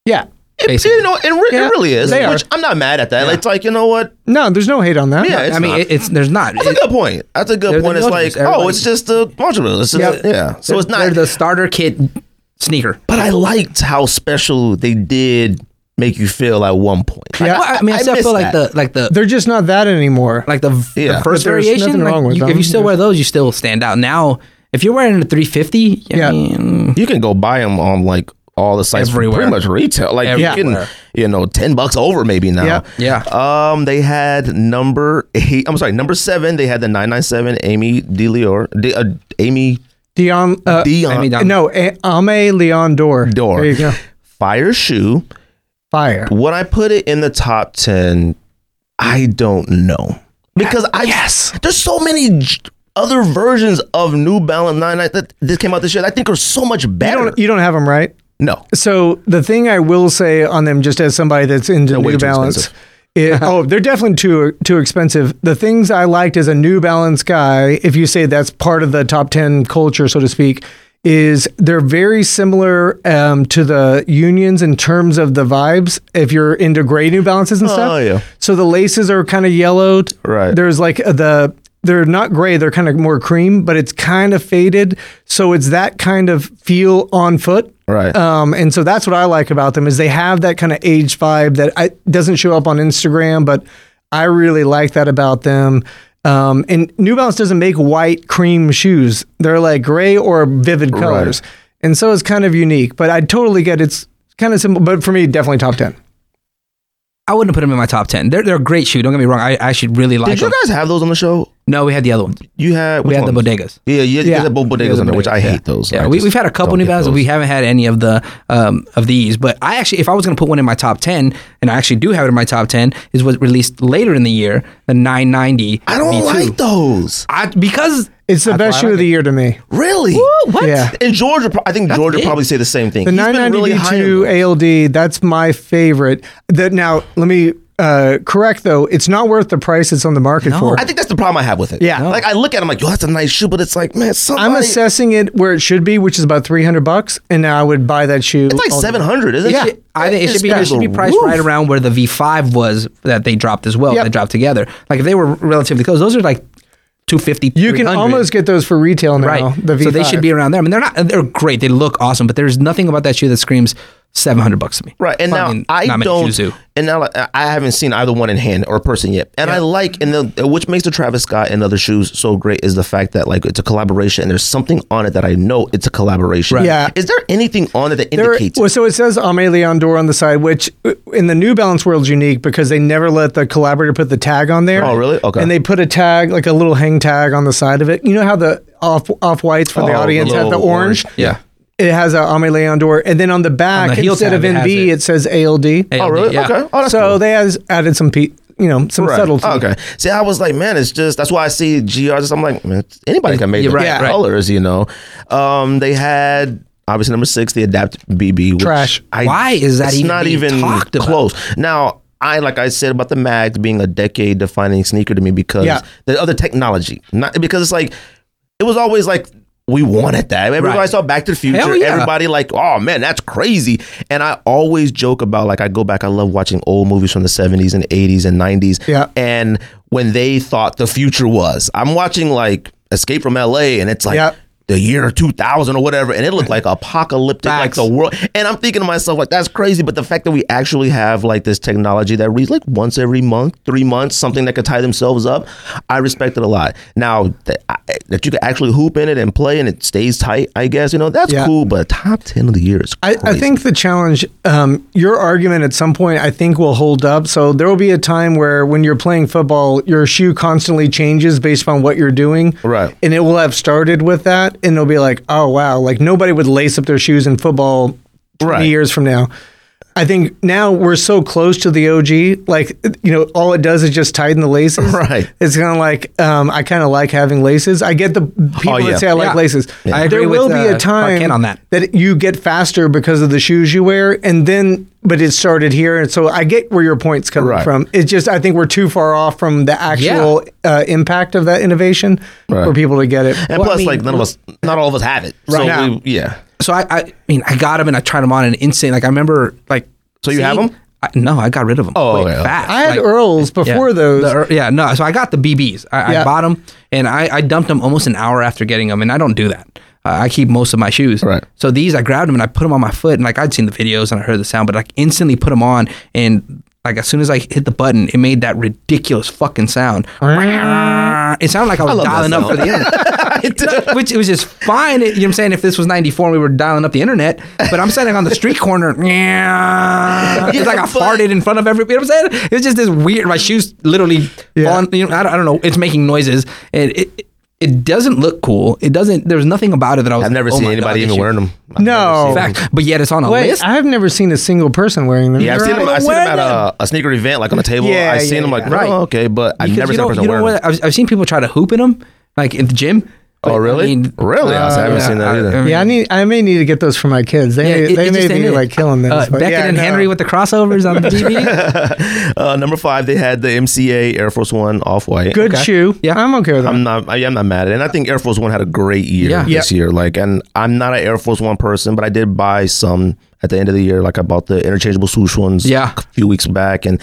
[SPEAKER 2] Yeah.
[SPEAKER 1] It,
[SPEAKER 3] Basically.
[SPEAKER 1] you know, it, re-
[SPEAKER 2] Yeah,
[SPEAKER 1] it really is.
[SPEAKER 2] they
[SPEAKER 1] Which
[SPEAKER 2] are.
[SPEAKER 1] I'm not mad at that. It's like you know what?
[SPEAKER 2] No, there's no hate on that.
[SPEAKER 1] Yeah, it's
[SPEAKER 3] I mean,
[SPEAKER 1] not.
[SPEAKER 3] it, it's there's not.
[SPEAKER 1] That's a good point. That's a
[SPEAKER 3] They're
[SPEAKER 1] good
[SPEAKER 3] the
[SPEAKER 1] point. It's
[SPEAKER 3] modules.
[SPEAKER 1] like, oh,
[SPEAKER 3] Everybody-
[SPEAKER 1] it's just the module. It's just,
[SPEAKER 2] Yep.
[SPEAKER 1] Yeah. So it's
[SPEAKER 3] They're
[SPEAKER 1] not.
[SPEAKER 3] the starter kit sneaker.
[SPEAKER 1] but I liked how special they did make you feel at one point. Like,
[SPEAKER 2] Yeah.
[SPEAKER 3] Well, I mean, I,
[SPEAKER 1] I
[SPEAKER 3] still
[SPEAKER 1] miss
[SPEAKER 3] feel like
[SPEAKER 1] that.
[SPEAKER 3] the like the
[SPEAKER 2] They're just not that anymore.
[SPEAKER 3] like the, v-
[SPEAKER 1] Yeah.
[SPEAKER 3] the first
[SPEAKER 2] But there's
[SPEAKER 3] variation.
[SPEAKER 2] nothing
[SPEAKER 3] like,
[SPEAKER 2] wrong with
[SPEAKER 3] you- If
[SPEAKER 2] them.
[SPEAKER 3] you still
[SPEAKER 2] Yeah.
[SPEAKER 3] wear those, you still stand out. Now, if you're wearing a 350, I
[SPEAKER 2] Yeah.
[SPEAKER 3] mean,
[SPEAKER 1] you can go buy them on like all the sites for
[SPEAKER 3] Everywhere.
[SPEAKER 1] pretty much retail. Like you can,
[SPEAKER 3] Everywhere.
[SPEAKER 1] you know, ten bucks over maybe now.
[SPEAKER 2] Yeah.
[SPEAKER 3] Yeah.
[SPEAKER 1] Um, they had number eight. I'm sorry, number seven. They had the nine nine seven Amy Delior, De, uh, Amy
[SPEAKER 2] Dion, uh,
[SPEAKER 1] Dion
[SPEAKER 3] Amy Dion-
[SPEAKER 2] no, A- Ame Leon Dor.
[SPEAKER 1] Dor.
[SPEAKER 2] There you go.
[SPEAKER 1] Fire Shoe.
[SPEAKER 2] Fire.
[SPEAKER 1] Would I put it in the top ten? I don't know because I
[SPEAKER 2] Yes.
[SPEAKER 1] there's so many j- other versions of New Balance Nine Nine that this came out this year. that I think are so much
[SPEAKER 2] You
[SPEAKER 1] better.
[SPEAKER 3] e-
[SPEAKER 2] don't, you don't have them right.
[SPEAKER 1] no,
[SPEAKER 2] So the thing I will say on them, just as somebody that's into
[SPEAKER 1] way
[SPEAKER 2] New
[SPEAKER 1] too
[SPEAKER 2] Balance,
[SPEAKER 1] expensive.
[SPEAKER 2] it, oh, they're definitely too too expensive. The things I liked as a New Balance guy, if you say that's part of the top ten culture, so to speak, is they're very similar um, to the unions in terms of the vibes. If you're into gray New Balances and stuff,
[SPEAKER 1] Oh, yeah.
[SPEAKER 2] So the laces are kind of yellowed.
[SPEAKER 1] Right.
[SPEAKER 2] There's like uh, the they're not gray, they're kind of more cream, but it's kind of faded. So it's that kind of feel on foot.
[SPEAKER 1] Right.
[SPEAKER 3] Uh,
[SPEAKER 2] Um, and so that's what I like about them is they have that kind of age vibe that I, doesn't show up on Instagram, but I really like that about them. Um, and New Balance doesn't make white cream shoes; they're like gray or vivid colors, and so it's kind of unique. But I totally get it's kind of simple, but for me, definitely top ten.
[SPEAKER 3] I wouldn't put them in my top ten. They're they're a great shoe. Don't get me wrong. I, I should really like
[SPEAKER 1] did you
[SPEAKER 3] them.
[SPEAKER 1] guys have those on the show?
[SPEAKER 3] No, we had the other ones.
[SPEAKER 1] You had
[SPEAKER 3] We
[SPEAKER 1] which
[SPEAKER 3] had the
[SPEAKER 1] ones?
[SPEAKER 3] bodegas.
[SPEAKER 1] Yeah, yeah,
[SPEAKER 2] Yeah.
[SPEAKER 1] yeah. There's both bodegas on there, which I hate those.
[SPEAKER 3] Yeah,
[SPEAKER 1] I
[SPEAKER 3] we,
[SPEAKER 1] just
[SPEAKER 3] we've had a couple
[SPEAKER 1] don't
[SPEAKER 3] new
[SPEAKER 1] get
[SPEAKER 3] battles, but
[SPEAKER 1] those.
[SPEAKER 3] we haven't had any of the um, of these. But I actually, if I was going to put one in my top ten, and I actually do have it in my top ten, is what released later in the year, the 990.
[SPEAKER 1] I don't
[SPEAKER 3] V2.
[SPEAKER 1] like those.
[SPEAKER 3] I because
[SPEAKER 2] It's the
[SPEAKER 3] That's why
[SPEAKER 2] best
[SPEAKER 3] I
[SPEAKER 2] shoe
[SPEAKER 3] like
[SPEAKER 2] of the year to me.
[SPEAKER 1] Really?
[SPEAKER 3] what?
[SPEAKER 2] Yeah.
[SPEAKER 1] And Georgia, pro- I think George Georgia
[SPEAKER 3] big.
[SPEAKER 1] probably say the same thing.
[SPEAKER 2] The
[SPEAKER 1] He's been really high on
[SPEAKER 2] 992
[SPEAKER 1] those.
[SPEAKER 2] ALD, that's my favorite. That now let me uh, correct though, it's not worth the price it's on the market
[SPEAKER 3] No.
[SPEAKER 2] for.
[SPEAKER 1] I think that's the problem I have with it.
[SPEAKER 2] Yeah. No.
[SPEAKER 1] Like I look at them like, yo, that's a nice shoe, but it's like, man, somebody.
[SPEAKER 2] I'm assessing it where it should be, which is about 300 bucks, and now I would buy that shoe.
[SPEAKER 1] it's like
[SPEAKER 2] all-
[SPEAKER 1] 700, isn't
[SPEAKER 2] Yeah.
[SPEAKER 1] it?
[SPEAKER 3] It- I think it
[SPEAKER 1] It's
[SPEAKER 3] should be
[SPEAKER 1] got
[SPEAKER 3] it should be
[SPEAKER 1] the
[SPEAKER 3] priced
[SPEAKER 1] roof.
[SPEAKER 3] right around where the V5 was that they dropped as well.
[SPEAKER 2] Yep.
[SPEAKER 3] They dropped together. Like if they were relatively close, those are like 250.
[SPEAKER 2] You can
[SPEAKER 3] 300.
[SPEAKER 2] almost get those for retail now.
[SPEAKER 3] right.
[SPEAKER 2] The V5.
[SPEAKER 3] So they should be around there. I mean, they're not. They're great. They look awesome, but there's nothing about that shoe that screams 700 bucks to me.
[SPEAKER 1] Right, and now
[SPEAKER 3] Fucking
[SPEAKER 1] I
[SPEAKER 3] not many
[SPEAKER 1] don't,
[SPEAKER 3] shoes do.
[SPEAKER 1] and now like, I I haven't seen either one in hand or person yet. And I like, and the which makes the Travis Scott and other shoes so great is the fact that like it's a collaboration, and there's something on it that I know it's a collaboration.
[SPEAKER 2] Yeah.
[SPEAKER 1] is there anything on it that
[SPEAKER 2] There-
[SPEAKER 1] indicates?
[SPEAKER 2] well, so it says Ame Leon Dor on the side, which uh, in the New Balance world is unique because they never let the collaborator put the tag on there.
[SPEAKER 1] Oh, really? Okay.
[SPEAKER 2] And they put a tag, like a little hang tag on the side of it. You know how the off off whites for the
[SPEAKER 1] Oh, the
[SPEAKER 2] audience have the
[SPEAKER 1] little
[SPEAKER 2] orange?
[SPEAKER 1] orange.
[SPEAKER 3] Yeah.
[SPEAKER 2] It has a Ame Leon Dor. And then on the back,
[SPEAKER 3] On the heel
[SPEAKER 2] instead
[SPEAKER 3] tab,
[SPEAKER 2] of
[SPEAKER 3] it has
[SPEAKER 2] NB, it.
[SPEAKER 3] it.
[SPEAKER 2] says ALD.
[SPEAKER 1] oh, really?
[SPEAKER 3] Yeah.
[SPEAKER 1] Okay. Oh, that's
[SPEAKER 2] so
[SPEAKER 1] cool.
[SPEAKER 2] they has added some, pe- you know, some
[SPEAKER 1] Right. Oh,
[SPEAKER 2] subtlety.
[SPEAKER 1] Okay. See, I was like, man, it's just that's why I see GRs. I'm like, man, anybody can make
[SPEAKER 3] Yeah,
[SPEAKER 1] the
[SPEAKER 3] right, right.
[SPEAKER 1] colors, you know. Um, they had obviously number six, the Adapt BB. Which
[SPEAKER 2] Trash.
[SPEAKER 1] I,
[SPEAKER 3] Why is that
[SPEAKER 1] it's
[SPEAKER 3] even
[SPEAKER 1] not
[SPEAKER 3] being
[SPEAKER 1] even
[SPEAKER 3] talked about?
[SPEAKER 1] close? Now, I like I said about the Mag being a decade defining sneaker to me because
[SPEAKER 2] Yeah.
[SPEAKER 1] the other technology, not because it's like it was always like. We wanted that. Everybody
[SPEAKER 3] Right.
[SPEAKER 1] saw Back to the Future.
[SPEAKER 3] Hell yeah.
[SPEAKER 1] Everybody like, oh man, that's crazy. And I always joke about like I go back. I love watching old movies from the seventies and eighties and nineties
[SPEAKER 2] Yeah.
[SPEAKER 1] and when they thought the future was. I'm watching like Escape from LA and it's like
[SPEAKER 2] Yep.
[SPEAKER 1] the year 2000 or whatever, and it looked like apocalyptic, like
[SPEAKER 3] Facts.
[SPEAKER 1] the world. And I'm thinking to myself, like, that's crazy. But the fact that we actually have like this technology that reads like once every month, three months, something that could tie themselves up, I respect it a lot. Now that, I, that you can actually hoop in it and play and it stays tight, I guess, you know, that's
[SPEAKER 2] Yeah.
[SPEAKER 1] cool. But top 10 of the year is
[SPEAKER 2] I,
[SPEAKER 1] crazy.
[SPEAKER 2] I think the challenge, um, your argument at some point, I think will hold up. So there will be a time where when you're playing football, your shoe constantly changes based on what you're doing.
[SPEAKER 1] Right.
[SPEAKER 2] And it will have started with that. And it'll be like, oh, wow. Like nobody would lace up their shoes in football 20
[SPEAKER 1] Right.
[SPEAKER 2] years from now. I think now we're so close to the OG. Like, you know, all it does is just tighten the laces.
[SPEAKER 1] Right.
[SPEAKER 2] It's kind of like, um, I kind of like having laces. I get the people
[SPEAKER 1] Oh, yeah.
[SPEAKER 2] that say I like
[SPEAKER 3] Yeah.
[SPEAKER 2] laces.
[SPEAKER 3] I agree
[SPEAKER 2] there
[SPEAKER 3] with,
[SPEAKER 2] will be
[SPEAKER 3] uh,
[SPEAKER 2] a
[SPEAKER 3] Mark
[SPEAKER 2] time
[SPEAKER 3] Kent on that.
[SPEAKER 2] that you get faster because of the shoes you wear and then but it started here and so i get where your point's coming
[SPEAKER 1] Right.
[SPEAKER 2] from it's just i think we're too far off from the actual uh, impact of that innovation for people to get it
[SPEAKER 1] And
[SPEAKER 3] Well, I
[SPEAKER 1] plus,
[SPEAKER 3] mean-
[SPEAKER 1] like, none of us, not all of us have it.
[SPEAKER 2] Right.
[SPEAKER 1] So,
[SPEAKER 2] Yeah.
[SPEAKER 1] we, yeah.
[SPEAKER 3] So I, I mean, I got them and I tried them on an instant. Like I remember, like.
[SPEAKER 1] So you have
[SPEAKER 3] seeing-
[SPEAKER 1] 'em?
[SPEAKER 3] I, no, I got rid of them.
[SPEAKER 1] Oh, okay, okay.
[SPEAKER 3] fast.
[SPEAKER 2] i had
[SPEAKER 3] like-
[SPEAKER 2] earls
[SPEAKER 3] yeah.
[SPEAKER 2] before those
[SPEAKER 3] The Ear- yeah, no. So I got the BBs. I,
[SPEAKER 2] Yeah.
[SPEAKER 3] I bought them and I, I dumped them almost an hour after getting them, and I don't do that. Uh, I keep most of my shoes.
[SPEAKER 1] Right.
[SPEAKER 3] So these, I grabbed them and I put them on my foot, and like I'd seen the videos and I heard the sound, but like instantly put them on, and like as soon as I hit the button, it made that ridiculous fucking sound. it sounded like I was
[SPEAKER 1] love that
[SPEAKER 3] dialing up for
[SPEAKER 1] sound.
[SPEAKER 3] the internet. No, which it was just fine. It- you know what I'm saying? If this was 94 and we were dialing up the internet, but I'm standing on the street corner. Yeah. It's like I farted in front of everybody. You know what I'm saying? It was just this weird. My shoes literally falling. You know, I, don't, I don't know. It's making noises. And it, it, it doesn't look cool. It doesn't, there's nothing about it that I was
[SPEAKER 1] I've
[SPEAKER 3] like,
[SPEAKER 1] never
[SPEAKER 3] "Oh
[SPEAKER 1] seen
[SPEAKER 3] my
[SPEAKER 1] anybody
[SPEAKER 3] God,
[SPEAKER 1] even
[SPEAKER 3] this
[SPEAKER 1] wearing them. I've
[SPEAKER 2] No.
[SPEAKER 1] never seen
[SPEAKER 3] shoe-
[SPEAKER 1] them.
[SPEAKER 3] Fact, but yet it's on a
[SPEAKER 2] wait
[SPEAKER 3] list.
[SPEAKER 2] i've never seen a single person wearing them
[SPEAKER 1] Yeah, I've seen
[SPEAKER 3] Right.
[SPEAKER 1] them. I've seen them at
[SPEAKER 3] Wear
[SPEAKER 1] a, a sneaker event, like on a table.
[SPEAKER 2] Yeah,
[SPEAKER 1] I've seen
[SPEAKER 2] yeah,
[SPEAKER 1] them like,
[SPEAKER 2] yeah.
[SPEAKER 1] right.
[SPEAKER 3] Right.
[SPEAKER 1] okay, but I've
[SPEAKER 3] Because
[SPEAKER 1] never seen
[SPEAKER 3] you
[SPEAKER 1] a
[SPEAKER 3] don't,
[SPEAKER 1] person
[SPEAKER 3] you don't
[SPEAKER 1] wearing
[SPEAKER 3] wear,
[SPEAKER 1] them.
[SPEAKER 3] I've, I've seen people try to hoop in them, like in the gym.
[SPEAKER 1] Oh,
[SPEAKER 3] But, uh,
[SPEAKER 1] really? Really? I haven't
[SPEAKER 3] yeah,
[SPEAKER 1] seen that either.
[SPEAKER 2] yeah, I need. I may need to get those for my kids. They
[SPEAKER 3] Yeah,
[SPEAKER 2] may,
[SPEAKER 3] it-
[SPEAKER 2] they
[SPEAKER 3] it
[SPEAKER 2] may
[SPEAKER 3] just
[SPEAKER 2] be
[SPEAKER 3] ended.
[SPEAKER 2] like killing this.
[SPEAKER 3] Uh,
[SPEAKER 2] but
[SPEAKER 3] Beckett
[SPEAKER 2] yeah,
[SPEAKER 3] and
[SPEAKER 2] no.
[SPEAKER 3] Henry with the crossovers on the TV.
[SPEAKER 1] Uh, number five, they had the MCA Air Force One off white.
[SPEAKER 2] good shoe.
[SPEAKER 3] Yeah.
[SPEAKER 2] I'm okay with them.
[SPEAKER 1] I'm not. I, am not mad at it. And I think Air Force One had a great year
[SPEAKER 3] Yeah.
[SPEAKER 1] this year. Like, and I'm not an Air Force One person, but I did buy some at the end of the year. Like, I bought the interchangeable swoosh ones.
[SPEAKER 3] Yeah.
[SPEAKER 1] a few weeks back, and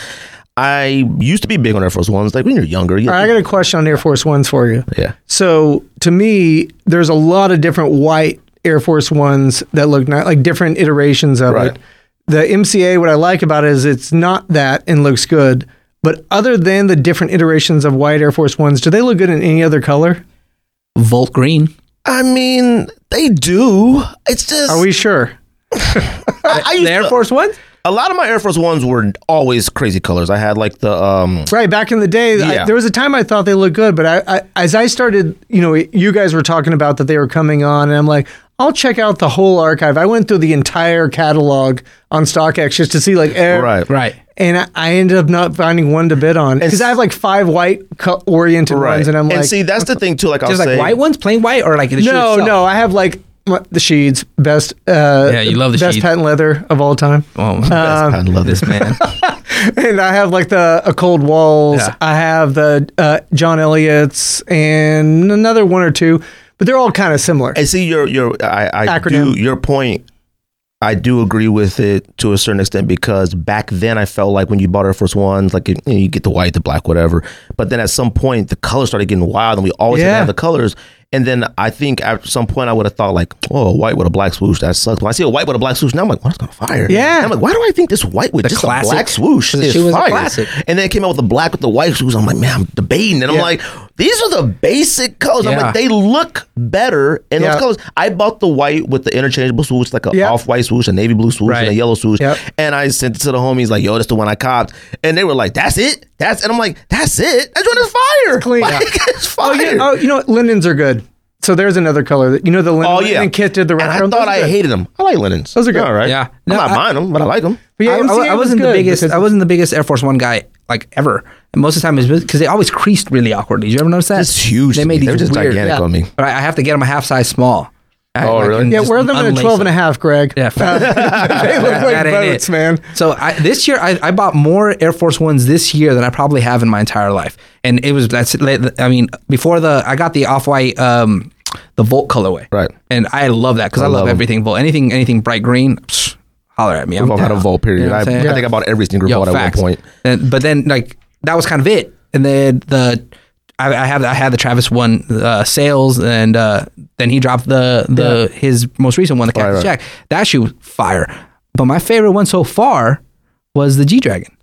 [SPEAKER 1] I used to be big on Air Force Ones. Like when you're younger, you,
[SPEAKER 2] All right, I got a question on Air Force Ones for you.
[SPEAKER 1] yeah.
[SPEAKER 2] So to me, there's a lot of different white Air Force Ones that look nice, like different iterations of
[SPEAKER 1] Right.
[SPEAKER 2] it. The MCA, what I like about it is it's not that and looks good. But other than the different iterations of white Air Force Ones, do they look good in any other color?
[SPEAKER 3] Volt green.
[SPEAKER 1] I mean, they do. It's just
[SPEAKER 2] Are we sure?
[SPEAKER 1] I, I used
[SPEAKER 3] The Air
[SPEAKER 1] to-
[SPEAKER 3] Force One?
[SPEAKER 1] A lot of my Air Force Ones were always crazy colors. I had like the um
[SPEAKER 2] Right. Back in the day, I-
[SPEAKER 1] Yeah.
[SPEAKER 2] there was a time I thought they looked good, but I, I, as I started, you know, you guys were talking about that they were coming on, and I'm like, I'll check out the whole archive. I went through the entire catalog on StockX just to see like air,
[SPEAKER 1] right
[SPEAKER 3] Right.
[SPEAKER 2] and I, I ended up not finding one to bid on because I have like five white co- oriented ones, and I'm like,
[SPEAKER 1] see, that's the thing too. Like, I'll
[SPEAKER 3] There's
[SPEAKER 1] say,
[SPEAKER 3] like white ones, plain white, or like the shoe
[SPEAKER 2] no,
[SPEAKER 3] itself?
[SPEAKER 2] no, I have like m- the sheets, best, uh,
[SPEAKER 3] Yeah, you love the
[SPEAKER 2] best
[SPEAKER 3] sheets.
[SPEAKER 2] patent leather of all time,
[SPEAKER 3] Oh,
[SPEAKER 1] I love this.
[SPEAKER 3] this man.
[SPEAKER 2] and I have like the a cold walls.
[SPEAKER 3] Yeah.
[SPEAKER 2] I have the uh, John Elliott's and another one or two, but they're all kind of similar.
[SPEAKER 1] And see, your your I, I do
[SPEAKER 2] Acronym.
[SPEAKER 1] your point. I do agree with it to a certain extent because back then I felt like when you bought Air Force Ones, like you, you get the white, the black, whatever. But then at some point the colors started getting wild, and we always had to
[SPEAKER 2] Yeah.
[SPEAKER 1] have the colors. And then I think after some point I would have thought like, oh, white with a black swoosh, that sucks. When I see a white with a black swoosh, now I'm like, well, that's gonna fire.
[SPEAKER 2] Yeah.
[SPEAKER 1] I'm like, why do I think this white with
[SPEAKER 3] The
[SPEAKER 1] just
[SPEAKER 3] classic.
[SPEAKER 1] a black swoosh
[SPEAKER 3] The
[SPEAKER 1] is
[SPEAKER 3] shoe was a
[SPEAKER 1] fire?
[SPEAKER 3] classic.
[SPEAKER 1] And then it came out with the black with the white shoes. I'm like, man, I'm debating. And I'm
[SPEAKER 2] Yeah.
[SPEAKER 1] like, these are the basic colors. I'm
[SPEAKER 3] Yeah.
[SPEAKER 1] like, they look better in those
[SPEAKER 2] Yeah.
[SPEAKER 1] colors. I bought the white with the interchangeable swoosh, like a
[SPEAKER 2] Yeah.
[SPEAKER 1] off-white swoosh, a navy blue swoosh, and a
[SPEAKER 3] Right.
[SPEAKER 1] yellow swoosh.
[SPEAKER 2] Yep.
[SPEAKER 1] And I sent it to the homies, like, yo, that's the one I copped. And they were like, that's it? That's and I'm like, that's it? That joint is fire.
[SPEAKER 2] clean.
[SPEAKER 1] Like,
[SPEAKER 2] Yeah.
[SPEAKER 1] it's fire.
[SPEAKER 2] Oh, yeah. Oh, you know what? Linens are good. So there's another color. That, you know the linen.
[SPEAKER 1] Oh, yeah.
[SPEAKER 2] And Kit did the
[SPEAKER 1] And
[SPEAKER 2] round.
[SPEAKER 1] I
[SPEAKER 2] Those
[SPEAKER 1] thought
[SPEAKER 2] are
[SPEAKER 1] I
[SPEAKER 2] good.
[SPEAKER 1] hated them. I like linens. Those
[SPEAKER 2] are good.
[SPEAKER 1] All right.
[SPEAKER 3] Yeah.
[SPEAKER 1] I'm
[SPEAKER 3] No,
[SPEAKER 1] not
[SPEAKER 3] I-
[SPEAKER 1] buying them, but I like them.
[SPEAKER 2] But yeah,
[SPEAKER 3] I, I-
[SPEAKER 2] MCA
[SPEAKER 3] I wasn't the
[SPEAKER 2] good
[SPEAKER 3] biggest.
[SPEAKER 2] because-
[SPEAKER 3] I wasn't the biggest Air Force One guy like ever. And most of the time, is because they always creased really awkwardly. Did you ever notice that?
[SPEAKER 1] It's huge to
[SPEAKER 3] They made
[SPEAKER 1] me.
[SPEAKER 3] these
[SPEAKER 1] They're just
[SPEAKER 3] weird-
[SPEAKER 1] gigantic
[SPEAKER 3] yeah.
[SPEAKER 1] on me.
[SPEAKER 3] But I, I have to get them a half size small. I,
[SPEAKER 1] Oh, really?
[SPEAKER 3] and
[SPEAKER 2] yeah,
[SPEAKER 3] just
[SPEAKER 2] wear them in a
[SPEAKER 3] unlace
[SPEAKER 2] 12 and a
[SPEAKER 3] them.
[SPEAKER 2] half, Greg.
[SPEAKER 3] Yeah, fact.
[SPEAKER 2] they look like
[SPEAKER 3] That ain't
[SPEAKER 2] boats,
[SPEAKER 3] it.
[SPEAKER 2] man.
[SPEAKER 3] So I, this year, I, I bought more Air Force Ones this year than I probably have in my entire life, and it was that's. I mean, before the I got the off white, um, the Volt colorway,
[SPEAKER 1] Right.
[SPEAKER 3] And I love that because I, love,
[SPEAKER 1] love 'em.
[SPEAKER 3] everything Volt. Anything, anything bright green, psh, holler at me. I'm
[SPEAKER 1] I've had a
[SPEAKER 3] down.
[SPEAKER 1] volt period.
[SPEAKER 3] You know
[SPEAKER 1] I,
[SPEAKER 3] what I'm saying?
[SPEAKER 1] I think I bought every sneaker
[SPEAKER 3] Yo,
[SPEAKER 1] bought at one
[SPEAKER 3] facts.
[SPEAKER 1] point.
[SPEAKER 3] And- but then like that was kind of it, and then the I, I have I had the Travis one uh, sales, and uh, then he dropped the the his most recent one, the Cactus
[SPEAKER 1] right.
[SPEAKER 3] Jack. That shoe was fire. But my favorite one so far was the G Dragon.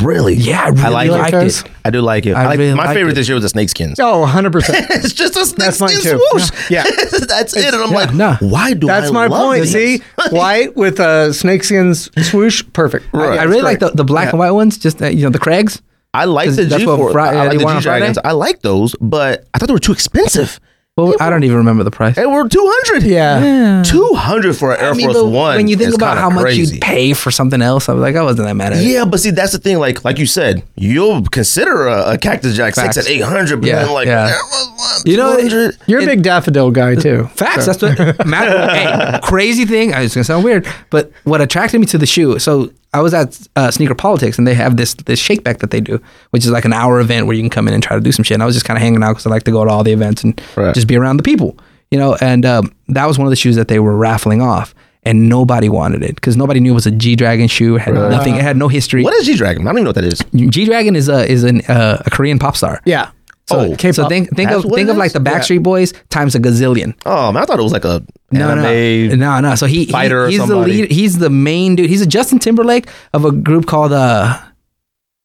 [SPEAKER 1] Really?
[SPEAKER 3] Yeah, I really
[SPEAKER 1] I like
[SPEAKER 3] liked
[SPEAKER 1] it.
[SPEAKER 3] it.
[SPEAKER 1] I do like it.
[SPEAKER 3] I
[SPEAKER 1] I like,
[SPEAKER 3] really
[SPEAKER 1] my
[SPEAKER 3] liked
[SPEAKER 1] favorite
[SPEAKER 3] it.
[SPEAKER 1] this year was the snakeskins.
[SPEAKER 2] Oh, 100%.
[SPEAKER 1] it's just a
[SPEAKER 2] That's mine
[SPEAKER 1] snakeskin
[SPEAKER 2] too.
[SPEAKER 1] swoosh.
[SPEAKER 2] Yeah.
[SPEAKER 1] that's it. And I'm like,
[SPEAKER 3] no.
[SPEAKER 1] why do
[SPEAKER 2] That's
[SPEAKER 1] I
[SPEAKER 2] my
[SPEAKER 1] love
[SPEAKER 2] point.
[SPEAKER 1] this?
[SPEAKER 2] See, white with a snakeskin swoosh, perfect.
[SPEAKER 1] Right.
[SPEAKER 3] I
[SPEAKER 1] That's
[SPEAKER 3] really like the, the black and white ones. Just uh, you know the Craigs.
[SPEAKER 1] I like
[SPEAKER 3] 'Cause
[SPEAKER 1] the
[SPEAKER 3] that's what
[SPEAKER 1] G4.
[SPEAKER 3] Fri-
[SPEAKER 1] I
[SPEAKER 3] they
[SPEAKER 1] like the
[SPEAKER 3] went
[SPEAKER 1] G
[SPEAKER 3] on
[SPEAKER 1] Dragons. I like those, but I thought they were too expensive.
[SPEAKER 3] Well, I don't even remember the price.
[SPEAKER 1] They were 200.
[SPEAKER 2] Yeah.
[SPEAKER 1] Two hundred for an Air Force
[SPEAKER 3] but
[SPEAKER 1] One.
[SPEAKER 3] when you think
[SPEAKER 1] is
[SPEAKER 3] about
[SPEAKER 1] kinda
[SPEAKER 3] how much
[SPEAKER 1] crazy.
[SPEAKER 3] you pay for something else, I was like, I wasn't that mad at it.
[SPEAKER 1] Yeah, but see, that's the thing. Like, like you said, you'll consider a, a Cactus Jack
[SPEAKER 3] Facts.
[SPEAKER 1] six at eight hundred, but
[SPEAKER 3] Yeah,
[SPEAKER 1] then like,
[SPEAKER 3] yeah.
[SPEAKER 1] Air Force One,
[SPEAKER 3] You know,
[SPEAKER 1] 200.
[SPEAKER 2] You're a big daffodil guy, too.
[SPEAKER 3] Facts. That's what matter. hey, crazy thing. I was gonna sound weird, but what attracted me to the shoe. So I was at uh, Sneaker Politics, and they have this this shakeback that they do, which is like an hour event where you can come in and try to do some shit. And I was just kind of hanging out because I like to go to all the events and
[SPEAKER 1] Right.
[SPEAKER 3] just be around the people, you know. And um, that was one of the shoes that they were raffling off, and nobody wanted it because nobody knew it was a G Dragon shoe. It had nothing. It had no history.
[SPEAKER 1] what is G Dragon? I don't even know what that is.
[SPEAKER 3] G Dragon is a is an uh, a Korean pop star.
[SPEAKER 2] Yeah.
[SPEAKER 1] Oh,
[SPEAKER 3] So, so think think
[SPEAKER 1] That's
[SPEAKER 3] of
[SPEAKER 1] what
[SPEAKER 3] think
[SPEAKER 1] it
[SPEAKER 3] of like
[SPEAKER 1] is?
[SPEAKER 3] the Backstreet Boys times a gazillion.
[SPEAKER 1] Oh man, I thought it was like a
[SPEAKER 3] No,
[SPEAKER 1] anime.
[SPEAKER 3] no, no, no. So he, he-
[SPEAKER 1] fighter or
[SPEAKER 3] he's the
[SPEAKER 1] somebody.
[SPEAKER 3] lead, he's the main dude. He's a Justin Timberlake of a group called uh,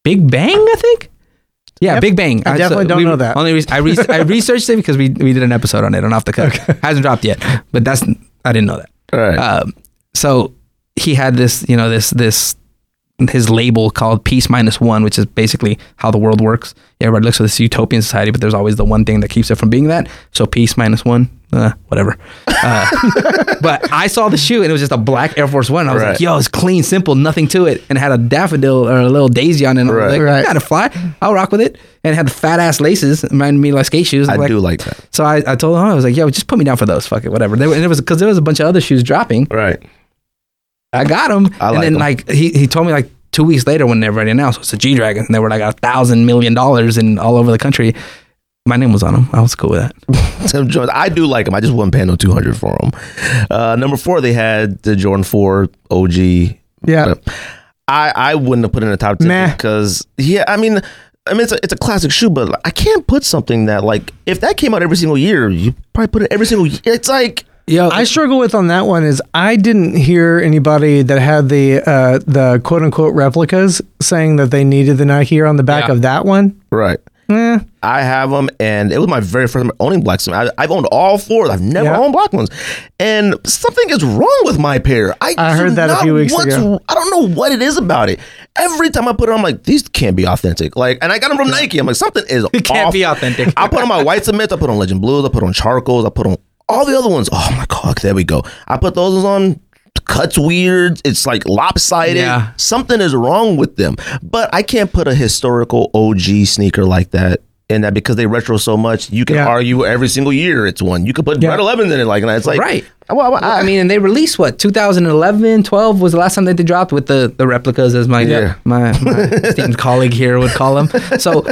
[SPEAKER 3] Big Bang, I think. Yeah, Big Bang.
[SPEAKER 2] I
[SPEAKER 3] Uh,
[SPEAKER 2] definitely don't
[SPEAKER 3] we-
[SPEAKER 2] know that.
[SPEAKER 3] Only re- I, re- I researched it because we, we did an episode on it on Off the Cut. Hasn't dropped yet, but that's I didn't know that.
[SPEAKER 1] All right.
[SPEAKER 3] Um, so he had this, you know, this this his label called Peace Minus One, which is basically how the world works. Everybody looks for this utopian society, but there's always the one thing that keeps it from being that. So Peace Minus One, uh, whatever. Uh, but I saw the shoe and it was just a black Air Force One. and I was like,
[SPEAKER 1] Right.
[SPEAKER 3] yo, it's clean, simple, nothing to it, and it had a daffodil or a little daisy on it. And I was
[SPEAKER 1] Right.
[SPEAKER 3] like,
[SPEAKER 2] Right.
[SPEAKER 3] gotta fly. I'll rock with it. And it had fat ass laces, reminded me of like skate shoes.
[SPEAKER 1] I
[SPEAKER 3] I'm
[SPEAKER 1] do like that.
[SPEAKER 3] so I, I told him I was like, yo, just put me down for those, fuck it, whatever. They were, and it was because there was a bunch of other shoes dropping.
[SPEAKER 1] Right.
[SPEAKER 3] I got them,
[SPEAKER 1] I
[SPEAKER 3] and
[SPEAKER 1] like
[SPEAKER 3] then
[SPEAKER 1] 'em.
[SPEAKER 3] like he, he told me like two weeks later when they already announced it's a G Dragon, and they were like a thousand million dollars in all over the country. My name was on them. I was cool with that.
[SPEAKER 1] Tim Jones. I do like them. I just wasn't paying no 200 for them. Uh, number four, they had the Jordan 4 OG.
[SPEAKER 2] Yeah.
[SPEAKER 1] I, I wouldn't have put it in the top 10
[SPEAKER 2] Meh.
[SPEAKER 1] because, yeah, I mean, I mean, it's a, it's a classic shoe, but I can't put something that, like, if that came out every single year, you probably put it every single year. It's like,
[SPEAKER 3] Yo,
[SPEAKER 2] I struggle with on that one is I didn't hear anybody that had the uh, the quote unquote replicas saying that they needed the Nike Air on the back
[SPEAKER 3] Yeah.
[SPEAKER 2] of that one. Eh,
[SPEAKER 1] right. I have them, and it was my very first time owning black. Some I, I've owned all four. I've never
[SPEAKER 2] Yeah.
[SPEAKER 1] owned black ones, and something is wrong with my pair. I,
[SPEAKER 2] I
[SPEAKER 1] do
[SPEAKER 2] heard that a
[SPEAKER 1] not
[SPEAKER 2] few weeks
[SPEAKER 1] want to-
[SPEAKER 2] ago.
[SPEAKER 1] I don't know what it is about it. Every time I put it, on, I'm like, these can't be authentic. Like, and I got them from Nike. I'm like, something is it
[SPEAKER 3] can't be authentic.
[SPEAKER 1] I put on my white cement. I put on Legend Blues. I put on Charcoals. I put on all the other ones. Oh my god, there we go. I put those ones on. Cuts weird. It's like lopsided.
[SPEAKER 3] Yeah.
[SPEAKER 1] Something is wrong with them. But I can't put a historical OG sneaker like that in that because they retro so much. You can
[SPEAKER 2] Yeah.
[SPEAKER 1] argue every single year it's one. You could put Red 11 in it like and It's like
[SPEAKER 3] Right.
[SPEAKER 1] Well, I,
[SPEAKER 3] I mean, and they released what 2011, 12 was the last time that they dropped with the, the replicas, as my
[SPEAKER 1] Yeah.
[SPEAKER 3] my, my esteemed colleague here would call them. So,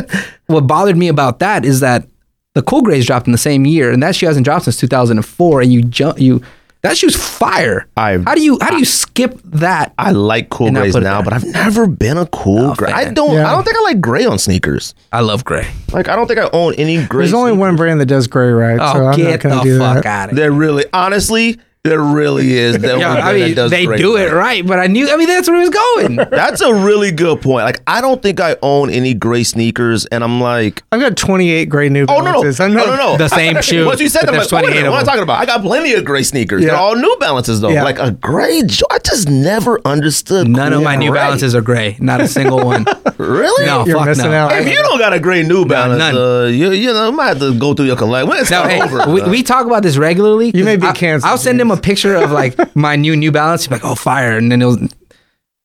[SPEAKER 3] what bothered me about that is that the Cool Grays dropped in the same year, and that shoe hasn't dropped since 2004. And you jump you that shoe's fire.
[SPEAKER 1] I-
[SPEAKER 3] how do you how do you skip that?
[SPEAKER 1] I like cool
[SPEAKER 3] And I
[SPEAKER 1] grays
[SPEAKER 3] put it
[SPEAKER 1] now,
[SPEAKER 3] there.
[SPEAKER 1] but I've never been a cool
[SPEAKER 3] Oh,
[SPEAKER 1] gray. I
[SPEAKER 3] fan.
[SPEAKER 1] don't.
[SPEAKER 2] Yeah.
[SPEAKER 1] I don't think I like gray on sneakers.
[SPEAKER 3] I love gray.
[SPEAKER 1] Like I don't think I own any gray.
[SPEAKER 2] There's only
[SPEAKER 1] sneakers.
[SPEAKER 2] one brand that does gray right,
[SPEAKER 3] Oh,
[SPEAKER 2] so I'm
[SPEAKER 3] get
[SPEAKER 2] not going to
[SPEAKER 3] the
[SPEAKER 2] do
[SPEAKER 3] fuck
[SPEAKER 2] that.
[SPEAKER 3] out of here.
[SPEAKER 1] There really, honestly, there really is. The only
[SPEAKER 3] Yeah,
[SPEAKER 1] brand
[SPEAKER 3] I
[SPEAKER 1] that
[SPEAKER 3] mean,
[SPEAKER 1] does
[SPEAKER 3] they
[SPEAKER 1] gray
[SPEAKER 3] do
[SPEAKER 1] gray.
[SPEAKER 3] it right, but I knew. I mean, that's where he was going.
[SPEAKER 1] That's a really good point. Like I don't think I own any gray sneakers, and I'm like,
[SPEAKER 2] I've got 28 gray New
[SPEAKER 1] Oh no, no,
[SPEAKER 2] Balances.
[SPEAKER 1] no,
[SPEAKER 2] I'm not-
[SPEAKER 1] no, no.
[SPEAKER 3] The same shoe,
[SPEAKER 1] Once you said
[SPEAKER 3] but
[SPEAKER 1] that, I'm
[SPEAKER 3] there's
[SPEAKER 1] like, oh, wait a
[SPEAKER 3] 28
[SPEAKER 1] minute, what am
[SPEAKER 3] of
[SPEAKER 1] I
[SPEAKER 3] them.
[SPEAKER 1] talking about? I got plenty of gray sneakers. They're
[SPEAKER 2] Yeah.
[SPEAKER 1] all New Balances though.
[SPEAKER 2] Yeah.
[SPEAKER 1] Like a gray. jo- I just never understood.
[SPEAKER 3] None of my New
[SPEAKER 1] gray.
[SPEAKER 3] Balances are gray. Not a single one.
[SPEAKER 1] Really?
[SPEAKER 3] No,
[SPEAKER 2] You're
[SPEAKER 3] fuck
[SPEAKER 2] missing
[SPEAKER 3] no.
[SPEAKER 2] out.
[SPEAKER 1] If you don't got a gray New Balance,
[SPEAKER 3] none.
[SPEAKER 1] uh, you you know, you might have to go through your collection. When it's
[SPEAKER 3] Now,
[SPEAKER 1] not
[SPEAKER 3] hey,
[SPEAKER 1] over,
[SPEAKER 3] we,
[SPEAKER 1] uh,
[SPEAKER 3] we talk about this regularly.
[SPEAKER 2] You may be
[SPEAKER 3] I-
[SPEAKER 2] canceled,
[SPEAKER 3] I'll send him a picture of like my new New Balance. He's like, oh, fire. And then he'll,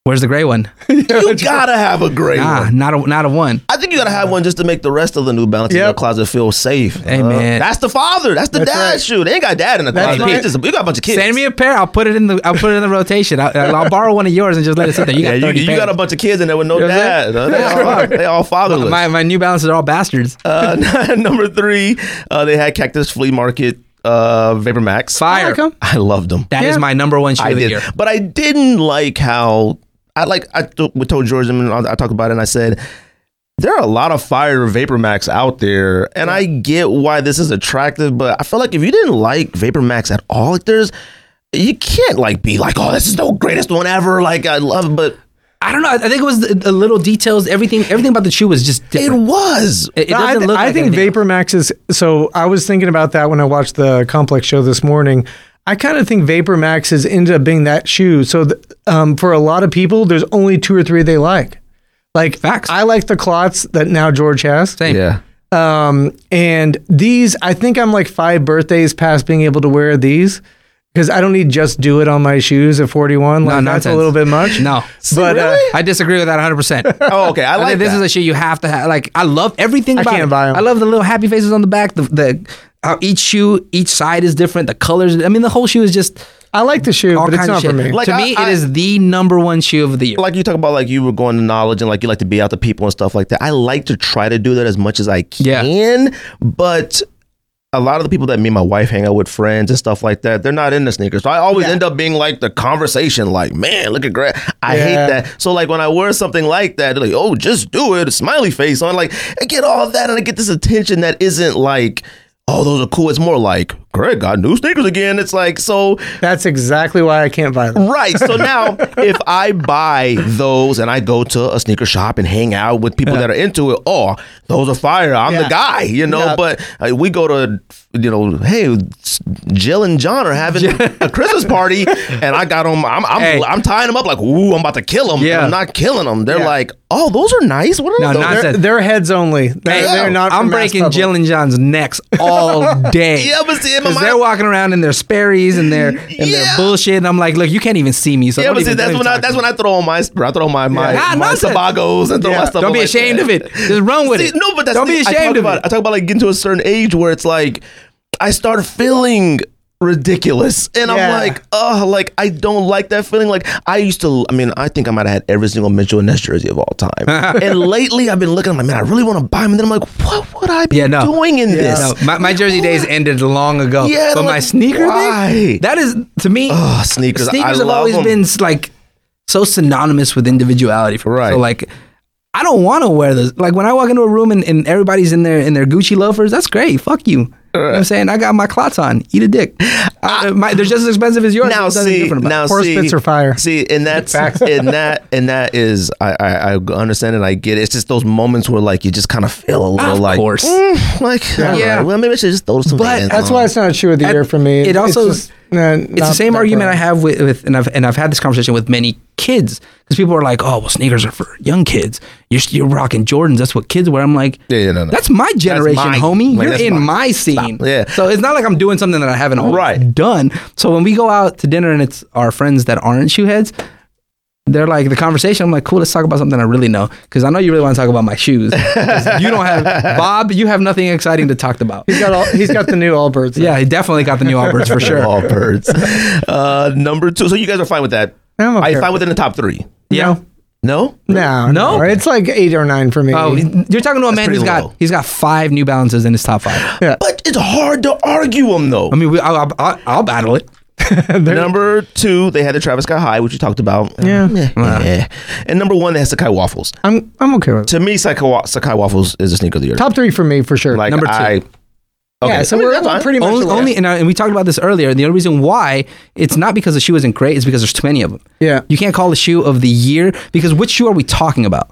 [SPEAKER 3] where's the gray one?
[SPEAKER 1] you gotta have a gray
[SPEAKER 3] Ah,
[SPEAKER 1] one.
[SPEAKER 3] not a, not a one.
[SPEAKER 1] I think you gotta have one just to make the rest of the New Balance in your
[SPEAKER 2] Yep.
[SPEAKER 1] closet feel safe. Uh,
[SPEAKER 3] Hey, man.
[SPEAKER 1] that's the father. That's the dad
[SPEAKER 2] right.
[SPEAKER 1] shoe. They ain't got dad in the
[SPEAKER 2] That's
[SPEAKER 1] closet.
[SPEAKER 2] right.
[SPEAKER 1] It's just- you got a bunch of kids.
[SPEAKER 3] Send me a pair. I'll put it in the I'll put it in the rotation. I, I'll borrow one of yours and just let it sit there. You
[SPEAKER 1] yeah,
[SPEAKER 3] got
[SPEAKER 1] you,
[SPEAKER 3] 30
[SPEAKER 1] you
[SPEAKER 3] pairs.
[SPEAKER 1] got a bunch of kids in there with no
[SPEAKER 3] know what I'm
[SPEAKER 1] dad. Uh, They all, they all fatherless.
[SPEAKER 3] my my New Balances are all bastards.
[SPEAKER 1] Uh, number three, uh, they had Cactus Flea Market uh, Vapor Max.
[SPEAKER 3] Fire.
[SPEAKER 2] like 'em.
[SPEAKER 1] I loved them.
[SPEAKER 3] That is
[SPEAKER 2] Yeah.
[SPEAKER 3] my number one shoe
[SPEAKER 1] I
[SPEAKER 3] of the
[SPEAKER 1] did,
[SPEAKER 3] year.
[SPEAKER 1] but I didn't like how I like. I th- we told George and I, I talked about it, and I said there are a lot of fire Vapor Max out there, and I get why this is attractive, but I feel like if you didn't like Vapor Max at all, like there's you can't like be like, oh, this is the greatest one ever. Like I love, it, but
[SPEAKER 3] I don't know. I I think it was the, the little details. Everything, everything about the shoe was just
[SPEAKER 1] it
[SPEAKER 3] different.
[SPEAKER 1] was.
[SPEAKER 3] It, it
[SPEAKER 2] No, I,
[SPEAKER 3] doesn't
[SPEAKER 2] th-
[SPEAKER 3] look.
[SPEAKER 2] I
[SPEAKER 3] like
[SPEAKER 2] think
[SPEAKER 3] anything.
[SPEAKER 2] Vapor Max is. So I was thinking about that when I watched the complex show this morning. I kind of think Vapor Max has ended up being that shoe. So th- um, for a lot of people, there's only two or three they like. Like
[SPEAKER 3] Facts.
[SPEAKER 2] I like the clots that now George has.
[SPEAKER 3] Same.
[SPEAKER 1] Yeah,
[SPEAKER 2] Um, and these, I think I'm like five birthdays past being able to wear these because I don't need just do it on my shoes at 41. Like,
[SPEAKER 3] No,
[SPEAKER 2] that's a
[SPEAKER 3] nonsense.
[SPEAKER 2] little bit much.
[SPEAKER 3] No.
[SPEAKER 2] but uh,
[SPEAKER 3] I disagree with that 100. percent
[SPEAKER 1] Oh, okay. I
[SPEAKER 3] think
[SPEAKER 1] like
[SPEAKER 3] this
[SPEAKER 1] that.
[SPEAKER 3] is a shoe you have to have. Like I love everything.
[SPEAKER 2] I
[SPEAKER 3] about
[SPEAKER 2] can't
[SPEAKER 3] it.
[SPEAKER 2] buy 'em.
[SPEAKER 3] I love the little happy faces on the back. The the how each shoe, each side is different. The colors. I mean, the whole shoe is just
[SPEAKER 2] I like the shoe,
[SPEAKER 3] all
[SPEAKER 2] but it's
[SPEAKER 3] kinds of
[SPEAKER 2] not
[SPEAKER 3] shit.
[SPEAKER 2] for me.
[SPEAKER 1] Like,
[SPEAKER 3] to
[SPEAKER 1] I-
[SPEAKER 3] me,
[SPEAKER 1] I-
[SPEAKER 3] it is the number one shoe of the year.
[SPEAKER 1] like you talk about like you were going to knowledge and like you like to be out to people and stuff like that. I like to try to do that as much as I
[SPEAKER 3] Yeah.
[SPEAKER 1] can, but a lot of the people that me and my wife hang out with, friends and stuff like that, they're not into sneakers. So I always end up being like the conversation, like, man, look at Greg. I
[SPEAKER 2] Yeah.
[SPEAKER 1] hate that. So like when I wear something like that, they're like, oh, just do it, a smiley face on. Like I get all of that and I get this attention that isn't like, oh, those are cool. It's more like, Greg got new sneakers again. It's like so.
[SPEAKER 2] That's exactly why I can't buy them.
[SPEAKER 1] Right. So now, if I buy those and I go to a sneaker shop and hang out with people that are into it, oh, those are fire. I'm the
[SPEAKER 2] Yeah.
[SPEAKER 1] guy, you know.
[SPEAKER 2] Yeah.
[SPEAKER 1] But uh, we go to, you know, hey, Jill and John are having a Christmas party, and I got them. I'm I'm,
[SPEAKER 3] Hey.
[SPEAKER 1] I'm tying them up like, ooh, I'm about to kill them.
[SPEAKER 3] Yeah.
[SPEAKER 1] I'm not killing them. They're
[SPEAKER 2] Yeah.
[SPEAKER 1] like, oh, those are nice. What are
[SPEAKER 3] No,
[SPEAKER 1] those?
[SPEAKER 3] not
[SPEAKER 1] They're-
[SPEAKER 2] They're,
[SPEAKER 3] said-
[SPEAKER 2] they're heads only. They're,
[SPEAKER 1] Hey,
[SPEAKER 2] they're not. for
[SPEAKER 3] I'm
[SPEAKER 2] mass
[SPEAKER 3] breaking
[SPEAKER 2] public.
[SPEAKER 3] Jill and John's necks all day.
[SPEAKER 1] Yeah, but see, in my
[SPEAKER 3] Because they're
[SPEAKER 1] mind-
[SPEAKER 3] walking around in their Sperry's and their and their
[SPEAKER 1] Yeah.
[SPEAKER 3] bullshit, and I'm like, look, you can't even see me. So
[SPEAKER 1] Yeah,
[SPEAKER 3] don't
[SPEAKER 1] but see,
[SPEAKER 3] even-
[SPEAKER 1] that's
[SPEAKER 3] don't
[SPEAKER 1] when
[SPEAKER 3] even
[SPEAKER 1] I
[SPEAKER 3] talk
[SPEAKER 1] that's
[SPEAKER 3] to me.
[SPEAKER 1] when I throw my I throw my my,
[SPEAKER 3] Ah,
[SPEAKER 1] my
[SPEAKER 3] nonsense.
[SPEAKER 1] sabagos and throw
[SPEAKER 2] Yeah.
[SPEAKER 1] my stuff.
[SPEAKER 3] Don't be
[SPEAKER 1] like that.
[SPEAKER 3] ashamed of it. Just run with
[SPEAKER 1] See,
[SPEAKER 3] it.
[SPEAKER 1] No, but that's
[SPEAKER 3] don't
[SPEAKER 1] the
[SPEAKER 3] be
[SPEAKER 1] thing. I
[SPEAKER 3] ashamed
[SPEAKER 1] talk
[SPEAKER 3] of
[SPEAKER 1] about, I
[SPEAKER 3] it.
[SPEAKER 1] talk about like getting to a certain age where it's like I start feeling ridiculous, and I'm
[SPEAKER 2] Yeah.
[SPEAKER 1] like, oh, like I don't like that feeling. Like I used to. I mean, I think I might have had every single Mitchell and Ness jersey of all time. and lately, I've been looking. I'm like, man, I really want to buy them. And then I'm like, what would I be
[SPEAKER 3] Yeah, no.
[SPEAKER 1] doing in this?
[SPEAKER 3] No, my, my jersey days ended long ago.
[SPEAKER 1] Yeah,
[SPEAKER 3] but
[SPEAKER 1] like,
[SPEAKER 3] my sneaker
[SPEAKER 1] why?
[SPEAKER 3] thing, that is to me.
[SPEAKER 1] Ugh, sneakers. I
[SPEAKER 3] Sneakers have
[SPEAKER 1] love
[SPEAKER 3] always
[SPEAKER 1] 'em.
[SPEAKER 3] been like so synonymous with individuality. For me.
[SPEAKER 1] Right.
[SPEAKER 3] So like, I don't want to wear this. Like when I walk into a room and, and everybody's in their in their Gucci loafers, that's great. Fuck you. You know what I'm saying? I got my clots on. Eat a dick. I, my, they're just as expensive as yours.
[SPEAKER 1] now
[SPEAKER 3] There's nothing
[SPEAKER 1] see
[SPEAKER 3] different about it.
[SPEAKER 1] now
[SPEAKER 2] Horse
[SPEAKER 1] see
[SPEAKER 2] pits are fire.
[SPEAKER 1] see and that's and that and that is I, I I understand and I get it. it's just those moments where like you just kind of feel a little
[SPEAKER 3] Of
[SPEAKER 1] like
[SPEAKER 3] course.
[SPEAKER 1] mm, like yeah
[SPEAKER 3] Yeah.
[SPEAKER 1] well maybe I should just throw some
[SPEAKER 3] But
[SPEAKER 1] Vans
[SPEAKER 2] That's
[SPEAKER 1] on.
[SPEAKER 2] why it's not a shoe of the
[SPEAKER 3] At-
[SPEAKER 2] year for me.
[SPEAKER 3] it also-
[SPEAKER 2] it's, just, nah,
[SPEAKER 3] it's the same argument I have with, with and I've and I've had this conversation with many kids because people are like, oh, well, sneakers are for young kids. You're, you're rocking Jordans. That's what kids wear. I'm like,
[SPEAKER 1] Yeah, yeah, no, no.
[SPEAKER 3] that's my generation,
[SPEAKER 1] mine.
[SPEAKER 3] homie.
[SPEAKER 1] Like,
[SPEAKER 3] you're
[SPEAKER 1] that's
[SPEAKER 3] in
[SPEAKER 1] mine.
[SPEAKER 3] my scene.
[SPEAKER 1] Stop. Yeah.
[SPEAKER 3] So it's not like I'm doing something that I haven't always
[SPEAKER 1] Right.
[SPEAKER 3] done. So when we go out to dinner and it's our friends that aren't shoeheads, they're like the conversation. I'm like, cool. Let's talk about something I really know because I know you really want to talk about my shoes. 'Cause you don't have Bob. You have nothing exciting to talk about.
[SPEAKER 2] He's got all, he's got the new Allbirds.
[SPEAKER 3] Yeah, he definitely got the new Allbirds for sure.
[SPEAKER 1] all birds uh number two so you guys are fine with that
[SPEAKER 2] I'm
[SPEAKER 1] I
[SPEAKER 2] okay.
[SPEAKER 1] fine within the top three
[SPEAKER 3] Yeah.
[SPEAKER 1] no
[SPEAKER 2] No,
[SPEAKER 3] No?
[SPEAKER 2] no, it's like eight or nine for me.
[SPEAKER 3] Oh, you're talking to a man
[SPEAKER 1] pretty
[SPEAKER 3] who's
[SPEAKER 1] low.
[SPEAKER 3] got he's got five New Balances in his top five.
[SPEAKER 1] but it's hard to argue them though
[SPEAKER 3] I mean, we, I'll, I'll, I'll battle it.
[SPEAKER 1] number two they had the Travis Scott High which you talked about
[SPEAKER 2] Yeah.
[SPEAKER 1] yeah. and number one they had Sakai Waffles
[SPEAKER 2] I'm I'm okay with it.
[SPEAKER 1] to me Sakai, Sakai Waffles is a sneaker of the year
[SPEAKER 2] Top three for me for sure.
[SPEAKER 1] like
[SPEAKER 3] Number two.
[SPEAKER 1] I okay
[SPEAKER 2] yeah, so
[SPEAKER 1] I mean,
[SPEAKER 2] we're,
[SPEAKER 1] that's
[SPEAKER 2] we're
[SPEAKER 1] fine.
[SPEAKER 2] pretty much
[SPEAKER 3] Only,
[SPEAKER 2] alike.
[SPEAKER 3] only and, I- and we talked about this earlier. The only reason why it's not because the shoe isn't great is because there's too many of them.
[SPEAKER 2] Yeah.
[SPEAKER 3] You can't call the shoe of the year because which shoe are we talking about?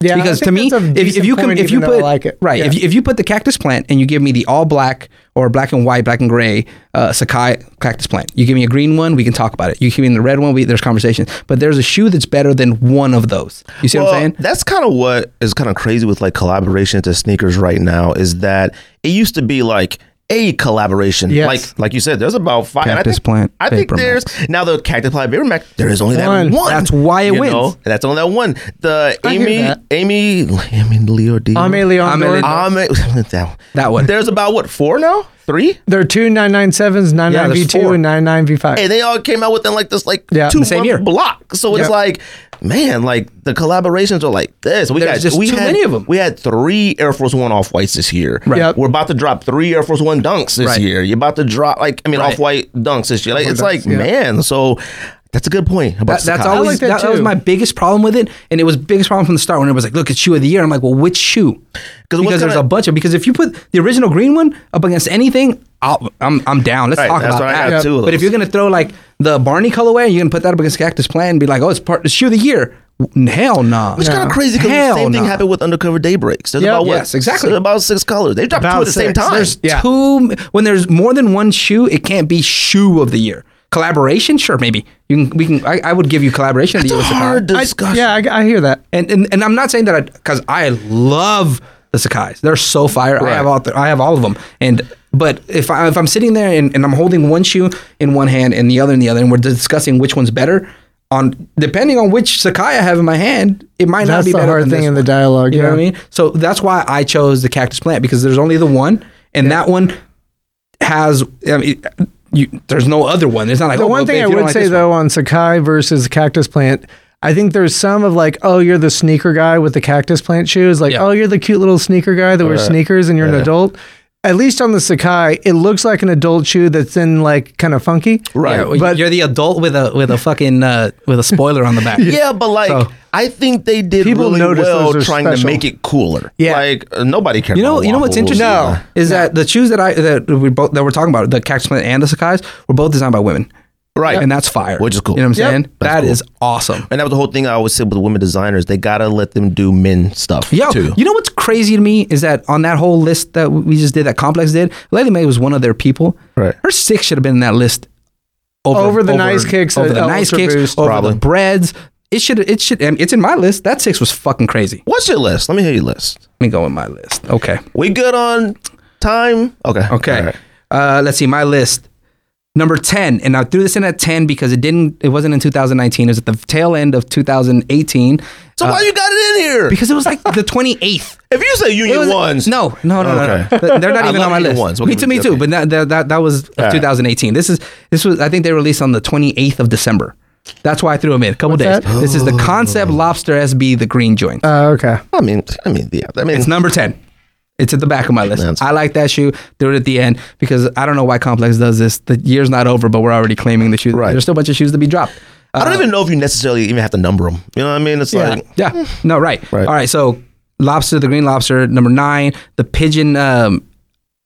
[SPEAKER 2] yeah, I
[SPEAKER 3] because to
[SPEAKER 2] think
[SPEAKER 3] me,
[SPEAKER 2] that's a
[SPEAKER 3] if, if
[SPEAKER 2] decent
[SPEAKER 3] you can,
[SPEAKER 2] point,
[SPEAKER 3] if you
[SPEAKER 2] even though I
[SPEAKER 3] put
[SPEAKER 2] like it,
[SPEAKER 3] right,
[SPEAKER 2] Yeah.
[SPEAKER 3] if, you, if you put the cactus plant and you give me the all black or black and white, black and gray uh, Sakai cactus plant, you give me a green one, we can talk about it. You give me the red one, we, there's conversation. But there's a shoe that's better than one of those. You see what
[SPEAKER 1] Well,
[SPEAKER 3] I'm saying?
[SPEAKER 1] That's kind of what is kind of crazy with like collaborations to sneakers right now is that it used to be like a collaboration.
[SPEAKER 2] Yes.
[SPEAKER 1] Like like you said, there's about five. and I
[SPEAKER 3] Cactus
[SPEAKER 1] think,
[SPEAKER 3] Plant,
[SPEAKER 1] I think
[SPEAKER 3] Vapor
[SPEAKER 1] there's now the cactus plant paper mac. There is only that one.
[SPEAKER 2] One.
[SPEAKER 3] That's why it
[SPEAKER 1] you
[SPEAKER 3] wins.
[SPEAKER 1] and that's only that one. The
[SPEAKER 2] I hear
[SPEAKER 1] Amy
[SPEAKER 2] that.
[SPEAKER 1] Amy Amy Leo D.
[SPEAKER 2] Ame Leon
[SPEAKER 3] Ame
[SPEAKER 2] Dor-
[SPEAKER 3] Leon-
[SPEAKER 1] Ame- that one.
[SPEAKER 3] That one.
[SPEAKER 1] There's about what four now? Three?
[SPEAKER 2] There are two 997s, 99V2
[SPEAKER 1] four.
[SPEAKER 2] and 99V5.
[SPEAKER 1] and they all came out within like this like
[SPEAKER 2] Yeah.
[SPEAKER 1] two
[SPEAKER 2] The
[SPEAKER 3] same
[SPEAKER 1] month
[SPEAKER 3] year.
[SPEAKER 1] block. So it's
[SPEAKER 2] Yep.
[SPEAKER 1] like, man, like the collaborations are like this. We
[SPEAKER 3] There's
[SPEAKER 1] got
[SPEAKER 3] just
[SPEAKER 1] we
[SPEAKER 3] too
[SPEAKER 1] had,
[SPEAKER 3] many of 'em.
[SPEAKER 1] We had three Air Force One off whites this year.
[SPEAKER 3] Right.
[SPEAKER 2] Yep.
[SPEAKER 1] We're about to drop three Air Force One dunks this
[SPEAKER 3] Right.
[SPEAKER 1] year. You're about to drop like I mean
[SPEAKER 3] Right.
[SPEAKER 1] off white dunks this year. Like it's like
[SPEAKER 2] yeah.
[SPEAKER 1] man, so. That's a good point. About
[SPEAKER 3] That, that's
[SPEAKER 1] Sakata.
[SPEAKER 3] always
[SPEAKER 2] like that
[SPEAKER 3] that, that was
[SPEAKER 2] too.
[SPEAKER 3] my biggest problem with it, and it was biggest problem from the start when it was like, look, it's shoe of the year. I'm like, well, which shoe?
[SPEAKER 1] what's
[SPEAKER 3] Because there's
[SPEAKER 1] gonna-
[SPEAKER 3] a bunch of because if you put the original green one up against anything, I'll, I'm I'm down. Let's
[SPEAKER 1] Right,
[SPEAKER 3] talk
[SPEAKER 1] that's
[SPEAKER 3] about
[SPEAKER 1] what I
[SPEAKER 3] that.
[SPEAKER 1] got, two of
[SPEAKER 3] But if
[SPEAKER 1] those.
[SPEAKER 3] you're gonna throw like the Barney colorway, you're gonna put that up against Cactus Plant and be like, oh, it's part the shoe of the year. N- Hell no.
[SPEAKER 1] Which is kind of crazy because the
[SPEAKER 3] Hell
[SPEAKER 1] same thing
[SPEAKER 3] nah.
[SPEAKER 1] happened with Undercover Daybreaks. There's
[SPEAKER 2] Yep.
[SPEAKER 1] about what?
[SPEAKER 3] Yes, exactly.
[SPEAKER 1] there's about six colors. They dropped two
[SPEAKER 2] About
[SPEAKER 1] at the same
[SPEAKER 2] six.
[SPEAKER 1] time.
[SPEAKER 2] There's- Yeah.
[SPEAKER 3] Two when there's more than one shoe, it can't be shoe of the year. Collaboration, sure, maybe you can. We can. I, I would give you collaboration of
[SPEAKER 1] It's
[SPEAKER 3] the year.
[SPEAKER 1] a
[SPEAKER 3] with Sakata.
[SPEAKER 1] hard
[SPEAKER 2] I-
[SPEAKER 1] discussion.
[SPEAKER 2] yeah, I, I hear that.
[SPEAKER 3] and and, and I'm not saying that I because I love the Sakai's. They're so fire. I have all th- I have all of them. And but if I if I'm sitting there and, and I'm holding one shoe in one hand and the other in the other, and we're discussing which one's better, on depending on which Sakai I have in my hand, it might not
[SPEAKER 2] That's
[SPEAKER 3] be
[SPEAKER 2] the
[SPEAKER 3] better
[SPEAKER 2] hard
[SPEAKER 3] than
[SPEAKER 2] thing
[SPEAKER 3] this
[SPEAKER 2] in the
[SPEAKER 3] one.
[SPEAKER 2] dialogue.
[SPEAKER 3] You
[SPEAKER 2] yeah.
[SPEAKER 3] know what I mean? So that's why I chose the cactus plant because there's only the one, and that one has. I mean, you, there's no other one. It's not like
[SPEAKER 2] The
[SPEAKER 3] oh,
[SPEAKER 2] one
[SPEAKER 3] well,
[SPEAKER 2] thing
[SPEAKER 3] if
[SPEAKER 2] I
[SPEAKER 3] you don't
[SPEAKER 2] would
[SPEAKER 3] like
[SPEAKER 2] say
[SPEAKER 3] this one-
[SPEAKER 2] though on Sakai versus cactus plant, I think there's some of like, oh, you're the sneaker guy with the cactus plant shoes. Like,
[SPEAKER 3] Yeah.
[SPEAKER 2] oh, you're the cute little sneaker guy that wears sneakers and you're an adult. At least on the Sakai, it looks like an adult shoe that's in like kind of funky.
[SPEAKER 1] Right.
[SPEAKER 3] Yeah, well,
[SPEAKER 2] But-
[SPEAKER 3] you're the adult with a with a fucking uh, with a spoiler on the back.
[SPEAKER 1] Yeah, but like
[SPEAKER 3] So-
[SPEAKER 1] I think they did
[SPEAKER 2] People
[SPEAKER 1] really
[SPEAKER 2] notice
[SPEAKER 1] well
[SPEAKER 2] those are
[SPEAKER 1] trying to
[SPEAKER 2] special.
[SPEAKER 1] make it cooler.
[SPEAKER 2] Yeah.
[SPEAKER 1] like uh, nobody cares.
[SPEAKER 3] You know, you know what's interesting is that the shoes that I that we both that we're talking about, the Cactus Plant and the Sakai's, were both designed by women,
[SPEAKER 1] right?
[SPEAKER 3] and that's fire,
[SPEAKER 1] Which is cool.
[SPEAKER 3] You know what I'm
[SPEAKER 2] Yep.
[SPEAKER 3] saying? That is awesome.
[SPEAKER 1] And that was the whole thing I always said with women designers. They gotta let them do men stuff
[SPEAKER 3] Yo,
[SPEAKER 1] too.
[SPEAKER 3] you know what's crazy to me is that on that whole list that we just did, that Complex did, Lady May was one of their people.
[SPEAKER 1] Right.
[SPEAKER 3] Her six should have been in that list.
[SPEAKER 2] Over the nice kicks
[SPEAKER 3] over
[SPEAKER 2] at
[SPEAKER 3] the nice
[SPEAKER 2] Ultra
[SPEAKER 3] kicks, uh,
[SPEAKER 2] Boost.
[SPEAKER 3] over
[SPEAKER 1] Probably.
[SPEAKER 3] the breads. It should, it should, I mean, it's in my list. That six was fucking crazy.
[SPEAKER 1] What's your list? Let me hear your list.
[SPEAKER 3] Let me go in my list. Okay.
[SPEAKER 1] We good on time? Okay.
[SPEAKER 3] Okay.
[SPEAKER 1] All right.
[SPEAKER 3] Uh, let's see my list. Number 10, and I threw this in at 10 because it didn't it wasn't in 2019, it was at the tail end of 2018
[SPEAKER 1] So why you got it in here?
[SPEAKER 3] because it was like the 28th.
[SPEAKER 1] If you say
[SPEAKER 3] It
[SPEAKER 1] Union
[SPEAKER 3] was-
[SPEAKER 1] ones,
[SPEAKER 3] No, no, no, no,
[SPEAKER 1] Okay.
[SPEAKER 3] no. Th- They're not
[SPEAKER 1] I
[SPEAKER 3] even
[SPEAKER 1] love
[SPEAKER 3] on my
[SPEAKER 1] you
[SPEAKER 3] list.
[SPEAKER 1] ones.
[SPEAKER 3] Me
[SPEAKER 1] Okay,
[SPEAKER 3] too, me
[SPEAKER 1] okay.
[SPEAKER 3] too. But that that that, that was of 2018. This is this was I think they released on the 28th of December. That's why I threw them in. A couple days.
[SPEAKER 2] that?
[SPEAKER 3] This is
[SPEAKER 1] Oh.
[SPEAKER 3] the concept lobster SB the green joint.
[SPEAKER 2] Uh, okay.
[SPEAKER 1] I mean, I mean, yeah, I mean,
[SPEAKER 3] It's number 10. It's at the back of my list.
[SPEAKER 1] That's-
[SPEAKER 3] I like that shoe. Do it at the end because I don't know why Complex does this. The year's not over, but we're already claiming the shoe.
[SPEAKER 1] Right.
[SPEAKER 3] There's still a bunch of shoes to be dropped. Uh,
[SPEAKER 1] I don't even know if you necessarily even have to number them. You know what I mean? It's like
[SPEAKER 3] Yeah. No, right.
[SPEAKER 1] Right.
[SPEAKER 3] All right. So, Lobster, the Green Lobster, number nine. The Pigeon um,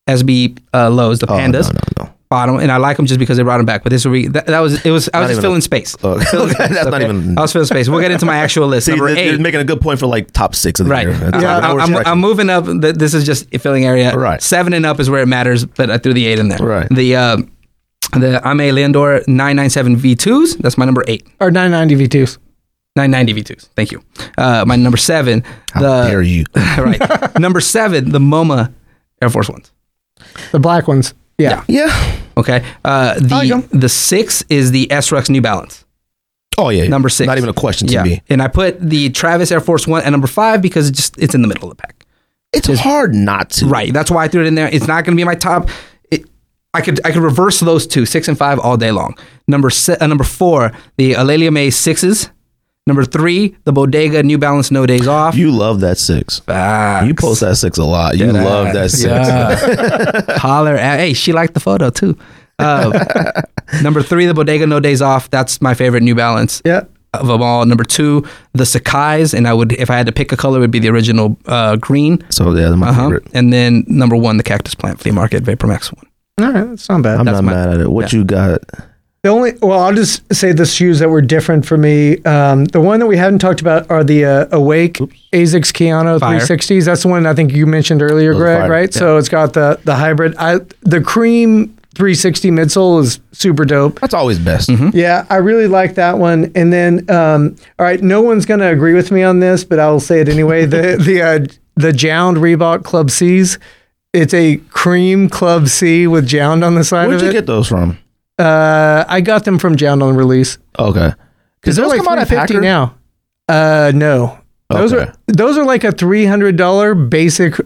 [SPEAKER 3] SB uh, Lows, the
[SPEAKER 1] oh,
[SPEAKER 3] Pandas.
[SPEAKER 1] No, no, no.
[SPEAKER 3] Bottom and I like them just because they brought them back. But this would be that, that was it was I
[SPEAKER 1] Not
[SPEAKER 3] was just
[SPEAKER 1] even
[SPEAKER 3] filling
[SPEAKER 1] a-
[SPEAKER 3] space.
[SPEAKER 1] Oh,
[SPEAKER 3] Filling
[SPEAKER 1] okay,
[SPEAKER 3] space,
[SPEAKER 1] that's not even-
[SPEAKER 3] I was filling space. We'll get into my actual list.
[SPEAKER 1] See,
[SPEAKER 3] Uh, number
[SPEAKER 1] they- they're
[SPEAKER 3] eight.
[SPEAKER 1] making a good point for like top six of the
[SPEAKER 3] Right.
[SPEAKER 1] year. It's
[SPEAKER 3] Yeah,
[SPEAKER 1] like the
[SPEAKER 3] I'm,
[SPEAKER 1] worst
[SPEAKER 3] I'm,
[SPEAKER 1] record.
[SPEAKER 3] I'm moving up. Th- This is just a filling area.
[SPEAKER 1] Right.
[SPEAKER 3] Seven and up is where it matters, but I threw the eight in there.
[SPEAKER 1] Right.
[SPEAKER 3] The uh, the Ame Landor 997 V2s. That's my number eight.
[SPEAKER 2] Or 990 V2s.
[SPEAKER 3] 990 V2s. Thank you. Uh, my number seven.
[SPEAKER 1] How
[SPEAKER 3] the
[SPEAKER 1] dare you?
[SPEAKER 3] right. Number seven. The MoMA Air Force Ones.
[SPEAKER 2] The black ones. Yeah.
[SPEAKER 1] Yeah.
[SPEAKER 3] Okay. Uh, the
[SPEAKER 1] like 'em.
[SPEAKER 3] the six is the S Rux New Balance.
[SPEAKER 1] Oh yeah.
[SPEAKER 3] Number six.
[SPEAKER 1] Not even a question to
[SPEAKER 3] yeah.
[SPEAKER 1] me.
[SPEAKER 3] And I put the Travis Air Force One at number five because it just it's in the middle of the pack.
[SPEAKER 1] It's hard not to.
[SPEAKER 3] Right. That's why I threw it in there. It's not going to be my top. It, I could I could reverse those two, six and five, all day long. Number se- uh, number four, the Alelia May sixes. Number three, the Bodega New Balance No Days Off.
[SPEAKER 1] You love that six. You post that six a lot. You love that six.
[SPEAKER 3] Holler at hey, she liked the photo too. Uh, number three, the Bodega No Days Off. That's my favorite New Balance
[SPEAKER 2] Yeah.
[SPEAKER 3] of them all. Number two, the Sakai's, and I would if I had to pick a color, it would be the original uh, green.
[SPEAKER 1] So yeah, they're my
[SPEAKER 3] Uh-huh.
[SPEAKER 1] favorite.
[SPEAKER 3] And then number one, the Cactus Plant Flea Market Vapor Max one.
[SPEAKER 2] All right. That's not bad.
[SPEAKER 1] I'm
[SPEAKER 3] That's
[SPEAKER 1] not
[SPEAKER 3] my-
[SPEAKER 1] mad at it. What you got?
[SPEAKER 2] The only well, I'll just say the shoes that were different for me. Um, the one that we haven't talked about are the uh, Awake Asics Keanu
[SPEAKER 3] Fire.
[SPEAKER 2] 360s. That's the one I think you mentioned earlier,
[SPEAKER 1] are
[SPEAKER 2] Greg.
[SPEAKER 1] Oh, fire.
[SPEAKER 2] Right? So it's got the the hybrid. I the cream 360 midsole is super dope.
[SPEAKER 1] That's always best.
[SPEAKER 2] Yeah, I really like that one. And then, um, all right, no one's going to agree with me on this, but I will say it anyway. the the uh, the Jound Reebok Club C's. It's a cream Club C with Jound on the side
[SPEAKER 1] Where'd
[SPEAKER 2] of
[SPEAKER 1] you
[SPEAKER 2] it.
[SPEAKER 1] get those from?
[SPEAKER 2] uh, I got them from Jound on release.
[SPEAKER 1] Okay.
[SPEAKER 2] Because they're
[SPEAKER 1] those
[SPEAKER 2] like
[SPEAKER 1] come out at
[SPEAKER 2] 350
[SPEAKER 1] Packard?
[SPEAKER 2] now. Uh, no. Those
[SPEAKER 1] Okay.
[SPEAKER 2] are those are like a three hundred dollar basic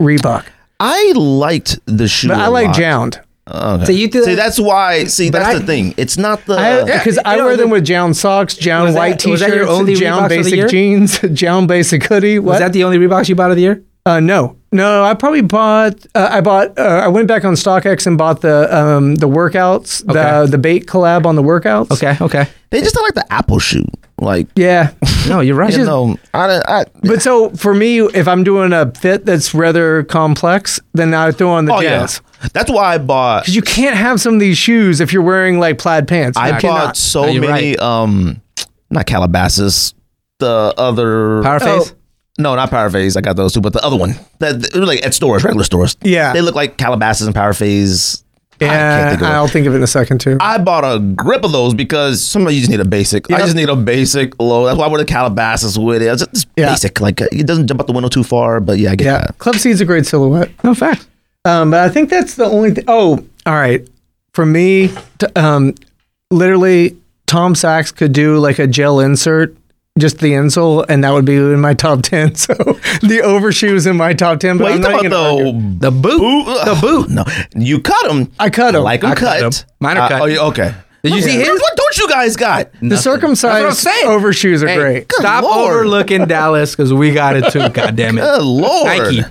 [SPEAKER 2] Reebok,
[SPEAKER 1] I liked the shoe.
[SPEAKER 2] but I
[SPEAKER 1] a
[SPEAKER 2] like
[SPEAKER 1] lot.
[SPEAKER 2] Jound
[SPEAKER 1] Okay.
[SPEAKER 3] So you do
[SPEAKER 1] See,
[SPEAKER 3] that-
[SPEAKER 1] that's why. See, that's
[SPEAKER 3] I-
[SPEAKER 1] the thing. It's not the.
[SPEAKER 2] because I,
[SPEAKER 3] you know,
[SPEAKER 2] wear
[SPEAKER 3] the-
[SPEAKER 2] them with Jound socks, Jound
[SPEAKER 3] Was that-
[SPEAKER 2] white
[SPEAKER 3] was
[SPEAKER 2] t-shirts,
[SPEAKER 3] that your only Reeboks
[SPEAKER 2] Jound
[SPEAKER 3] of the year?
[SPEAKER 2] basic jeans, Jound basic hoodie. What?
[SPEAKER 3] Was that the only Reeboks you bought of the year?
[SPEAKER 2] uh, no, No, I probably bought. Uh, I bought. Uh, I went back on StockX and bought the um, the workouts, the
[SPEAKER 3] Okay.
[SPEAKER 2] the bait collab on the workouts.
[SPEAKER 3] Okay, okay.
[SPEAKER 1] They just not like the Apple shoe. Like
[SPEAKER 2] Yeah,
[SPEAKER 3] No, you're right.
[SPEAKER 1] you know, I, don't- I
[SPEAKER 2] but so for me, if I'm doing a fit that's rather complex, then I throw on the
[SPEAKER 1] oh yeah,
[SPEAKER 2] jazz
[SPEAKER 1] that's why I bought.
[SPEAKER 2] because you can't have some of these shoes if you're wearing like plaid pants.
[SPEAKER 1] I
[SPEAKER 2] You
[SPEAKER 1] bought
[SPEAKER 2] cannot.
[SPEAKER 1] so
[SPEAKER 3] No, you're
[SPEAKER 1] many. Um, not Calabasas. The other
[SPEAKER 3] Power
[SPEAKER 2] Oh.
[SPEAKER 3] phase.
[SPEAKER 1] No, not Power Phase. I got those two, but the other one that it was like at stores, regular stores.
[SPEAKER 2] Yeah.
[SPEAKER 1] they look like Calabasas and Power Phase.
[SPEAKER 2] Yeah,
[SPEAKER 1] think of it.
[SPEAKER 2] I'll think of it in a second too.
[SPEAKER 1] I bought a grip of those because sometimes you just need a basic. I
[SPEAKER 2] Yep.
[SPEAKER 1] just need a basic low. That's why I wear the Calabasas with it. It's just
[SPEAKER 2] Yeah.
[SPEAKER 1] basic. Like it doesn't jump out the window too far, but yeah, I get
[SPEAKER 2] yeah,
[SPEAKER 1] that.
[SPEAKER 2] club seat's a great silhouette.
[SPEAKER 3] No fact.
[SPEAKER 2] Um, but I think that's the only thing. Oh, all right. For me, t- um, literally, Tom Sachs could do like a gel insert, just the insole, and that would be in my top 10. So the overshoes in my top 10. But
[SPEAKER 1] Wait,
[SPEAKER 2] I'm
[SPEAKER 1] you
[SPEAKER 2] not
[SPEAKER 1] talking
[SPEAKER 2] even gonna
[SPEAKER 1] about
[SPEAKER 2] argue.
[SPEAKER 1] the
[SPEAKER 3] The boot.
[SPEAKER 1] boot? The boot? No, you cut them.
[SPEAKER 2] I cut 'em.
[SPEAKER 1] Like 'em
[SPEAKER 2] I
[SPEAKER 1] cut.
[SPEAKER 3] cut 'em. Mine are
[SPEAKER 1] Uh,
[SPEAKER 3] cut.
[SPEAKER 1] Oh, yeah, okay.
[SPEAKER 3] Did you see his?
[SPEAKER 1] What don't you guys got?
[SPEAKER 2] The circumcised
[SPEAKER 3] saying.
[SPEAKER 2] overshoes are
[SPEAKER 3] Hey,
[SPEAKER 2] great.
[SPEAKER 3] Stop
[SPEAKER 1] Lord.
[SPEAKER 3] overlooking Dallas because we got it too. God damn it.
[SPEAKER 1] Good lord.
[SPEAKER 3] Nike,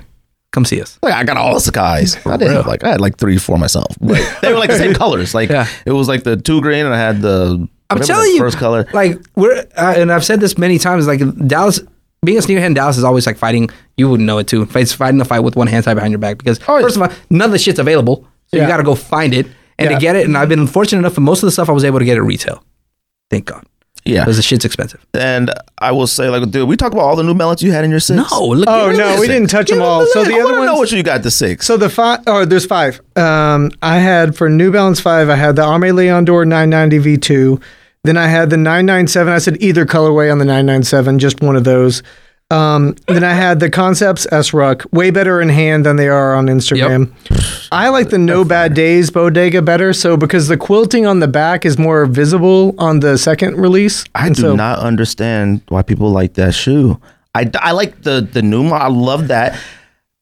[SPEAKER 3] come see us.
[SPEAKER 1] Like I got all the Sakai's. I didn't have, like I had like three, four myself. But they were like the same colors. Like
[SPEAKER 3] Yeah.
[SPEAKER 1] it was like the two green, and I had the.
[SPEAKER 3] I'm
[SPEAKER 1] whatever
[SPEAKER 3] telling
[SPEAKER 1] the
[SPEAKER 3] you,
[SPEAKER 1] first color.
[SPEAKER 3] Like we're, uh, and I've said this many times. Like Dallas, being a sneakerhead in Dallas is always like fighting. You would know it too. It's fighting the fight with one hand tied behind your back because
[SPEAKER 1] Oh,
[SPEAKER 3] first of all, none of the shit's available, so
[SPEAKER 2] Yeah.
[SPEAKER 3] you got to go find it and
[SPEAKER 2] Yeah.
[SPEAKER 3] to get it. And I've been fortunate enough for most of the stuff I was able to get at retail. Thank God,
[SPEAKER 1] Yeah,
[SPEAKER 3] because the shit's expensive.
[SPEAKER 1] and I will say, like, dude, we talk about all the new melons you had in your six.
[SPEAKER 3] No, look.
[SPEAKER 2] Oh,
[SPEAKER 3] look at
[SPEAKER 2] no,
[SPEAKER 3] this.
[SPEAKER 2] we didn't touch them all. So the
[SPEAKER 1] I
[SPEAKER 2] other
[SPEAKER 1] want to know what
[SPEAKER 2] ones.
[SPEAKER 1] you got the six.
[SPEAKER 2] So the five, oh, there's five. Um, I had for New Balance five, I had the Arme Leon Dor 990 V2. Then I had the 997. I said either colorway on the 997, just one of those. Um, then I had the Concepts S Ruck, way better in hand than they are on Instagram. I like the No Bad Days Bodega better, so because the quilting on the back is more visible on the second release.
[SPEAKER 1] I
[SPEAKER 2] And
[SPEAKER 1] do
[SPEAKER 2] so-
[SPEAKER 1] not understand why people like that shoe. I, I like the the new model. I love that.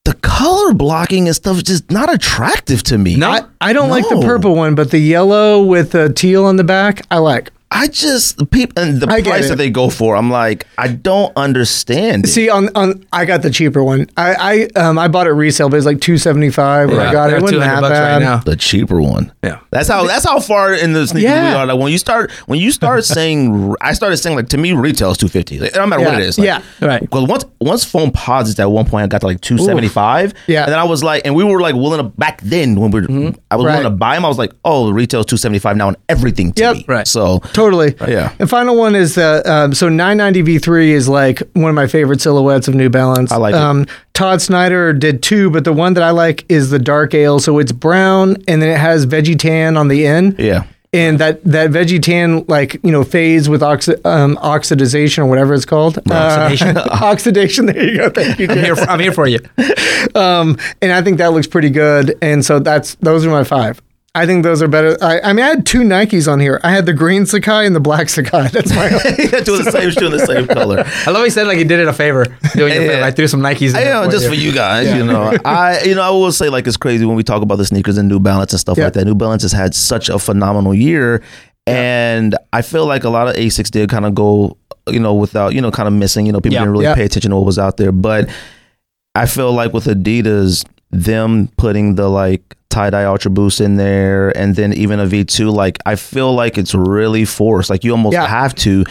[SPEAKER 1] The color blocking and stuff is just not attractive to me.
[SPEAKER 3] No.
[SPEAKER 1] I,
[SPEAKER 2] I, I don't like the
[SPEAKER 1] No.
[SPEAKER 2] purple one, but the yellow with the teal on the back, I like.
[SPEAKER 1] I just people and the
[SPEAKER 2] I get
[SPEAKER 1] price
[SPEAKER 2] it.
[SPEAKER 1] that they go for. I'm like, I don't understand. it.
[SPEAKER 2] See, on on I got the cheaper one. I I um I bought it resale, but it's like two seventy five. When I got Oh it,
[SPEAKER 3] They're
[SPEAKER 2] it wasn't that
[SPEAKER 3] 200 bucks
[SPEAKER 2] bad.
[SPEAKER 3] right now.
[SPEAKER 1] the cheaper one.
[SPEAKER 3] Yeah.
[SPEAKER 1] That's how that's how far in the sneakers
[SPEAKER 2] Yeah.
[SPEAKER 1] we are. Like when you start when you start saying I started saying like to me retail is two fifty. Like, it don't matter what
[SPEAKER 2] Yeah.
[SPEAKER 1] it is. Like,
[SPEAKER 2] Yeah.
[SPEAKER 3] Right.
[SPEAKER 1] Because once once phone posits at one point I got to like two seventy five.
[SPEAKER 2] Yeah. Mm-hmm.
[SPEAKER 1] And then I was like, and we were like willing to back then when we were I was
[SPEAKER 2] Right.
[SPEAKER 1] willing to buy them. I was like, oh, the retail is two seventy five now on everything. To
[SPEAKER 2] Yep.
[SPEAKER 1] me.
[SPEAKER 3] Right.
[SPEAKER 1] So
[SPEAKER 2] Totally.
[SPEAKER 1] Yeah.
[SPEAKER 2] And final one is the um, so 990 V3 is like one of my favorite silhouettes of New Balance. I
[SPEAKER 1] like it.
[SPEAKER 2] um, Todd Snyder did two, but the one that I like is the dark ale. So it's brown and then it has veggie tan on the end.
[SPEAKER 1] yeah.
[SPEAKER 2] And that, that veggie tan, like, you know, fades with oxi- um, oxidization or whatever it's called. Oxidation. oxidation. There you go. Thank you.
[SPEAKER 3] I'm here. For, I'm here for you.
[SPEAKER 2] Um, and I think that looks pretty good. And so that's those are my five. I think those are better. I, I mean, I had two Nikes on here. I had the green Sakai and the black Sakai. That's my.
[SPEAKER 1] doing the same shoe in the same color.
[SPEAKER 3] I love he said like he did it a favor. Doing it a favor. I threw some Nikes. in
[SPEAKER 1] I
[SPEAKER 3] there
[SPEAKER 1] know, just for you guys, you know. I you know, I will say like it's crazy when we talk about the sneakers and New Balance and stuff
[SPEAKER 2] Yeah.
[SPEAKER 1] like that. New Balance has had such a phenomenal year. And I feel like a lot of Asics did kind of go, you know, without, you know, kind of missing. You know, people
[SPEAKER 3] Yeah.
[SPEAKER 1] didn't really
[SPEAKER 2] Yeah.
[SPEAKER 1] pay attention to what was out there. But I feel like with Adidas, them putting the like tie dye Ultra Boost in there, and then even a V two, like I feel like it's really forced. Like you almost
[SPEAKER 2] Yeah.
[SPEAKER 1] have to,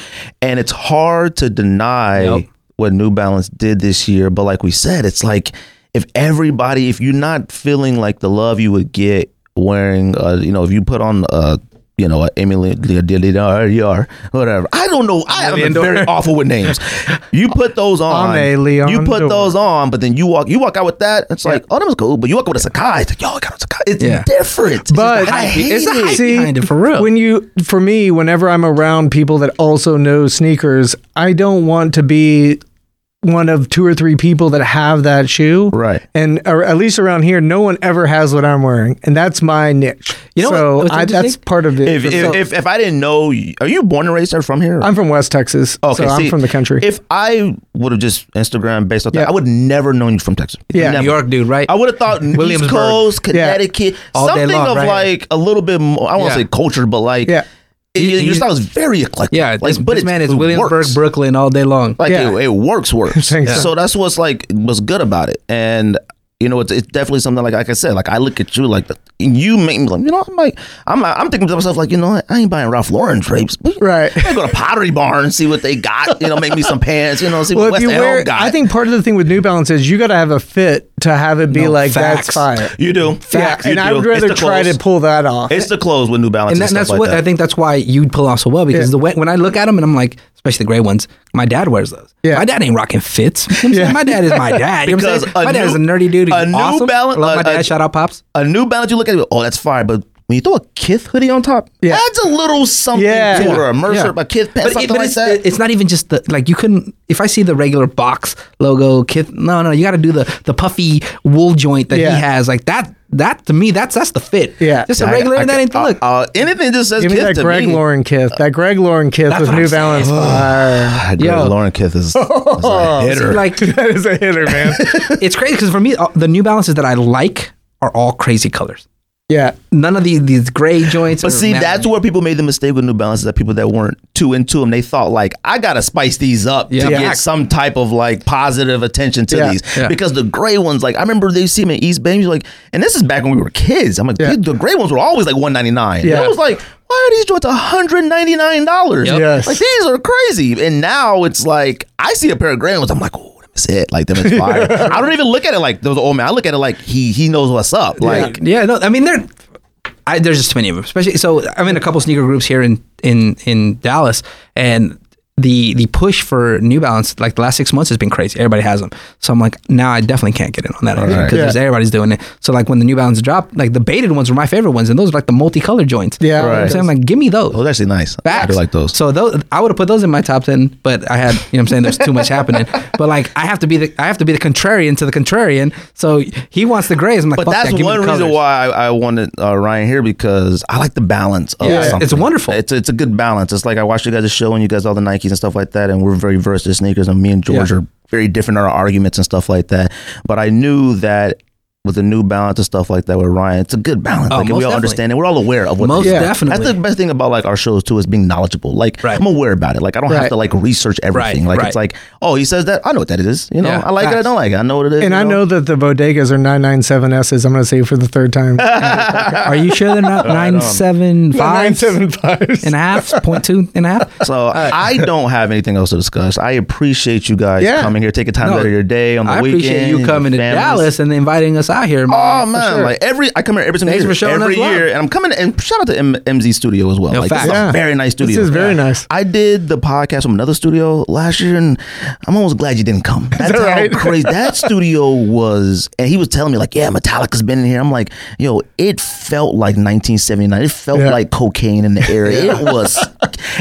[SPEAKER 1] and it's hard to deny
[SPEAKER 3] Yep.
[SPEAKER 1] what New Balance did this year. But like we said, it's like if everybody, if you're not feeling like the love you would get wearing, uh, you know, if you put on a you know, a Emily, or whatever. I don't know. I am
[SPEAKER 3] Emily Dor.
[SPEAKER 1] very awful with names. You put those on.
[SPEAKER 2] Ame Leon
[SPEAKER 1] you put
[SPEAKER 2] Dor.
[SPEAKER 1] those on, but then you walk. You walk out with that. It's like, oh, that was cool. But you walk out with a Sakai. It's like, yo, I got a Sakai. It's
[SPEAKER 3] Yeah.
[SPEAKER 1] different.
[SPEAKER 2] But
[SPEAKER 1] I hate
[SPEAKER 3] It's a
[SPEAKER 1] it.
[SPEAKER 3] hype behind it, for real.
[SPEAKER 2] When you, for me, whenever I'm around people that also know sneakers, I don't want to be one of two or three people that have that shoe.
[SPEAKER 1] Right.
[SPEAKER 2] And or at least around here, no one ever has what I'm wearing, and that's my niche.
[SPEAKER 3] You know
[SPEAKER 2] so
[SPEAKER 3] what- what's
[SPEAKER 2] I, that's
[SPEAKER 3] interesting?
[SPEAKER 2] part of it.
[SPEAKER 1] If, if, if, if I didn't know, you- are you born and raised there from here?
[SPEAKER 2] I'm from West Texas, so I'm
[SPEAKER 1] see,
[SPEAKER 2] from the country.
[SPEAKER 1] If I would have just Instagram based off
[SPEAKER 2] Yeah.
[SPEAKER 1] that, I would never known you from Texas.
[SPEAKER 2] Yeah.
[SPEAKER 1] Never.
[SPEAKER 3] New York dude, right?
[SPEAKER 1] I would have thought East
[SPEAKER 3] Williamsburg.
[SPEAKER 1] Coast, Connecticut,
[SPEAKER 3] All day
[SPEAKER 1] something
[SPEAKER 3] long,
[SPEAKER 1] of
[SPEAKER 3] right?
[SPEAKER 1] like a little bit more. I won't
[SPEAKER 3] Yeah.
[SPEAKER 1] say cultured, but like
[SPEAKER 2] Yeah.
[SPEAKER 1] it-
[SPEAKER 3] You-
[SPEAKER 1] your
[SPEAKER 3] you-
[SPEAKER 1] style is very eclectic.
[SPEAKER 3] Yeah,
[SPEAKER 1] like,
[SPEAKER 3] this, this
[SPEAKER 1] it-
[SPEAKER 3] man is
[SPEAKER 1] it
[SPEAKER 3] Williamsburg,
[SPEAKER 1] works.
[SPEAKER 3] Brooklyn all day long.
[SPEAKER 1] Like
[SPEAKER 2] Yeah.
[SPEAKER 1] it, it works, works.
[SPEAKER 2] Thanks.
[SPEAKER 1] So that's what's like what's good about it. And You know, it's, it's definitely something like like I said. Like I look at you, like and you make me like you know. I'm like I'm I'm thinking to myself like you know I ain't buying Ralph Lauren drapes. but
[SPEAKER 2] Right.
[SPEAKER 1] I go to Pottery Barn and see what they got. You know, make me some pants. You know, see
[SPEAKER 2] Well,
[SPEAKER 1] what
[SPEAKER 2] if
[SPEAKER 1] West
[SPEAKER 2] you
[SPEAKER 1] Elm
[SPEAKER 2] wear,
[SPEAKER 1] got.
[SPEAKER 2] I think part of the thing with New Balance is you got to have a fit to have it be
[SPEAKER 3] No,
[SPEAKER 2] like
[SPEAKER 3] facts.
[SPEAKER 2] that's fire.
[SPEAKER 1] you do.
[SPEAKER 2] Yeah,
[SPEAKER 1] You
[SPEAKER 2] and I
[SPEAKER 1] do.
[SPEAKER 2] would
[SPEAKER 1] It's
[SPEAKER 2] rather
[SPEAKER 1] the
[SPEAKER 2] try to
[SPEAKER 1] clothes.
[SPEAKER 2] pull that off.
[SPEAKER 1] It's the clothes with New Balance and,
[SPEAKER 3] and, that,
[SPEAKER 1] stuff
[SPEAKER 3] that's
[SPEAKER 1] like
[SPEAKER 3] what
[SPEAKER 1] that.
[SPEAKER 3] I think that's why you'd pull off so well because
[SPEAKER 2] Yeah.
[SPEAKER 3] the way, when I look at them and I'm like, especially the gray ones, my dad wears those.
[SPEAKER 2] Yeah.
[SPEAKER 3] My dad ain't rocking fits. You know what I'm saying?
[SPEAKER 2] Yeah.
[SPEAKER 3] My dad is my dad. You know what I'm
[SPEAKER 1] Because
[SPEAKER 3] saying?
[SPEAKER 1] a
[SPEAKER 3] My dad is a
[SPEAKER 1] new-
[SPEAKER 3] nerdy dude. He's
[SPEAKER 1] a New
[SPEAKER 3] awesome.
[SPEAKER 1] Balance-
[SPEAKER 3] I love my
[SPEAKER 1] a-
[SPEAKER 3] dad.
[SPEAKER 1] a-
[SPEAKER 3] Shout out, pops.
[SPEAKER 1] a New Balance, you look at it, oh, that's fire. But when you throw a Kith hoodie on top,
[SPEAKER 2] Yeah.
[SPEAKER 1] adds a little something
[SPEAKER 2] Yeah.
[SPEAKER 1] to it, or a
[SPEAKER 2] Yeah.
[SPEAKER 1] Mercer,
[SPEAKER 2] Yeah.
[SPEAKER 1] a Kith pant,
[SPEAKER 3] But,
[SPEAKER 1] something
[SPEAKER 3] it, but
[SPEAKER 1] like
[SPEAKER 3] it's,
[SPEAKER 1] that.
[SPEAKER 3] it's not even just the like you couldn't if I see the regular box logo kit no no you got to do the the puffy wool joint that
[SPEAKER 2] Yeah.
[SPEAKER 3] he has like that that to me that's that's the fit
[SPEAKER 2] Yeah.
[SPEAKER 3] just a
[SPEAKER 1] I-
[SPEAKER 3] regular
[SPEAKER 1] I-
[SPEAKER 3] that ain't the
[SPEAKER 1] uh,
[SPEAKER 3] look
[SPEAKER 1] uh, anything just says
[SPEAKER 2] Give me
[SPEAKER 1] Kith
[SPEAKER 2] that
[SPEAKER 1] to
[SPEAKER 2] Greg
[SPEAKER 1] me.
[SPEAKER 2] Lauren Kith. That Greg Lauren Kith
[SPEAKER 3] That's
[SPEAKER 2] with
[SPEAKER 3] what I'm
[SPEAKER 2] New
[SPEAKER 3] saying.
[SPEAKER 2] Balance. fire.
[SPEAKER 1] Ah, Greg
[SPEAKER 3] Yo.
[SPEAKER 1] Lauren Kith is, is a hitter.
[SPEAKER 3] like
[SPEAKER 2] that is a hitter, man.
[SPEAKER 3] it's crazy because for me uh, the New Balances that I like are all crazy colors
[SPEAKER 2] yeah.
[SPEAKER 3] none of these these gray joints
[SPEAKER 1] but
[SPEAKER 3] are-
[SPEAKER 1] see,
[SPEAKER 3] man,
[SPEAKER 1] that's where people made the mistake with New Balance. Is that people that weren't too into them, they thought like, I gotta spice these up
[SPEAKER 3] Yeah.
[SPEAKER 1] to
[SPEAKER 3] Yeah.
[SPEAKER 1] get some type of like positive attention to
[SPEAKER 2] Yeah.
[SPEAKER 1] these.
[SPEAKER 3] Yeah.
[SPEAKER 1] Because the gray ones, like I remember they see them in East Bay, and you're like, and this is back when we were kids. I'm like,
[SPEAKER 2] Yeah.
[SPEAKER 1] dude, the gray ones were always like 199.
[SPEAKER 2] Yeah.
[SPEAKER 1] I was like, why are these joints 199 dollars?
[SPEAKER 3] Yep.
[SPEAKER 2] Yes.
[SPEAKER 1] Like these are crazy. And now it's like I see a pair of gray ones, I'm like, oh. That's it. Like them is fire. I don't even look at it like those old man. I look at it like he he knows what's up. Like
[SPEAKER 3] yeah no I mean they're I, there's just too many of them especially so I'm in a couple sneaker groups here in in in Dallas and the the push for New Balance like the last six months has been crazy everybody has them so I'm like now I definitely can't get in on that because
[SPEAKER 2] Yeah.
[SPEAKER 3] everybody's doing it so like when the New Balance dropped like the baited ones were my favorite ones and those are like the multicolored joints
[SPEAKER 2] Yeah.
[SPEAKER 3] You know what I'm
[SPEAKER 2] Right.
[SPEAKER 3] saying like give me those
[SPEAKER 1] those are actually nice. I
[SPEAKER 3] Facts.
[SPEAKER 1] do like those.
[SPEAKER 3] So those, I would have put those in my top ten, but I had, you know, what I'm saying there's too much happening. But like, I have to be the, I have to be the contrarian to the contrarian. So he wants the grays. I'm like,
[SPEAKER 1] But
[SPEAKER 3] Fuck
[SPEAKER 1] that's
[SPEAKER 3] that. Give me
[SPEAKER 1] one
[SPEAKER 3] the
[SPEAKER 1] reason
[SPEAKER 3] colors.
[SPEAKER 1] why I, I wanted uh, Ryan here because I like the balance of
[SPEAKER 3] Yeah, it's
[SPEAKER 1] something.
[SPEAKER 3] wonderful.
[SPEAKER 1] It's it's a good balance. It's like I watched you guys' show and you guys all the Nikes and stuff like that, and we're very versed in sneakers. And me and George
[SPEAKER 3] Yeah.
[SPEAKER 1] are very different in our arguments and stuff like that. But I knew that with the new balance and stuff like that with Ryan, it's a good balance.
[SPEAKER 3] Oh,
[SPEAKER 1] like, and
[SPEAKER 3] most
[SPEAKER 1] we all
[SPEAKER 3] definitely.
[SPEAKER 1] understand it. We're all aware of what.
[SPEAKER 3] Most
[SPEAKER 1] they are.
[SPEAKER 3] definitely.
[SPEAKER 1] That's the best thing about like our shows too is being knowledgeable. Like
[SPEAKER 3] Right.
[SPEAKER 1] I'm aware about it. Like I don't have
[SPEAKER 2] Right.
[SPEAKER 1] to like research everything.
[SPEAKER 3] Right,
[SPEAKER 1] Like
[SPEAKER 3] right.
[SPEAKER 1] it's like oh he says that I know what that is. You know
[SPEAKER 3] Yeah,
[SPEAKER 1] I like it. I
[SPEAKER 3] facts.
[SPEAKER 1] don't like it. I know what it is.
[SPEAKER 2] And
[SPEAKER 1] you
[SPEAKER 2] I know that the bodegas are 997S's. I'm going to say it for the third time.
[SPEAKER 3] Are you sure they're not nine seven five
[SPEAKER 2] 975s.
[SPEAKER 3] and a half point two and a half?
[SPEAKER 1] So I don't have anything else to discuss. I appreciate you guys
[SPEAKER 2] Yeah.
[SPEAKER 1] coming here, taking time
[SPEAKER 3] No,
[SPEAKER 1] out of your day on the
[SPEAKER 3] I
[SPEAKER 1] weekend.
[SPEAKER 3] appreciate you
[SPEAKER 1] your
[SPEAKER 3] coming to
[SPEAKER 1] families.
[SPEAKER 3] Dallas and inviting us out here.
[SPEAKER 1] Oh
[SPEAKER 3] man.
[SPEAKER 1] man, like every I come here every single
[SPEAKER 3] Thanks
[SPEAKER 1] year,
[SPEAKER 3] for showing
[SPEAKER 1] every
[SPEAKER 3] us love.
[SPEAKER 1] year, and I'm coming and shout out to M- MZ Studio as well.
[SPEAKER 3] No,
[SPEAKER 1] like this is
[SPEAKER 3] facts.
[SPEAKER 1] a
[SPEAKER 2] Yeah.
[SPEAKER 1] very nice studio.
[SPEAKER 2] This is very nice.
[SPEAKER 1] I did the podcast from another studio last year, and I'm almost glad you didn't come. That's how
[SPEAKER 2] right?
[SPEAKER 1] crazy that studio was. And he was telling me like, yeah, Metallica's been in here. I'm like, yo, it felt like 1979. It felt
[SPEAKER 2] Yeah.
[SPEAKER 1] like cocaine in the air. It was,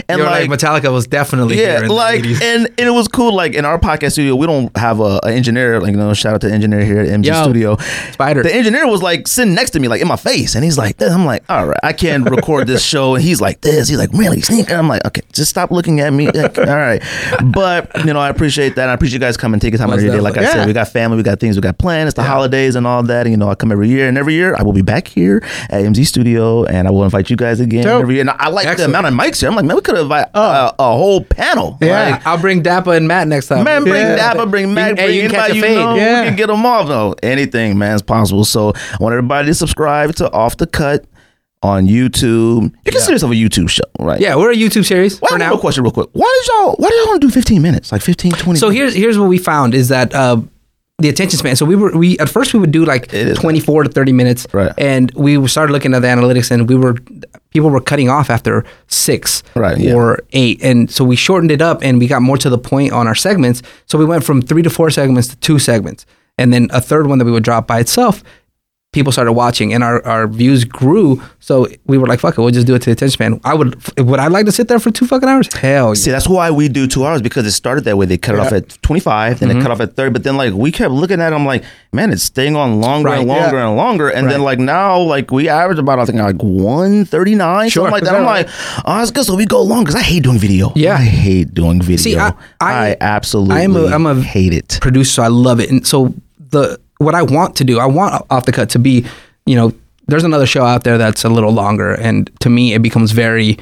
[SPEAKER 1] and
[SPEAKER 3] You're like, Metallica was definitely here
[SPEAKER 1] yeah,
[SPEAKER 3] in
[SPEAKER 1] like
[SPEAKER 3] the 80s.
[SPEAKER 1] and, and it was cool. Like in our podcast studio, we don't have a, a engineer. Like you know, shout out to the engineer here at MG
[SPEAKER 3] Yo,
[SPEAKER 1] Studio.
[SPEAKER 3] Spider.
[SPEAKER 1] The engineer was like sitting next to me, like in my face, and he's like, "This." "I'm like, all right, I can record this show." And he's like, "This." He's like, "Really?" Think?" And I'm like, "Okay, just stop looking at me." Like, all right, but you know, I appreciate that. I appreciate you guys coming, taking time out of
[SPEAKER 3] Most
[SPEAKER 1] your day. Like I
[SPEAKER 2] definitely.
[SPEAKER 1] said,
[SPEAKER 2] Yeah.
[SPEAKER 1] we got family, we got things, we got plans. It's the holidays and all that. And you know, I come every year, and every year I will be back here at MG Studio, and I will invite you guys again
[SPEAKER 2] Dope.
[SPEAKER 1] every year. And I like
[SPEAKER 3] Excellent.
[SPEAKER 1] the amount of mics here. I'm like, man, we could have invited a, a whole panel.
[SPEAKER 2] Oh. Yeah.
[SPEAKER 1] Like,
[SPEAKER 3] I'll bring Dappa and Matt next time.
[SPEAKER 1] Man, bring
[SPEAKER 2] Yeah.
[SPEAKER 1] Dapper, bring Mac,
[SPEAKER 3] Hey,
[SPEAKER 1] bring
[SPEAKER 3] you can catch
[SPEAKER 1] anybody
[SPEAKER 3] a
[SPEAKER 1] you
[SPEAKER 3] fade.
[SPEAKER 1] know.
[SPEAKER 2] Yeah.
[SPEAKER 1] We can get them off though. Anything, man, is possible. So I want everybody to subscribe to Off the Cut on YouTube. You consider yourself a YouTube show, right?
[SPEAKER 3] Yeah, we're a YouTube series
[SPEAKER 1] Why,
[SPEAKER 3] for now.
[SPEAKER 1] Real question, real quick. Why did y'all? Why did y'all want to do 15 minutes? Like 15, 20
[SPEAKER 3] So here's here's what we found is that uh, the attention span. So we were we at first we would do like
[SPEAKER 1] It is.
[SPEAKER 3] 24 to 30 minutes,
[SPEAKER 1] Right.
[SPEAKER 3] And we started looking at the analytics, and we were people were cutting off after six,
[SPEAKER 1] Right, yeah.
[SPEAKER 3] or eight, and so we shortened it up, and we got more to the point on our segments. So we went from three to four segments to two segments, and then a third one that we would drop by itself. People started watching, and our, our views grew. So we were like, "Fuck it, we'll just do it to the attention span." I would would I like to sit there for two fucking hours? Hell, yeah.
[SPEAKER 1] See, that's why we do two hours because it started that way. They cut it off at 25,
[SPEAKER 3] Mm-hmm.
[SPEAKER 1] then they cut off at 30. But then, like, we kept looking at it. I'm like, man, it's staying on longer and
[SPEAKER 3] Right,
[SPEAKER 1] longer and longer. And then, like, now, like, we average about, I think, like 139,
[SPEAKER 3] Sure.
[SPEAKER 1] something like that. I'm like, oh, that's good. So we go long because I hate doing video.
[SPEAKER 3] Yeah.
[SPEAKER 1] I hate doing video.
[SPEAKER 3] See, I- I-
[SPEAKER 1] absolutely
[SPEAKER 3] I am a- I'm a-
[SPEAKER 1] hate it.
[SPEAKER 3] producer, so I love it. And so the what I want to do, I want off the cut to be, you know, there's another show out there that's a little longer, and to me, it becomes very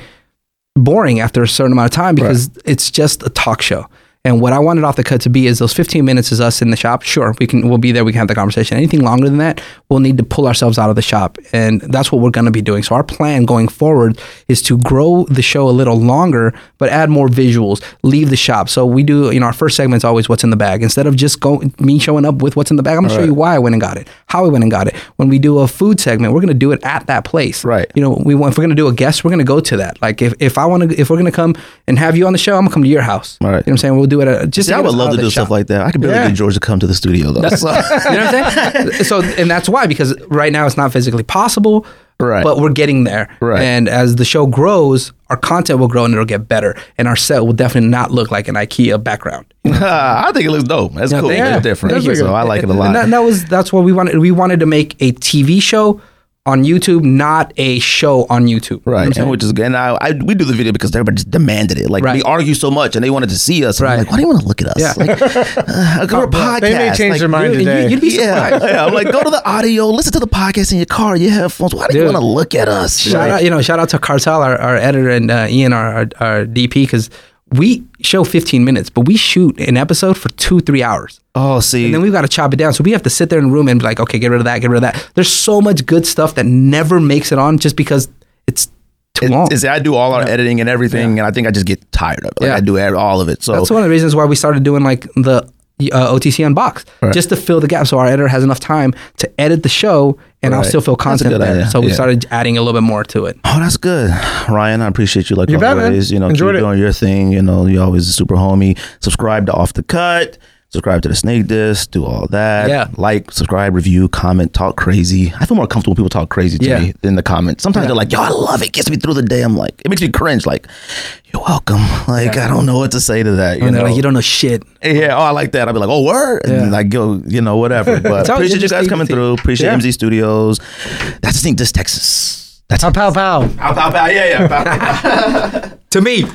[SPEAKER 3] boring after a certain amount of time because it's just a talk show. And what I wanted off the cut to be is those 15 minutes is us in the shop. Sure, we can we'll be there. We can have the conversation. Anything longer than that, we'll need to pull ourselves out of the shop, and that's what we're going to be doing. So our plan going forward is to grow the show a little longer, but add more visuals. Leave the shop. So we do. You know, our first segment is always what's in the bag. Instead of just go me showing up with what's in the bag, I'm going to show you why I went and got it, how I went and got it. When we do a food segment, we're going to do it at that place.
[SPEAKER 1] Right.
[SPEAKER 3] You know, we want if we're going to do a guest, we're going to go to that. Like if, if I want to, if we're going to come and have you on the show, I'm going to come to your house.
[SPEAKER 1] All
[SPEAKER 3] You
[SPEAKER 1] right.
[SPEAKER 3] know what I'm saying? We'll do it. At, just
[SPEAKER 1] See, I
[SPEAKER 3] get
[SPEAKER 1] would
[SPEAKER 3] us out
[SPEAKER 1] love
[SPEAKER 3] of
[SPEAKER 1] to
[SPEAKER 3] the
[SPEAKER 1] do
[SPEAKER 3] shop.
[SPEAKER 1] stuff like that. I could barely
[SPEAKER 2] Yeah.
[SPEAKER 1] get George to come to the studio though.
[SPEAKER 3] You know what I'm saying? so, and that's why because right now it's not physically possible.
[SPEAKER 1] Right.
[SPEAKER 3] But we're getting there.
[SPEAKER 1] Right.
[SPEAKER 3] And as the show grows, our content will grow and it'll get better. And our set will definitely not look like an IKEA background.
[SPEAKER 1] I think it looks dope. That's cool.
[SPEAKER 3] thank
[SPEAKER 1] It's
[SPEAKER 3] you.
[SPEAKER 1] different.
[SPEAKER 3] Thank you.
[SPEAKER 1] So I like it a lot.
[SPEAKER 3] And that, that was that's what we wanted. We wanted to make a TV show on YouTube, not a show on YouTube.
[SPEAKER 1] Right, and which is and I, I we do the video because everybody just demanded it. Like
[SPEAKER 3] Right.
[SPEAKER 1] we argue so much, and they wanted to see us. I'm
[SPEAKER 3] Right.
[SPEAKER 1] like, why do you want to look at us?
[SPEAKER 3] Yeah.
[SPEAKER 1] Like, uh, we're a podcast.
[SPEAKER 2] They may change
[SPEAKER 1] like,
[SPEAKER 2] their mind
[SPEAKER 3] Dude, and
[SPEAKER 2] today.
[SPEAKER 3] you, would be
[SPEAKER 1] Yeah,
[SPEAKER 3] surprised.
[SPEAKER 1] yeah. I'm like, go to the audio, listen to the podcast in your car, your headphones. Why do you
[SPEAKER 3] Dude.
[SPEAKER 1] want to look at us?
[SPEAKER 3] Shout out, you know, shout out to Cartel, our, our editor, and uh, Ian, our, our, our DP, because we show 15 minutes, but we shoot an episode for two, three hours.
[SPEAKER 1] Oh, see,
[SPEAKER 3] And then we've got to chop it down. So we have to sit there in a room and be like, okay, get rid of that, get rid of that. There's so much good stuff that never makes it on just because it's too long.
[SPEAKER 1] It's- I do all our editing and everything, and I think I just get tired of it. Like,
[SPEAKER 3] Yeah.
[SPEAKER 1] I do ev- all of it. So
[SPEAKER 3] That's one of the reasons why we started doing like the uh, OTC unbox just to fill the gap, so our editor has enough time to edit the show, and I'll
[SPEAKER 1] Right.
[SPEAKER 3] still feel
[SPEAKER 1] That's a
[SPEAKER 3] content
[SPEAKER 1] good
[SPEAKER 3] there.
[SPEAKER 1] idea.
[SPEAKER 3] So we
[SPEAKER 1] Yeah.
[SPEAKER 3] started adding a little bit more to it.
[SPEAKER 1] Oh, that's good, Ryan. I appreciate you like
[SPEAKER 2] bet, man.
[SPEAKER 1] always. You know,
[SPEAKER 2] Enjoyed
[SPEAKER 1] keep
[SPEAKER 2] it.
[SPEAKER 1] doing your thing. You know, you always a super homie. Subscribe to Off the Cut. Subscribe to the Snake Disc. Do all that.
[SPEAKER 3] Yeah.
[SPEAKER 1] Like, subscribe, review, comment, talk crazy. I feel more comfortable when people talk crazy to
[SPEAKER 3] Yeah.
[SPEAKER 1] me than the comments. Sometimes they're like, "Yo, I love it. Gets me through the day." I'm like, it makes me cringe. Like, you're welcome. Like, I don't know what to say to that. You
[SPEAKER 3] And they're
[SPEAKER 1] know.
[SPEAKER 3] like, you don't know shit.
[SPEAKER 1] Yeah, oh, I like that. I'd be like, oh, word. And then, like, go, you know, whatever. But
[SPEAKER 3] It's always
[SPEAKER 1] appreciate you guys
[SPEAKER 3] interesting
[SPEAKER 1] coming
[SPEAKER 3] to-
[SPEAKER 1] through. Appreciate
[SPEAKER 2] Yeah.
[SPEAKER 1] MZ Studios. That's the thing, this Texas. That's
[SPEAKER 2] Pow, pow, pow.
[SPEAKER 1] Pow, pow, pow. Yeah, yeah. Pow, pow, pow.
[SPEAKER 3] To me.